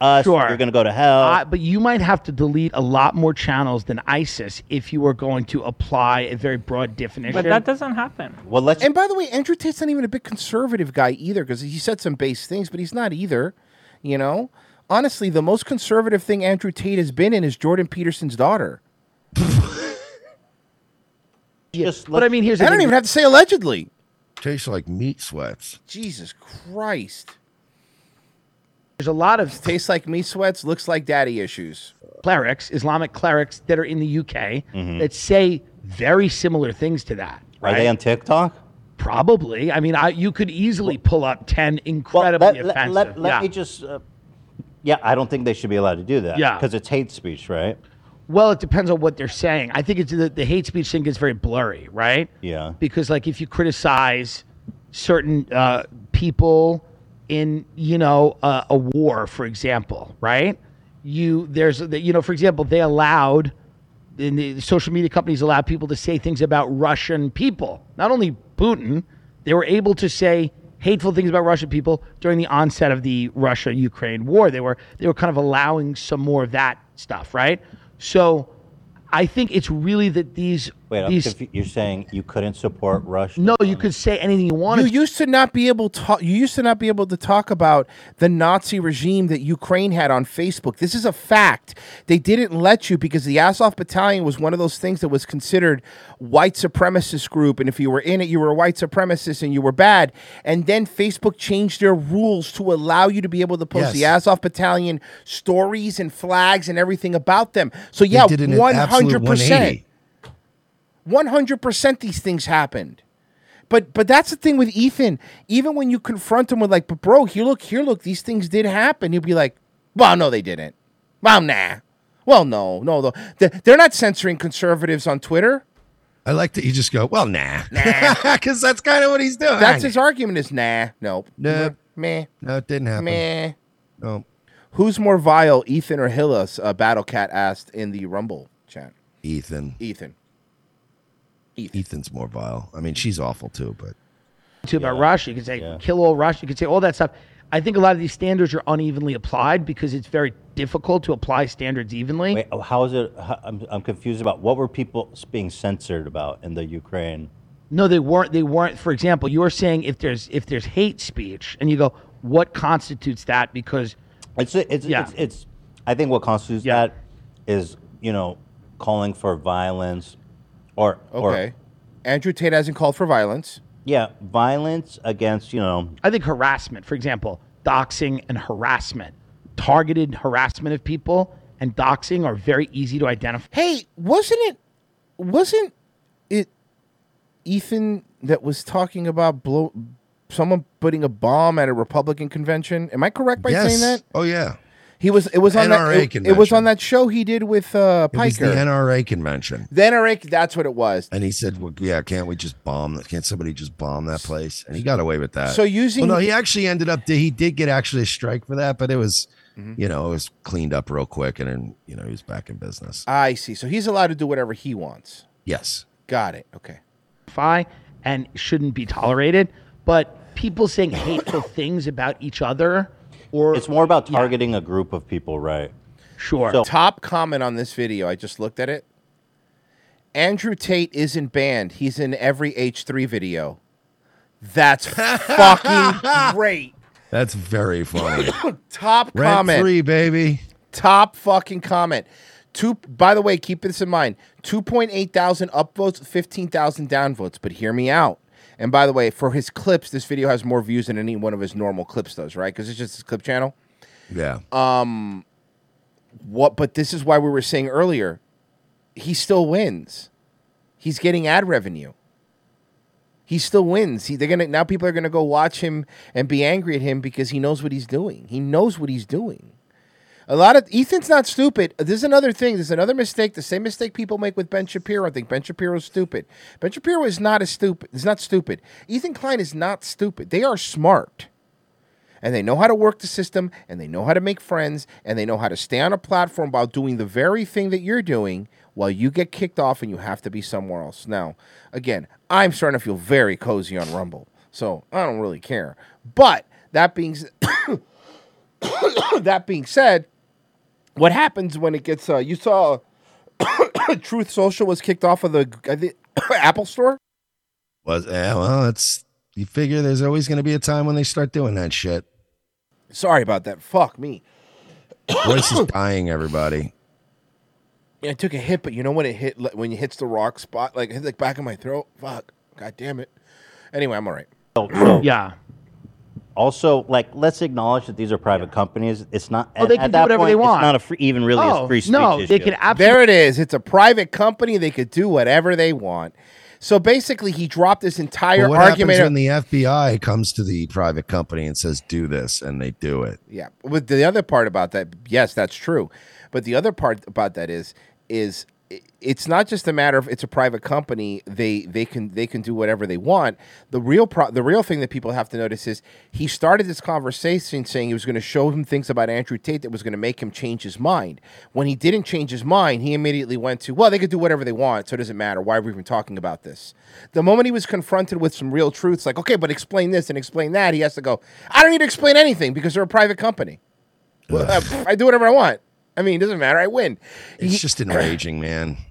Speaker 19: Us,
Speaker 21: Sure.
Speaker 19: you're going to go to hell.
Speaker 21: Uh, but you might have to delete a lot more channels than ISIS if you were going to apply a very broad definition.
Speaker 10: But that doesn't happen.
Speaker 19: Well, let's.
Speaker 7: And by the way, Andrew Tate's not even a big conservative guy either, because he said some base things, but he's not either. You know, honestly, the most conservative thing Andrew Tate has been in is Jordan
Speaker 21: [LAUGHS]
Speaker 7: Peterson's daughter.
Speaker 21: but I mean, here's the
Speaker 7: I don't
Speaker 21: thing.
Speaker 7: even have to say allegedly.
Speaker 4: Tastes like meat sweats.
Speaker 7: Jesus Christ.
Speaker 21: There's a lot of
Speaker 7: tastes like meat sweats, looks like daddy issues.
Speaker 21: Clerics, Islamic clerics that are in the UK that say very similar things to that.
Speaker 19: Mm-hmm. Are they
Speaker 21: right?
Speaker 19: on TikTok?
Speaker 21: Probably. I mean, I, you could easily pull up ten incredibly
Speaker 19: Let, let,
Speaker 21: offensive.
Speaker 19: let, let
Speaker 21: yeah.
Speaker 19: me just. Uh, yeah, I don't think they should be allowed to do that.
Speaker 21: Yeah.
Speaker 19: Because it's hate speech, right?
Speaker 21: Well, it depends on what they're saying. I think it's the, the hate speech thing gets very blurry, right?
Speaker 19: Yeah.
Speaker 21: Because like if you criticize certain uh, people in you know uh, a war, for example, right? You there's the- you know for example they allowed in the social media companies allowed people to say things about Russian people, not only Putin. They were able to say hateful things about Russian people during the onset of the Russia-Ukraine war. They were they were kind of allowing some more of that stuff, right? So, I think it's really that these
Speaker 19: Wait, I'm
Speaker 21: these
Speaker 19: confu- you're saying you couldn't support Russia?
Speaker 21: no, you could say anything you wanted.
Speaker 7: You used to not be able to. You used to not be able to talk about the Nazi regime that Ukraine had on Facebook. This is a fact. They didn't let you because the Azov Battalion was one of those things that was considered white supremacist group, and if you were in it, you were a white supremacist and you were bad. And then Facebook changed their rules to allow you to be able to
Speaker 4: Yes.
Speaker 7: post the Azov Battalion stories and flags and everything about them. So yeah,
Speaker 4: did an
Speaker 7: one
Speaker 4: absolute
Speaker 7: hundred
Speaker 4: 180.
Speaker 7: percent. One hundred percent, these things happened. But but that's the thing with Ethan. Even when you confront him with like, but bro, here look, here look, these things did happen. He'll be like, well, no, they didn't. Well, nah. Well, no, no, no. Th- They're not censoring conservatives on
Speaker 4: [LAUGHS]
Speaker 7: Twitter.
Speaker 4: I like that you just go, well, nah.
Speaker 7: Because
Speaker 4: that's kind of what he's doing.
Speaker 7: That's his argument is nah, nope.
Speaker 4: Nope.
Speaker 7: Meh.
Speaker 4: No, it didn't happen.
Speaker 7: Meh.
Speaker 4: No.
Speaker 7: Who's more vile, Ethan or Hillis? Uh, Battle Cat asked in the Rumble chat.
Speaker 4: Ethan.
Speaker 7: Ethan.
Speaker 4: Ethan's more vile. I mean, she's awful too, but
Speaker 21: to about Russia. You could say kill all Russia. You could say all that stuff. I think a lot of these standards are unevenly applied because it's very difficult to apply standards evenly.
Speaker 19: Wait, oh, how is it? how- I'm, I'm confused about what were people s- being censored about in the Ukraine?
Speaker 21: No, they weren't. They weren't. For example, you're saying if there's if there's hate speech, and you go, what constitutes that? Because
Speaker 19: it's it's
Speaker 21: yeah.
Speaker 19: It's, it's I think what constitutes that is you know calling for violence or
Speaker 7: Okay.
Speaker 19: or
Speaker 7: Andrew Tate hasn't called for violence.
Speaker 19: yeah violence against you know
Speaker 21: I think harassment, for example, doxing, and harassment. Targeted harassment of people and doxing are very easy to identify.
Speaker 7: Hey, wasn't it? Wasn't it Ethan that was talking about blow someone putting a bomb at a Republican convention? Am I correct by
Speaker 4: Yes.
Speaker 7: saying that?
Speaker 4: Oh yeah.
Speaker 7: He was. It was on
Speaker 4: NRA
Speaker 7: that. It, it was
Speaker 4: convention.
Speaker 7: on that show he did with uh,
Speaker 4: It was the
Speaker 7: Piker.
Speaker 4: NRA convention.
Speaker 7: The NRA. That's what it was.
Speaker 4: And he said, well, "Yeah, can't we just bomb? that? Can't somebody just bomb that place?" And he got away with that.
Speaker 7: So using-
Speaker 4: Well, no, he actually ended up. He did get actually a strike for that, but it was,
Speaker 7: Mm-hmm.
Speaker 4: you know, it was cleaned up real quick, and then you know he was back in business.
Speaker 7: I see. So he's allowed to do whatever he wants.
Speaker 4: Yes.
Speaker 7: Got it. Okay.
Speaker 21: Fi and shouldn't be tolerated. But people
Speaker 7: [COUGHS]
Speaker 21: saying hateful things about each other or
Speaker 19: It's more about targeting a group of people, right?
Speaker 21: Sure.
Speaker 19: So,
Speaker 7: Top comment on this video. I just looked at it. Andrew Tate isn't banned. He's in every H3 video.
Speaker 4: [LAUGHS]
Speaker 7: That's fucking great.
Speaker 4: That's very funny.
Speaker 7: [COUGHS] Top
Speaker 4: Rent
Speaker 7: comment.
Speaker 4: free, baby.
Speaker 7: Top fucking comment. Two. By the way, keep this in mind. Two point eight thousand upvotes, fifteen thousand downvotes. But hear me out. And by the way, for his clips, this video has more views than any one of his normal clips does, right? Because it's just his clip channel.
Speaker 4: Yeah.
Speaker 7: Um. What? But this is why we were saying earlier. He still wins. He's getting ad revenue. He still wins. He, they're gonna now. People are gonna go watch him and be angry at him because he knows what he's doing. He knows what he's doing. A lot of Ethan's not stupid. This is another thing. There's another mistake. The same mistake people make with Ben Shapiro. I think Ben Shapiro's stupid. Ben Shapiro is not as stupid. Is not stupid. Ethan Klein is not stupid. They are smart, and they know how to work the system, and they know how to make friends, and they know how to stay on a platform while doing the very thing that you're doing while you get kicked off and you have to be somewhere else. Now, again, I'm starting to feel very cozy on Rumble, so I don't really care. But that being s- [COUGHS] that being said what happens when it gets uh, you saw [COUGHS] truth social was kicked off of the, I think [COUGHS] apple store
Speaker 4: Was yeah, well, that's you figure there's always going to be a time when they start doing that
Speaker 7: [COUGHS]
Speaker 4: shit.
Speaker 7: sorry about that fuck me
Speaker 4: Voice is dying, everybody.
Speaker 7: Yeah, it took a hit but you know when it hit like, when it hits the rock spot like it hits like back of my throat fuck god damn it anyway i'm all right [CLEARS THROAT]
Speaker 19: so-
Speaker 21: yeah.
Speaker 19: Also, like, let's acknowledge that these are private companies. It's not.
Speaker 7: Oh, they
Speaker 19: at-
Speaker 7: can
Speaker 19: at
Speaker 7: do
Speaker 19: that
Speaker 7: whatever
Speaker 19: point,
Speaker 7: they want. Oh,
Speaker 19: It's not a free, even really a free speech issue.
Speaker 7: There it is. It's a private company. They could do whatever they want. So basically, he dropped this entire
Speaker 4: But what
Speaker 7: argument.
Speaker 4: happens when the FBI comes to the private company and says, "Do this," and they do it?
Speaker 7: Yeah. With the other part about that, yes, that's true. But the other part about that is is i- it's not just a matter of it's a private company. They they can they can do whatever they want. The real pro- the real thing that people have to notice is he started this conversation saying he was going to show him things about Andrew Tate that was going to make him change his mind. When he didn't change his mind, he immediately went to, well, they could do whatever they want, so it doesn't matter. Why are we even talking about this? The moment he was confronted with some real truths, like, okay, but explain this and explain that, he has to go, I don't need to explain anything because they're a private company. Well, uh, I do whatever I want. I mean, it doesn't matter. I win.
Speaker 4: It's just enraging, man.
Speaker 7: [CLEARS THROAT]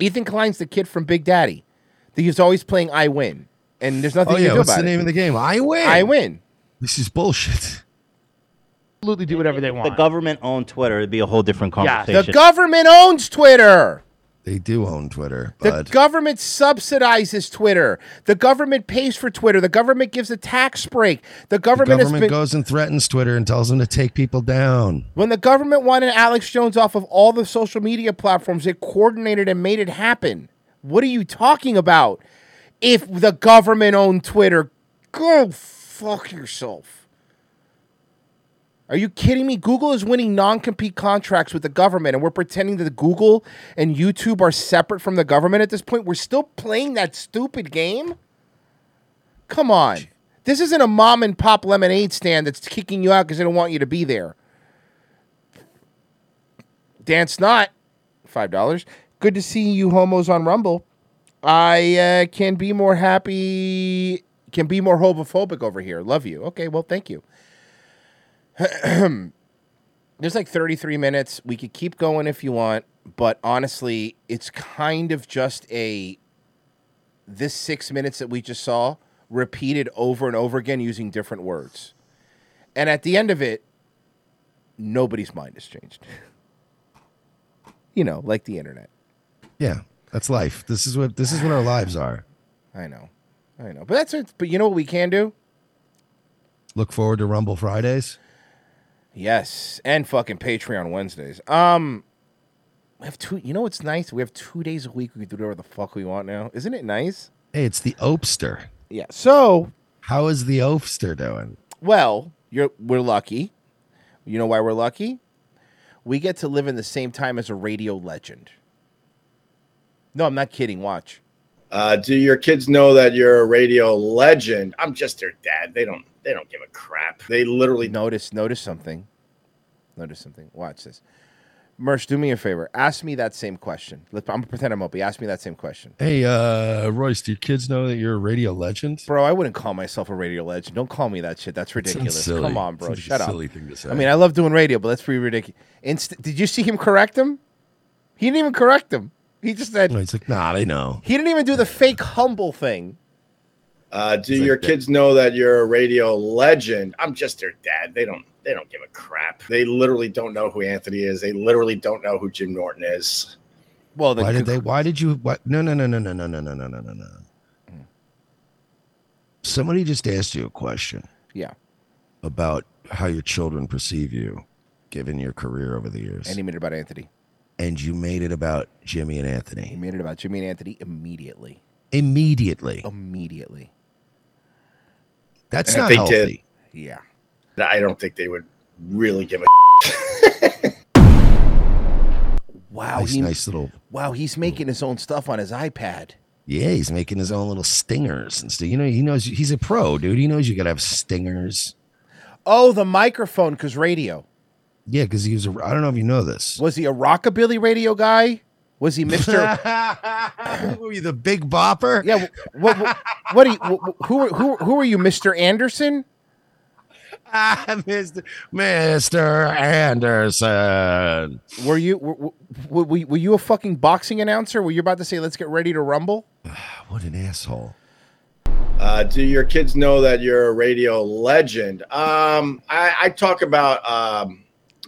Speaker 7: Ethan Klein's the kid from Big Daddy. He's always playing I win. And there's nothing
Speaker 4: Oh,
Speaker 7: you
Speaker 4: yeah,
Speaker 7: can do
Speaker 4: what's
Speaker 7: about
Speaker 4: the name
Speaker 7: it.
Speaker 4: of the game? I win.
Speaker 7: I win.
Speaker 4: This is
Speaker 7: [LAUGHS]
Speaker 4: bullshit.
Speaker 21: Absolutely do whatever they want.
Speaker 19: The government owned Twitter. It'd be a whole different conversation.
Speaker 7: The government owns Twitter.
Speaker 4: They do own Twitter, [LAUGHS]
Speaker 7: The
Speaker 4: but
Speaker 7: government subsidizes Twitter. The government pays for Twitter. The government gives a tax break. The
Speaker 4: the
Speaker 7: government,
Speaker 4: government,
Speaker 7: has been
Speaker 4: goes and threatens Twitter and tells them to take people down.
Speaker 7: When the government wanted Alex Jones off of all the social media platforms, it coordinated and made it happen. What are you talking about? If the government owned Twitter, go fuck yourself. Are you kidding me? Google is winning non compete contracts with the government, and we're pretending that Google and YouTube are separate from the government at this point. We're still playing that stupid game? Come on. This isn't a mom and pop lemonade stand that's kicking you out because they don't want you to be there. Dan Snot, five dollars. Good to see you, homos on Rumble. I uh, can be more happy. Can be more homophobic over here. Love you. Okay, well, thank you. [CLEARS THROAT] There's like 33 minutes. We could keep going if you want, but honestly, it's kind of just a this six minutes that we just saw repeated over and over again using different words. And at the end of it, nobody's mind has changed. [LAUGHS] you know, like the internet.
Speaker 4: Yeah, that's life. This is what this is what our lives are.
Speaker 7: I know. I know. But that's it. But you know what we can do?
Speaker 4: Look forward to Rumble Fridays.
Speaker 7: Yes, and fucking Patreon Wednesdays. Um, we have two. You know what's nice? We have two days a week. We can do whatever the fuck we want now. Isn't it nice?
Speaker 4: Hey, it's the Opster.
Speaker 7: Yeah. So,
Speaker 4: how is the Opster doing?
Speaker 7: Well, you're we're lucky. You know why we're lucky? We get to live in the same time as a radio legend. No, I'm not kidding. Watch.
Speaker 34: Uh, do your kids know that you're a radio legend? I'm just their dad. They don't. They don't give a crap. They literally
Speaker 7: notice. Notice something. Notice something. Watch this. Mersh, do me a favor. Ask me that same question. Let- I'm gonna pretend I'm Opie. Ask me that same question,
Speaker 4: Hey, uh, Royce, do your kids know that you're a radio legend?
Speaker 7: bro. I wouldn't call myself a radio legend. Don't call me that shit. That's
Speaker 4: sounds
Speaker 7: ridiculous.
Speaker 4: silly.
Speaker 7: Come on, bro.
Speaker 4: Seems like a
Speaker 7: Shut up.
Speaker 4: silly thing to say.
Speaker 7: I mean, I love doing radio, but that's pretty ridiculous. Inst- Did you see him correct him? He didn't even correct him. He just said
Speaker 4: It's like, nah, they know.
Speaker 7: he didn't even do the fake humble thing.
Speaker 34: Uh, do your kids know that you're a radio legend? I'm just their dad. They don't. They don't give a crap. They literally don't know who Anthony is. They literally don't know who Jim Norton is.
Speaker 7: Well,
Speaker 4: why did they? Why did you? Why, no, no, no, no, no, no, no, no, no, no, no. Somebody just asked you a question.
Speaker 7: Yeah.
Speaker 4: About how your children perceive you, given your career over the years,
Speaker 7: And he made it about Anthony.
Speaker 4: and you made it about Jimmy and Anthony
Speaker 7: He made it about Jimmy and Anthony immediately.
Speaker 4: immediately.
Speaker 7: Immediately.
Speaker 4: That's
Speaker 34: And
Speaker 4: not
Speaker 34: if
Speaker 4: healthy.
Speaker 7: Yeah.
Speaker 34: I don't think they would really give a.
Speaker 7: Wow.
Speaker 4: Nice,
Speaker 7: he,
Speaker 4: nice little.
Speaker 7: Wow. He's making his own stuff on his iPad.
Speaker 4: Yeah, he's making his own little stingers and stuff. You know, he knows he's a pro, dude. He knows you got to have stingers.
Speaker 7: Oh, the microphone, because radio.
Speaker 4: Yeah, because he was. A, I don't know if you know this.
Speaker 7: Was he a rockabilly radio guy? Was
Speaker 4: [LAUGHS]
Speaker 7: he Mister?
Speaker 4: were you the Big Bopper?
Speaker 7: Yeah. What? What? what do you, wh- wh- who? are- Who? Who are you, Mister Anderson?
Speaker 4: Ah, [LAUGHS] Mister Mister Anderson.
Speaker 7: Were you? Were, were, were, were you a fucking boxing announcer? Were you about to say, "Let's get ready to rumble"?
Speaker 4: What an asshole.
Speaker 34: Uh, do your kids know that you're a radio legend? Um, I, I talk about um,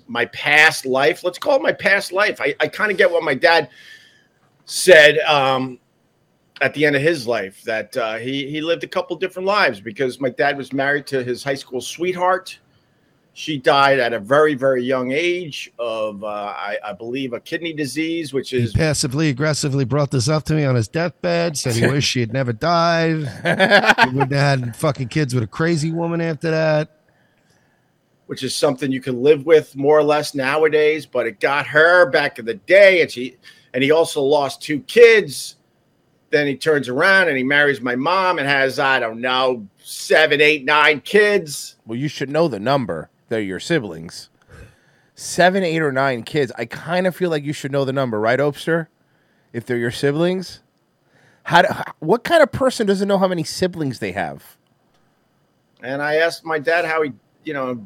Speaker 34: my past life. Let's call it my past life. I, I kind of get what my dad said um, at the end of his life that uh, he, he lived a couple different lives because my dad was married to his high school sweetheart. She died at a very, very young age of, uh, I, I believe, a kidney disease, which
Speaker 4: He
Speaker 34: is
Speaker 4: passively aggressively brought this up to me on his deathbed. Said
Speaker 7: [LAUGHS]
Speaker 4: he wished she had never died. he wouldn't have had fucking kids with a crazy woman after that.
Speaker 34: which is something you can live with more or less nowadays. But it got her back in the day, and she and he also lost two kids. Then he turns around and he marries my mom and has I don't know seven, eight, nine kids.
Speaker 7: Well, you should know the number. They're your siblings. Seven, eight, or nine kids. I kind of feel like you should know the number, right, Opster? If they're your siblings, how? Do, h- what kind of person doesn't know how many siblings they have?
Speaker 34: And I asked my dad how he, you know,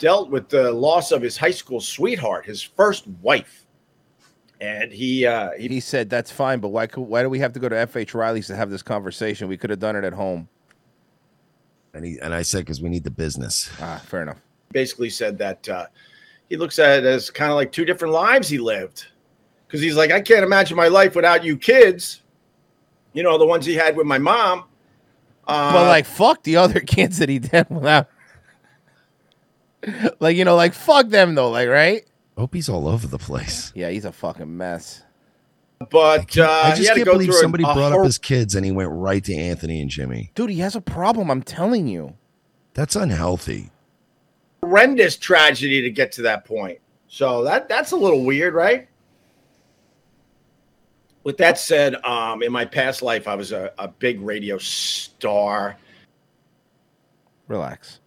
Speaker 34: dealt with the loss of his high school sweetheart, his first wife. And he uh,
Speaker 7: he, said that's fine, but why? Could, why do we have to go to FH Riley's to have this conversation? We could have done it at home.
Speaker 4: And he and I said because we need the business.
Speaker 7: Ah, fair enough.
Speaker 34: basically said that uh, he looks at it as kind of like two different lives he lived because he's like i can't imagine my life without you kids you know the ones he had with my mom uh,
Speaker 7: but like, fuck the other [LAUGHS] kids that he did without. like you know, like fuck them though. Like right?
Speaker 4: Opie's all over the place.
Speaker 7: Yeah, he's a fucking mess.
Speaker 34: but uh,
Speaker 4: I
Speaker 34: he
Speaker 4: just
Speaker 34: had to
Speaker 4: can't
Speaker 34: go
Speaker 4: believe
Speaker 34: through
Speaker 4: somebody
Speaker 34: a, a
Speaker 4: brought
Speaker 34: hor-
Speaker 4: up his kids and he went right to Anthony and Jimmy.
Speaker 7: Dude, he has a problem. I'm telling you.
Speaker 4: That's unhealthy.
Speaker 34: horrendous tragedy to get to that point so that that's a little weird right with that said um, in my past life i was a, a big radio star
Speaker 7: Relax.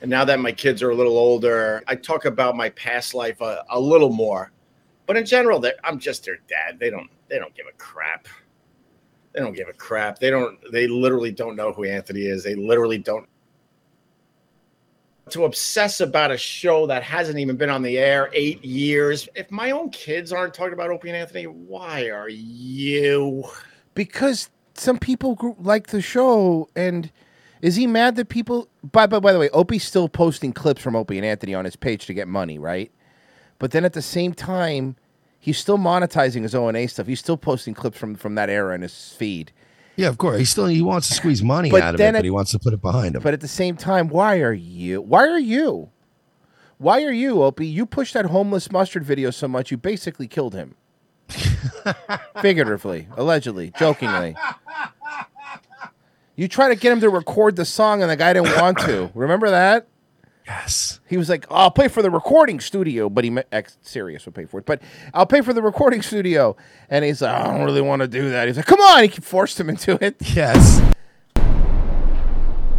Speaker 34: And now that my kids are a little older, I talk about my past life a, a little more. But in general, they're- I'm just their dad. They don't they don't give a crap. They don't give a crap. They don't they literally don't know who Anthony is. They literally don't to obsess about a show that hasn't even been on the air 8 years. If my own kids aren't talking about Opie and Anthony, why are you?
Speaker 7: Because some people grew, like the show, and is he mad that people? By by by the way, Opie's still posting clips from Opie and Anthony on his page to get money, right? But then at the same time, he's still monetizing his O and A stuff. He's still posting clips from from that era in his feed.
Speaker 4: Yeah, of course. He still he wants to squeeze money
Speaker 7: But
Speaker 4: out of it,
Speaker 7: then
Speaker 4: but
Speaker 7: it-
Speaker 4: he wants to put it behind him.
Speaker 7: But at the same time, why are you? Why are you? Why are you, Opie? You pushed that homeless mustard video so much you basically
Speaker 4: [LAUGHS]
Speaker 7: killed him. Figuratively, allegedly, jokingly. You try to get him to record the song and the guy didn't want to.
Speaker 4: [COUGHS]
Speaker 7: Remember that?
Speaker 4: Yes.
Speaker 7: He was like, I'll pay for the recording studio, but he meant ex- serious would pay for it. But I'll pay for the recording studio. And he's like, I don't really want to do that. He's like, come on. He forced him into it.
Speaker 4: Yes.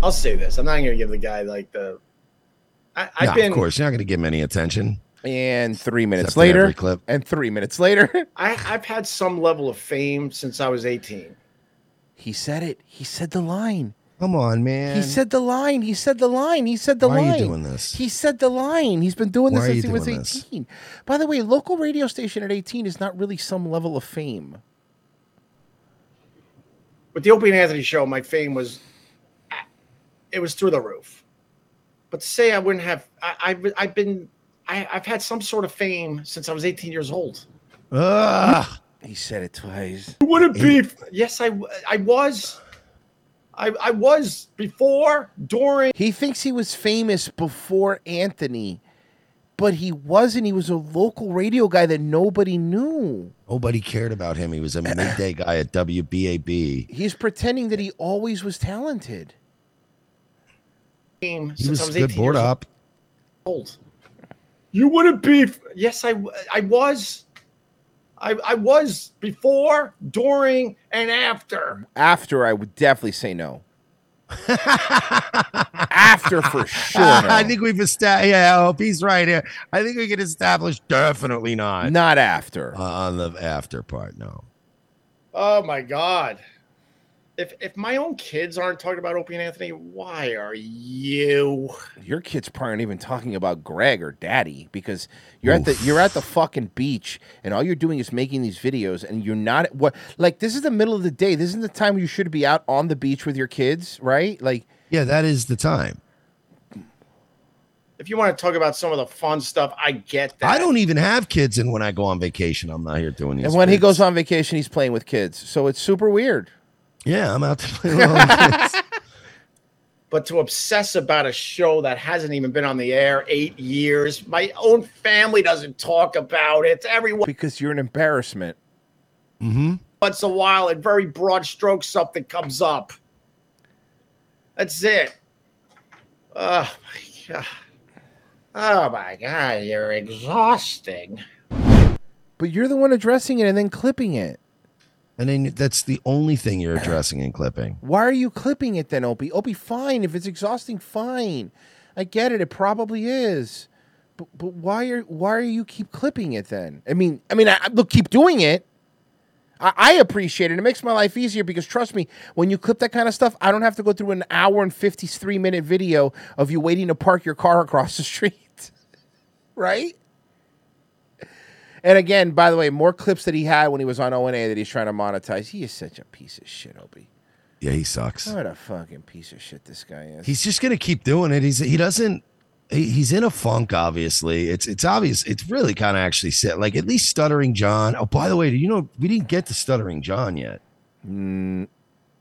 Speaker 34: I'll say this. I'm not going to give the guy like the. I, I've
Speaker 4: No,
Speaker 34: been.
Speaker 4: of course, you're not going to give him any attention.
Speaker 7: And three minutes
Speaker 4: for
Speaker 7: later.
Speaker 4: every clip.
Speaker 7: And three minutes later.
Speaker 34: [LAUGHS] I, I've had some level of fame since I was 18.
Speaker 7: He said it. He said the line.
Speaker 4: Come on, man.
Speaker 7: He said the line. He said the line. He said the
Speaker 4: Why are you
Speaker 7: line.
Speaker 4: doing this?
Speaker 7: He said the line. He's been doing this
Speaker 4: Why are
Speaker 7: since
Speaker 4: you
Speaker 7: he was
Speaker 4: doing this?
Speaker 7: 18. By the way, local radio station at 18 is not really some level of fame.
Speaker 34: With the Opie and Anthony show, my fame was. It was through the roof. But to say I wouldn't have. I, I've, I've been. I, I've had some sort of fame since I was 18 years old.
Speaker 4: Ugh.
Speaker 7: He said it twice.
Speaker 34: Would it be? Yes, I, w- I was. I, I was before, during.
Speaker 7: He thinks he was famous before Anthony, but he wasn't. He was a local radio guy that nobody knew.
Speaker 4: Nobody cared about him. He
Speaker 7: [CLEARS THROAT]
Speaker 4: was a midday guy at WBAB.
Speaker 7: He's pretending that he always was talented.
Speaker 34: Fame
Speaker 4: He
Speaker 34: since I
Speaker 4: was
Speaker 34: was
Speaker 4: good
Speaker 34: 18
Speaker 4: board
Speaker 34: years
Speaker 4: up.
Speaker 34: old. You wouldn't be. Yes, I, w- I was. I, I was before, during, and after.
Speaker 7: After, I would definitely say no. After for sure.
Speaker 4: I
Speaker 21: [LAUGHS]
Speaker 7: no.
Speaker 4: think we've established. Yeah, I hope he's right here. I think we can establish definitely not. Uh,
Speaker 7: Not after.
Speaker 4: on the after part, no.
Speaker 34: Oh my God. If if my own kids aren't talking about Opie and Anthony, why are you?
Speaker 7: Your kids probably aren't even talking about Greg or Daddy because you're at the you're at the fucking beach and all you're doing is making these videos and you're not at what like this is the middle of the day. This isn't the time you should be out on the beach with your kids, right? Like
Speaker 4: Yeah, that is the time.
Speaker 34: If you want to talk about some of the fun stuff, I get that.
Speaker 4: I don't even have kids, and when I go on vacation, I'm not here doing these.
Speaker 7: and when he
Speaker 4: things.
Speaker 7: goes on vacation, he's playing with kids, so it's super weird.
Speaker 4: yeah, I'm out to play
Speaker 7: [LAUGHS]
Speaker 4: along.
Speaker 34: But to obsess about a show that hasn't even been on the air eight years, my own family doesn't talk about it. Everyone
Speaker 7: because you're an embarrassment.
Speaker 4: mm-hmm.
Speaker 34: once a while, in very broad strokes, something comes up. That's it. Oh my god. Oh my god, you're exhausting.
Speaker 7: But you're the one addressing it and then clipping it.
Speaker 4: and then that's the only thing you're addressing and clipping.
Speaker 7: Why are you clipping it then, Opie? Opie, fine. If it's exhausting, fine. I get it. It probably is. But, but why are why are you keep clipping it then? I mean, I mean, I, I- look, keep doing it. I, I appreciate it. It makes my life easier because trust me, when you clip that kind of stuff, I don't have to go through an hour and fifty three minute video of you waiting to park your car [LAUGHS] across the street, right? And again, by the way, more clips that he had when he was on O and A that he's trying to monetize. He is such a piece of shit, Opie.
Speaker 4: Yeah, he sucks.
Speaker 7: What a fucking piece of shit this guy is.
Speaker 4: He's just gonna keep doing it. He's he doesn't. he- He's in a funk. Obviously, it's it's obvious. It's really kind of actually set. Like at least stuttering John. Oh, by the way, do you know we didn't get to stuttering John yet? His
Speaker 7: Mm,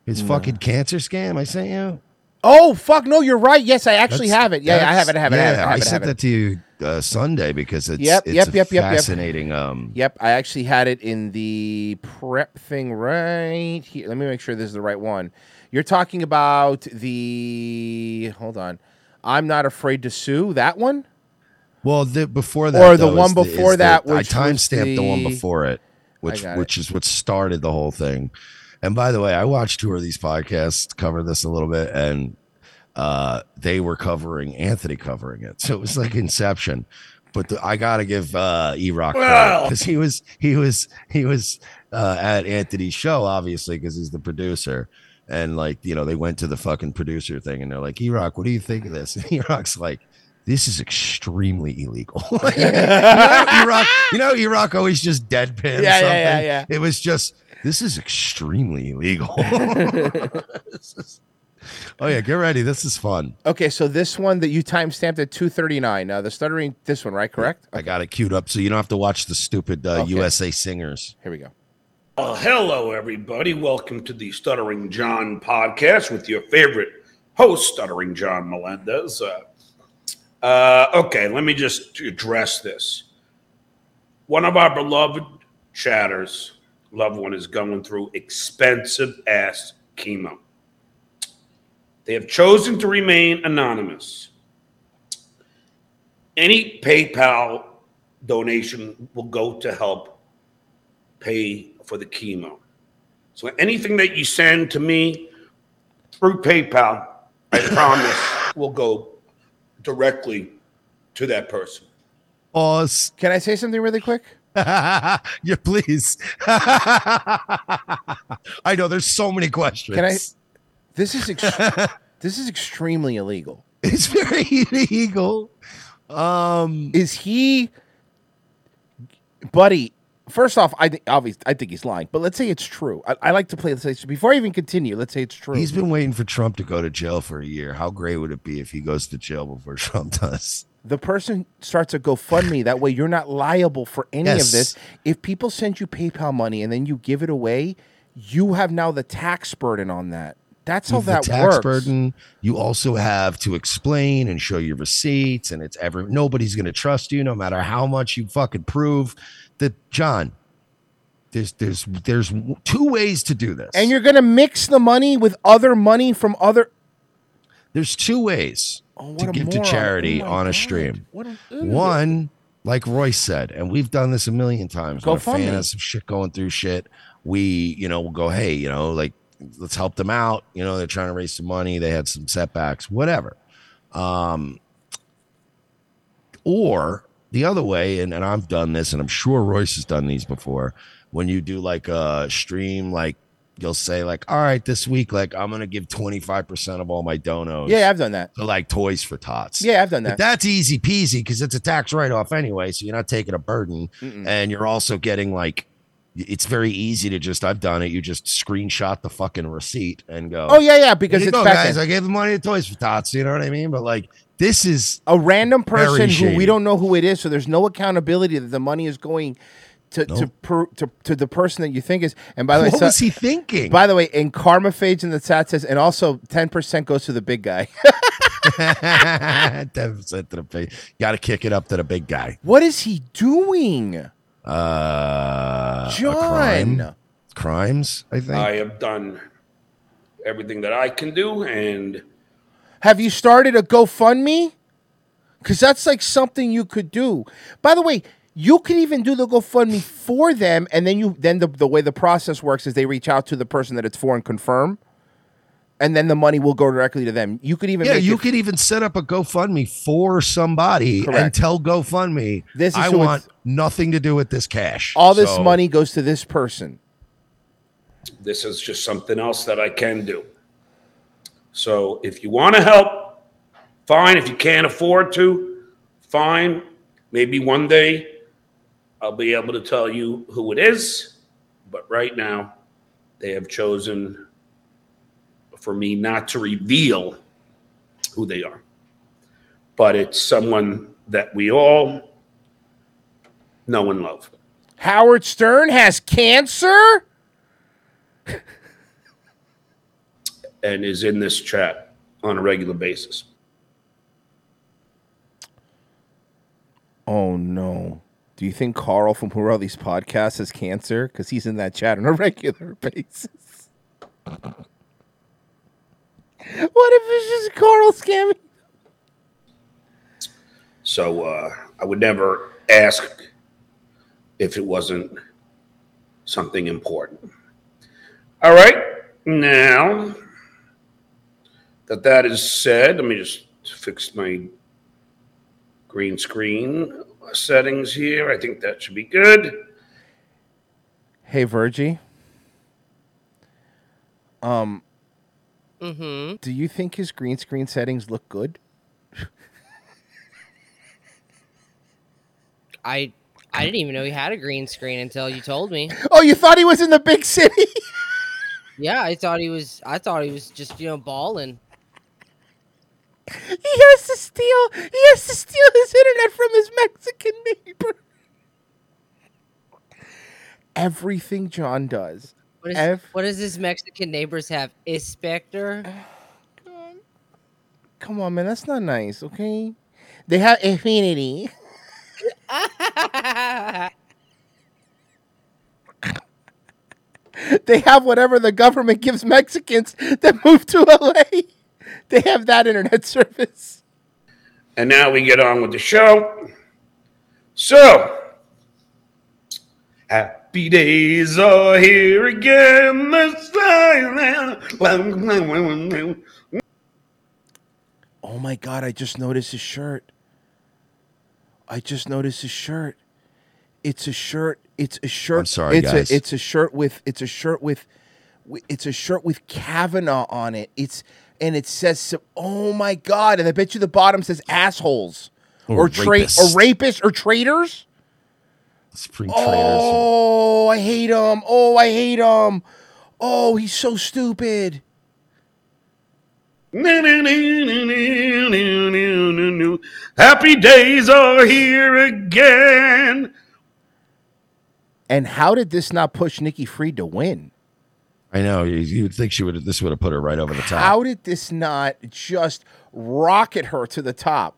Speaker 7: no.
Speaker 4: fucking cancer scam I sent you.
Speaker 7: Oh fuck! No, you're right. Yes, I actually have it. Yeah, yeah, I have it. I have it. I have it.
Speaker 4: yeah,
Speaker 7: I have it. I
Speaker 4: sent
Speaker 7: have it.
Speaker 4: that to you uh, Sunday because it's
Speaker 7: Yep,
Speaker 4: it's
Speaker 7: yep,
Speaker 4: a
Speaker 7: yep, yep, yep.
Speaker 4: fascinating. Um,
Speaker 7: Yep, I actually had it in the prep thing right here. Let me make sure this is the right one. You're talking about the. Hold on. I'm not afraid to sue. That one.
Speaker 4: well, the, before that,
Speaker 7: Or the
Speaker 4: though,
Speaker 7: one
Speaker 4: is
Speaker 7: before
Speaker 4: is
Speaker 7: that,
Speaker 4: I
Speaker 7: which was
Speaker 4: timestamped the one
Speaker 7: the-
Speaker 4: before it, which
Speaker 7: got it.
Speaker 4: which is what started the whole thing. And by the way, I watched two of these podcasts cover this a little bit, and uh, they were covering Anthony covering it, so it was like Inception. But the, I gotta give uh, E Rock
Speaker 30: Well.
Speaker 4: because he was he was he was uh, at Anthony's show, obviously, because he's the producer. And like you know, they went to the fucking producer thing, and they're like, "E Rock, what do you think of this?" [LAUGHS] And E Rock's like, "This is extremely illegal." [LAUGHS] Like, you know, E Rock, [LAUGHS] you know, E Rock always just deadpan.
Speaker 30: Yeah, yeah,
Speaker 4: something.
Speaker 30: yeah, yeah.
Speaker 4: It was just this is extremely
Speaker 7: [LAUGHS]
Speaker 4: illegal. [LAUGHS] This is- oh yeah, get ready. This is fun.
Speaker 7: Okay, so this one that you timestamped at 2:39. Now the stuttering. This one, right? Correct.
Speaker 4: I got it queued up so you don't have to watch the stupid uh,
Speaker 7: Okay.
Speaker 4: USA singers.
Speaker 7: Here we go.
Speaker 6: Well, hello, everybody. Welcome to the Stuttering John podcast with your favorite host, Stuttering John Melendez. Uh, uh, okay, let me just address this. One of our beloved chatters, loved one, is going through expensive ass chemo. They have chosen to remain anonymous. Any PayPal donation will go to help pay for the chemo. So anything that you send to me through PayPal, I promise will go directly to that person.
Speaker 4: Pause.
Speaker 7: Can I say something really quick?
Speaker 4: [LAUGHS] yeah, please. I know there's so many questions.
Speaker 7: Can I? This
Speaker 4: [LAUGHS]
Speaker 7: is ex- this is extremely illegal.
Speaker 4: It's very illegal. Um,
Speaker 7: is he, buddy? First off, I think obviously I think he's lying, but let's say it's true. I, I like to play. Let's say before I even continue, let's say it's true.
Speaker 4: He's been waiting for Trump to go to jail for a year. How great would it be if he goes to jail before Trump does?
Speaker 7: the person starts a GoFundMe. That way, you're not liable for any
Speaker 4: Yes.
Speaker 7: of this. If people send you PayPal money and then you give it away, you have now the tax burden on that. That's how
Speaker 4: With
Speaker 7: that
Speaker 4: the tax
Speaker 7: works.
Speaker 4: burden. You also have to explain and show your receipts, and it's ever nobody's going to trust you, no matter how much you fucking prove that John. There's there's there's two ways to do this.
Speaker 7: And you're going to mix the money with other money from other.
Speaker 4: There's two ways
Speaker 7: Oh, what
Speaker 4: to
Speaker 7: a
Speaker 4: give to
Speaker 7: moron.
Speaker 4: charity
Speaker 7: Oh my
Speaker 4: on a stream.
Speaker 7: What an idiot.
Speaker 4: One, like Roy said, and we've done this a million times. Go
Speaker 7: GoFundMe.
Speaker 4: fan has some shit going through shit. We, you know, we'll go, hey, you know, like let's help them out. You know, they're trying to raise some money. They had some setbacks, whatever. Um, or the other way, and, and I've done this, and I'm sure Royce has done these before. When you do like a stream, like you'll say, like, all right, this week, like I'm gonna give 25% of all my donos.
Speaker 7: Yeah, I've done that.
Speaker 4: To like Toys for Tots.
Speaker 7: Yeah, I've done
Speaker 4: But
Speaker 7: that.
Speaker 4: that's easy peasy because it's a tax write off anyway. So you're not taking a burden
Speaker 7: Mm-mm.
Speaker 4: and you're also getting like, it's very easy to just, I've done it. You just screenshot the fucking receipt and go,
Speaker 7: Oh, yeah, yeah,
Speaker 4: "Here
Speaker 7: because
Speaker 4: you
Speaker 7: it's
Speaker 4: go,
Speaker 7: back
Speaker 4: guys.
Speaker 7: end."
Speaker 4: I gave the money to Toys for Tots. You know what I mean? But like, this is
Speaker 7: a random person who we
Speaker 4: shady.
Speaker 7: don't know who it is, so there's no accountability that the money is going to to,
Speaker 4: Nope.
Speaker 7: per, to to the person that you think is. And by the way,
Speaker 4: What was he thinking?
Speaker 7: By the way, and Karma Phage in the chat says, and also ten percent goes to the big
Speaker 4: [LAUGHS]
Speaker 7: guy.
Speaker 4: 10% to the big, got to kick it up to the big guy.
Speaker 7: what is he doing?
Speaker 4: Uh, a crime?
Speaker 6: John.
Speaker 4: crimes, I think.
Speaker 6: I have done everything that I can do, and
Speaker 7: Have you started a GoFundMe? Because that's like something you could do. By the way, you could even do the GoFundMe for them, and then you then the, the way the process works is they reach out to the person that it's for and confirm, and then the money will go directly to them. You could even
Speaker 4: yeah,
Speaker 7: make
Speaker 4: you
Speaker 7: it-
Speaker 4: could even set up a GoFundMe for somebody and
Speaker 7: Correct.
Speaker 4: tell GoFundMe,
Speaker 7: This is
Speaker 4: I
Speaker 7: who it's-
Speaker 4: want nothing to do with this cash.
Speaker 7: all this
Speaker 4: So,
Speaker 7: money goes to this person.
Speaker 6: this is just something else that I can do. So if you want to help, fine. If you can't afford to, fine. Maybe one day I'll be able to tell you who it is. But right now, they have chosen for me not to reveal who they are. But it's someone that we all know and love.
Speaker 7: Howard Stern has cancer.
Speaker 6: and is in this chat on a regular basis.
Speaker 7: Oh no. Do you think Carl from Who Are All These Podcasts has cancer? Because he's in that chat on a [LAUGHS] regular basis. [LAUGHS] What if it's just Carl scamming?
Speaker 6: So uh, I would never ask if it wasn't something important. All right, now that that is said, let me just fix my green screen settings here. I think that should be good.
Speaker 7: Hey Virgie. Um
Speaker 11: Mm-hmm.
Speaker 7: do you think his green screen settings look good?
Speaker 11: I I didn't even know he had a green screen until you told me.
Speaker 7: [LAUGHS] Oh, you thought he was in the big city? [LAUGHS]
Speaker 11: Yeah, I thought he was. I thought he was just you know balling.
Speaker 7: he has to steal he has to steal his internet from his Mexican neighbor. everything John does.
Speaker 11: What, is,
Speaker 7: Ev-
Speaker 11: what does his Mexican neighbors have?
Speaker 7: [SIGHS]
Speaker 11: Inspector?
Speaker 7: Come on, man, that's not nice. Okay, they have infinity. [LAUGHS] they have whatever the government gives Mexicans that move to LA. They have that internet [LAUGHS] service.
Speaker 6: And now we get on with the show. So, happy days are here again. This time.
Speaker 7: Oh my god, I just noticed his shirt. I just noticed his shirt. It's a shirt. It's a shirt. I'm
Speaker 4: sorry,
Speaker 7: it's
Speaker 4: guys.
Speaker 7: a it's a shirt with it's a shirt with wi- it's a shirt with Kavanaugh on it. It's and it says so- oh my god, and I bet you the bottom says assholes
Speaker 4: Or
Speaker 7: or, trade or
Speaker 4: rapists.
Speaker 7: rapists or traitors.
Speaker 4: Spring
Speaker 7: Oh, I hate him. Oh, I hate him. Oh, he's so stupid.
Speaker 6: Happy days are here again.
Speaker 7: And how did this not push Nikki Freed to win?
Speaker 4: I know. You, you would think she would. This would have put her right over the top.
Speaker 7: How did this not just rocket her to the top?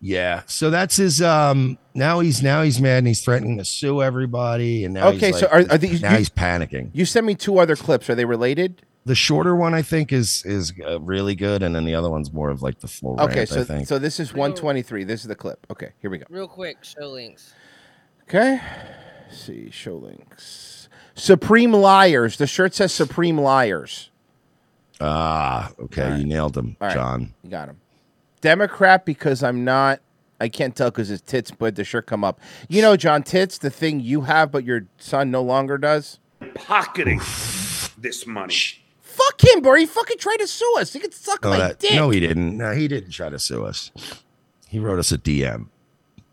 Speaker 4: Yeah. So that's his. Um. Now he's now he's mad and he's threatening to sue everybody. And now
Speaker 7: Okay,
Speaker 4: He's
Speaker 7: so
Speaker 4: like-
Speaker 7: are- are these-
Speaker 4: now
Speaker 7: you-
Speaker 4: he's panicking.
Speaker 7: You sent me two other clips. Are they related?
Speaker 4: The shorter one I think is is uh, really good, and then the other one's more of like the full.
Speaker 7: Okay,
Speaker 4: rant, I
Speaker 7: so
Speaker 4: think.
Speaker 7: so this is 123. This is the clip. Okay, here we go.
Speaker 11: Real quick, show links.
Speaker 7: Okay. Let's see, show links. Supreme Liars. The shirt says Supreme Liars.
Speaker 4: ah, okay, you nailed him,
Speaker 7: All right.
Speaker 4: John.
Speaker 7: You got him. Democrat because I'm not. I can't tell because his tits, but the shirt come up. You know, John, tits, the thing you have, but your son no longer does.
Speaker 6: Pocketing this money.
Speaker 7: Fuck him, bro. He fucking tried to sue us. He could suck
Speaker 4: No,
Speaker 7: my
Speaker 4: that-
Speaker 7: dick.
Speaker 4: no, he didn't. No, he didn't try to sue us. He wrote us a DM,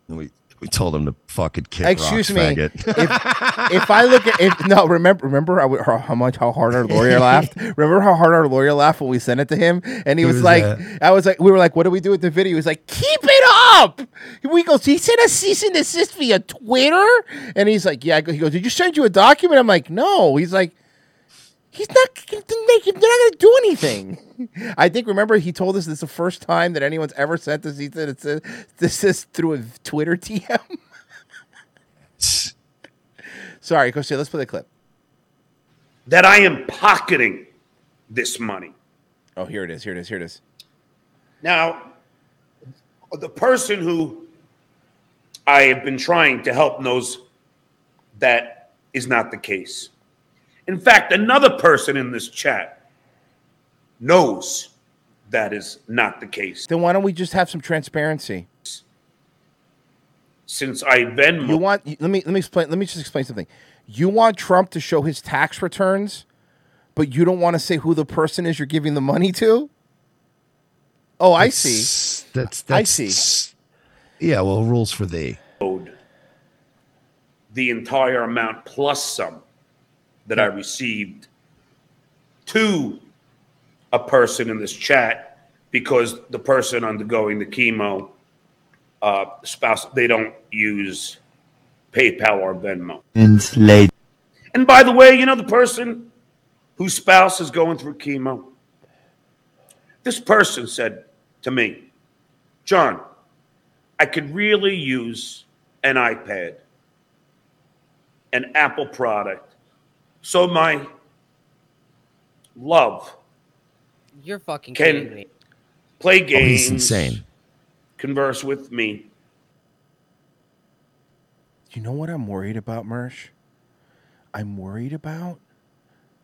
Speaker 4: and we we told him to fucking kick.
Speaker 7: Excuse
Speaker 4: rocks,
Speaker 7: me.
Speaker 4: faggot. [LAUGHS]
Speaker 7: [LAUGHS] if I look at if no, remember remember how, we- how how much how hard
Speaker 4: [LAUGHS]
Speaker 7: our lawyer laughed. Remember how hard our lawyer laughed when we sent it to him, and he
Speaker 4: Who
Speaker 7: was,
Speaker 4: was
Speaker 7: like,
Speaker 4: that?
Speaker 7: I was like, we were like, what do we do with the video? He was like, keep it up. We go, he sent a cease and desist via Twitter, and he's like, yeah. I go- He goes, did you send you a document? I'm like, no. He's like, he's not. gonna make- They're not gonna do anything. I think remember he told us this is the first time that anyone's ever sent this. He said it's a, this is through a Twitter DM. [LAUGHS] Sorry, Costa, let's play the clip.
Speaker 6: That I am pocketing this money.
Speaker 7: Oh, here it is. Here it is. Here it is.
Speaker 6: Now, the person who I have been trying to help knows that is not the case. In fact, another person in this chat knows that is not the case.
Speaker 7: Then why don't we just have some transparency?
Speaker 6: Since I Venmo,
Speaker 7: You want you- let me let me explain let me just explain something. You want Trump to show his tax returns, but you don't want to say who the person is you're giving the money to? Oh, I see.
Speaker 4: That's, that's
Speaker 7: I see.
Speaker 4: yeah. Well, rules for thee.
Speaker 6: owed the entire amount plus some that I received to a person in this chat because the person undergoing the chemo uh, spouse they don't use PayPal or Venmo.
Speaker 19: Enslaved.
Speaker 6: And by the way, you know the person whose spouse is going through chemo? This person said to me, John, I could really use an iPad, an Apple product, so my love
Speaker 11: You're fucking kidding
Speaker 6: can
Speaker 11: me.
Speaker 6: play
Speaker 4: Oh, he's
Speaker 6: games,
Speaker 4: insane.
Speaker 6: converse with me.
Speaker 7: You know what I'm worried about, Mersh? I'm worried about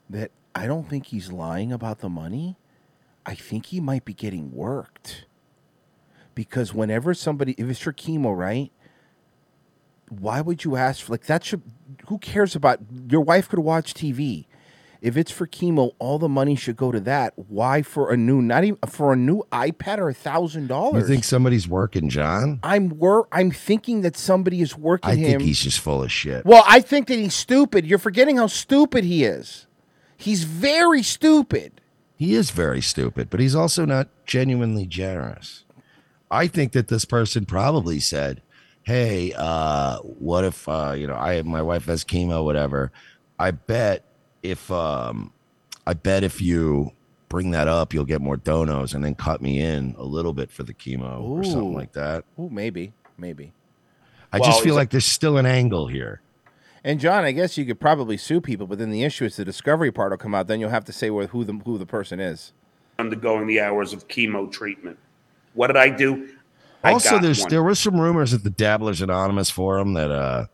Speaker 7: that I don't think he's lying about the money. I think he might be getting worked. Because whenever somebody, if it's your chemo, right? Why would you ask for, like, that should, who cares about, your wife could watch TV. If it's for chemo, all the money should go to that. Why for a new, not even, for a new iPad or a thousand
Speaker 4: You
Speaker 7: dollars?
Speaker 4: think somebody's working, John?
Speaker 7: I'm wor- I'm thinking that somebody is working
Speaker 4: I
Speaker 7: him.
Speaker 4: think he's just full of shit.
Speaker 7: Well, I think that he's stupid. You're forgetting how stupid he is. He's very stupid.
Speaker 4: He is very stupid, but he's also not genuinely generous. I think that this person probably said, hey, uh, what if uh, you know I my wife has chemo, whatever. I bet if um, I bet if you bring that up, you'll get more donos, and then cut me in a little bit for the chemo or something
Speaker 7: Ooh.
Speaker 4: like that.
Speaker 7: Ooh, maybe, maybe.
Speaker 4: I just feel like there's still an angle here.
Speaker 7: And John, I guess you could probably sue people, but then the issue is the discovery part will come out. Then you'll have to say where, who the who the person is.
Speaker 6: undergoing the hours of chemo treatment. What did I do? I
Speaker 4: Also,
Speaker 6: got
Speaker 4: there's
Speaker 6: one.
Speaker 4: there were some rumors at the Dabblers Anonymous forum that uh,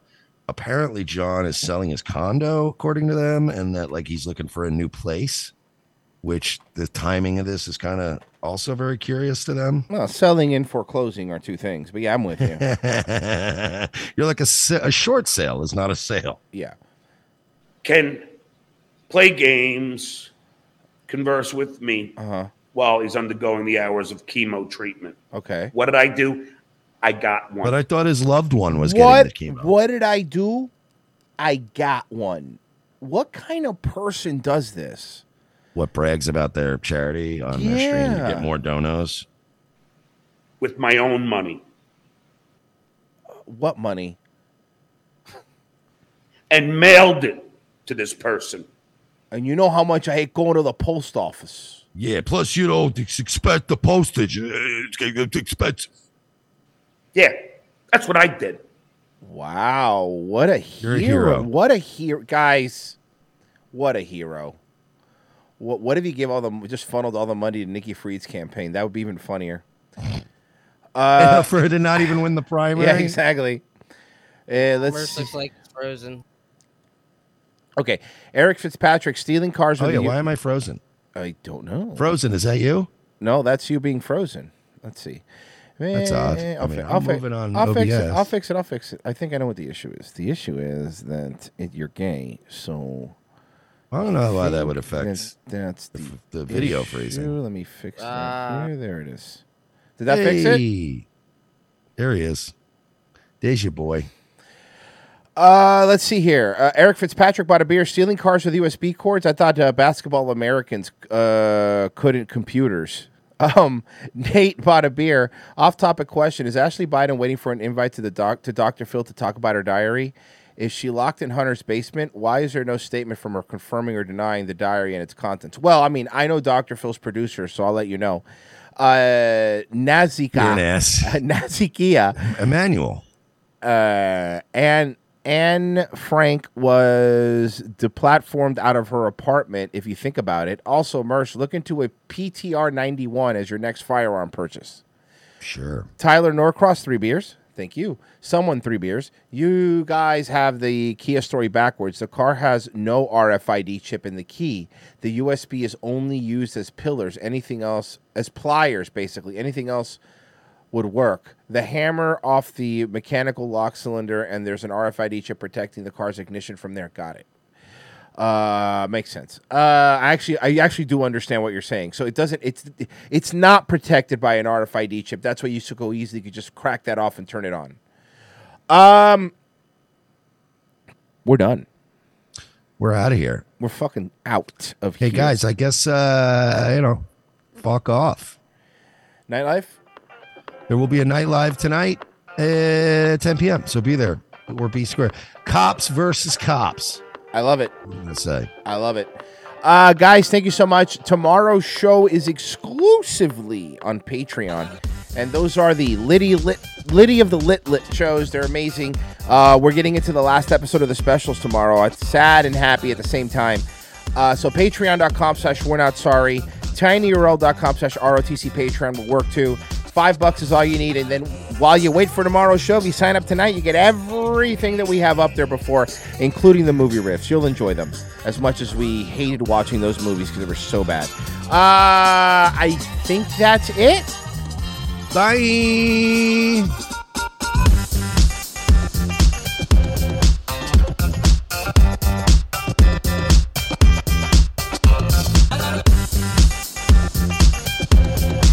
Speaker 4: apparently John is selling his condo, according to them, and that like he's looking for a new place. Which the timing of this is kind of also very curious to them.
Speaker 7: Well, selling and foreclosing are two things, but yeah, I'm with you.
Speaker 4: [LAUGHS] You're like a, se- a short sale is not a sale.
Speaker 7: Yeah.
Speaker 6: Can play games, converse with me
Speaker 3: Uh-huh.
Speaker 6: while he's undergoing the hours of chemo treatment.
Speaker 7: Okay.
Speaker 6: What did I do? I got one.
Speaker 4: But I thought his loved one was
Speaker 3: what
Speaker 4: getting the chemo.
Speaker 3: what did I do? I got one. What kind of person does this?
Speaker 4: What brags about their charity on their stream to
Speaker 3: Yeah.
Speaker 4: get more donos?
Speaker 6: with my own money.
Speaker 7: What money?
Speaker 6: And mailed it to this person.
Speaker 3: And you know how much I hate going to the post office.
Speaker 4: Yeah. Plus, you don't expect the postage. Uh, It's expensive.
Speaker 6: Yeah, that's what I did.
Speaker 7: Wow, what a hero.
Speaker 4: a hero.
Speaker 7: What a hero. Guys, what a hero. What what if you give all the just funneled all the money to Nikki Freed's campaign? That would be
Speaker 4: [LAUGHS]
Speaker 7: even funnier. Uh,
Speaker 4: for her to not even win the primary.
Speaker 7: [LAUGHS] Yeah, exactly. Uh, let's
Speaker 11: Merce
Speaker 7: see.
Speaker 11: looks like it's frozen.
Speaker 7: Okay, Eric Fitzpatrick stealing cars.
Speaker 4: Oh
Speaker 7: with
Speaker 4: yeah.
Speaker 7: a U-
Speaker 4: Why am I frozen?
Speaker 7: I don't know.
Speaker 4: Frozen? Is that you?
Speaker 7: No, that's you being frozen. Let's see.
Speaker 4: That's odd.
Speaker 7: Eh,
Speaker 4: I
Speaker 7: I'll, fi-
Speaker 4: mean, I'm
Speaker 7: I'll fi-
Speaker 4: moving on
Speaker 7: I'll fix it.
Speaker 4: OBS.
Speaker 7: I'll fix it. I'll fix it. I think I know what the issue is. The issue is that it, you're gay, so
Speaker 4: I don't know why that
Speaker 7: think
Speaker 4: would affect
Speaker 7: that's, the,
Speaker 4: the video
Speaker 7: issue.
Speaker 4: freezing.
Speaker 7: Let me fix that.
Speaker 4: Ah.
Speaker 7: here. There it is. Did that fix it?
Speaker 4: Hey, There he is. There's your boy.
Speaker 7: Uh, let's see here. Uh, Eric Fitzpatrick bought a beer stealing cars with USB cords. I thought uh, basketball Americans uh, couldn't computers. [LAUGHS] Um, Nate bought a beer. Off topic question: Is Ashley Biden waiting for an invite to the doc to Dr. Phil to talk about her diary? Is she locked in Hunter's basement? Why is there no statement from her confirming or denying the diary and its contents? Well, I mean, I know Dr. Phil's producer, so I'll let you know. Uh, Nazika,
Speaker 4: You're an ass.
Speaker 7: [LAUGHS] Nazikia,
Speaker 4: Emmanuel,
Speaker 7: uh, and Anne Frank was deplatformed out of her apartment. If you think about it, also Mersh, look into a PTR ninety one as your next firearm purchase.
Speaker 4: Sure.
Speaker 7: Tyler Norcross, three beers. Thank you. Someone, three beers. You guys have the Kia story backwards. The car has no RFID chip in the key. The USB is only used as pillars. Anything else, as pliers, basically. Anything else would work. The hammer off the mechanical lock cylinder, and there's an RFID chip protecting the car's ignition from there. Got it. Uh, makes sense. Uh, I actually, I actually do understand what you're saying. So it doesn't. It's it's not protected by an RFID chip. That's why you so easily could just crack that off and turn it on. Um, we're done.
Speaker 4: we're out of here.
Speaker 7: We're fucking out of
Speaker 4: Hey
Speaker 7: here.
Speaker 4: guys, I guess uh you know, fuck off.
Speaker 7: Nightlife.
Speaker 4: There will be a night live tonight at 10 p.m. So be there or be square. Cops versus cops.
Speaker 7: I love it.
Speaker 4: What am I gonna say?
Speaker 7: I love it. Uh, guys, thank you so much. Tomorrow's show is exclusively on Patreon. And those are the Liddy Lit Liddy of the Lit Lit shows. They're amazing. Uh, we're getting into the last episode of the specials tomorrow. It's sad and happy at the same time. Uh, so patreon.com slash we're not sorry. Tinyurl.com slash ROTC Patreon will work too. Five bucks is all you need. And then while you wait for tomorrow's show, if you sign up tonight, you get everything that we have up there before, including the movie riffs. You'll enjoy them as much as we hated watching those movies because they were so bad. Uh, I think that's it.
Speaker 4: Bye.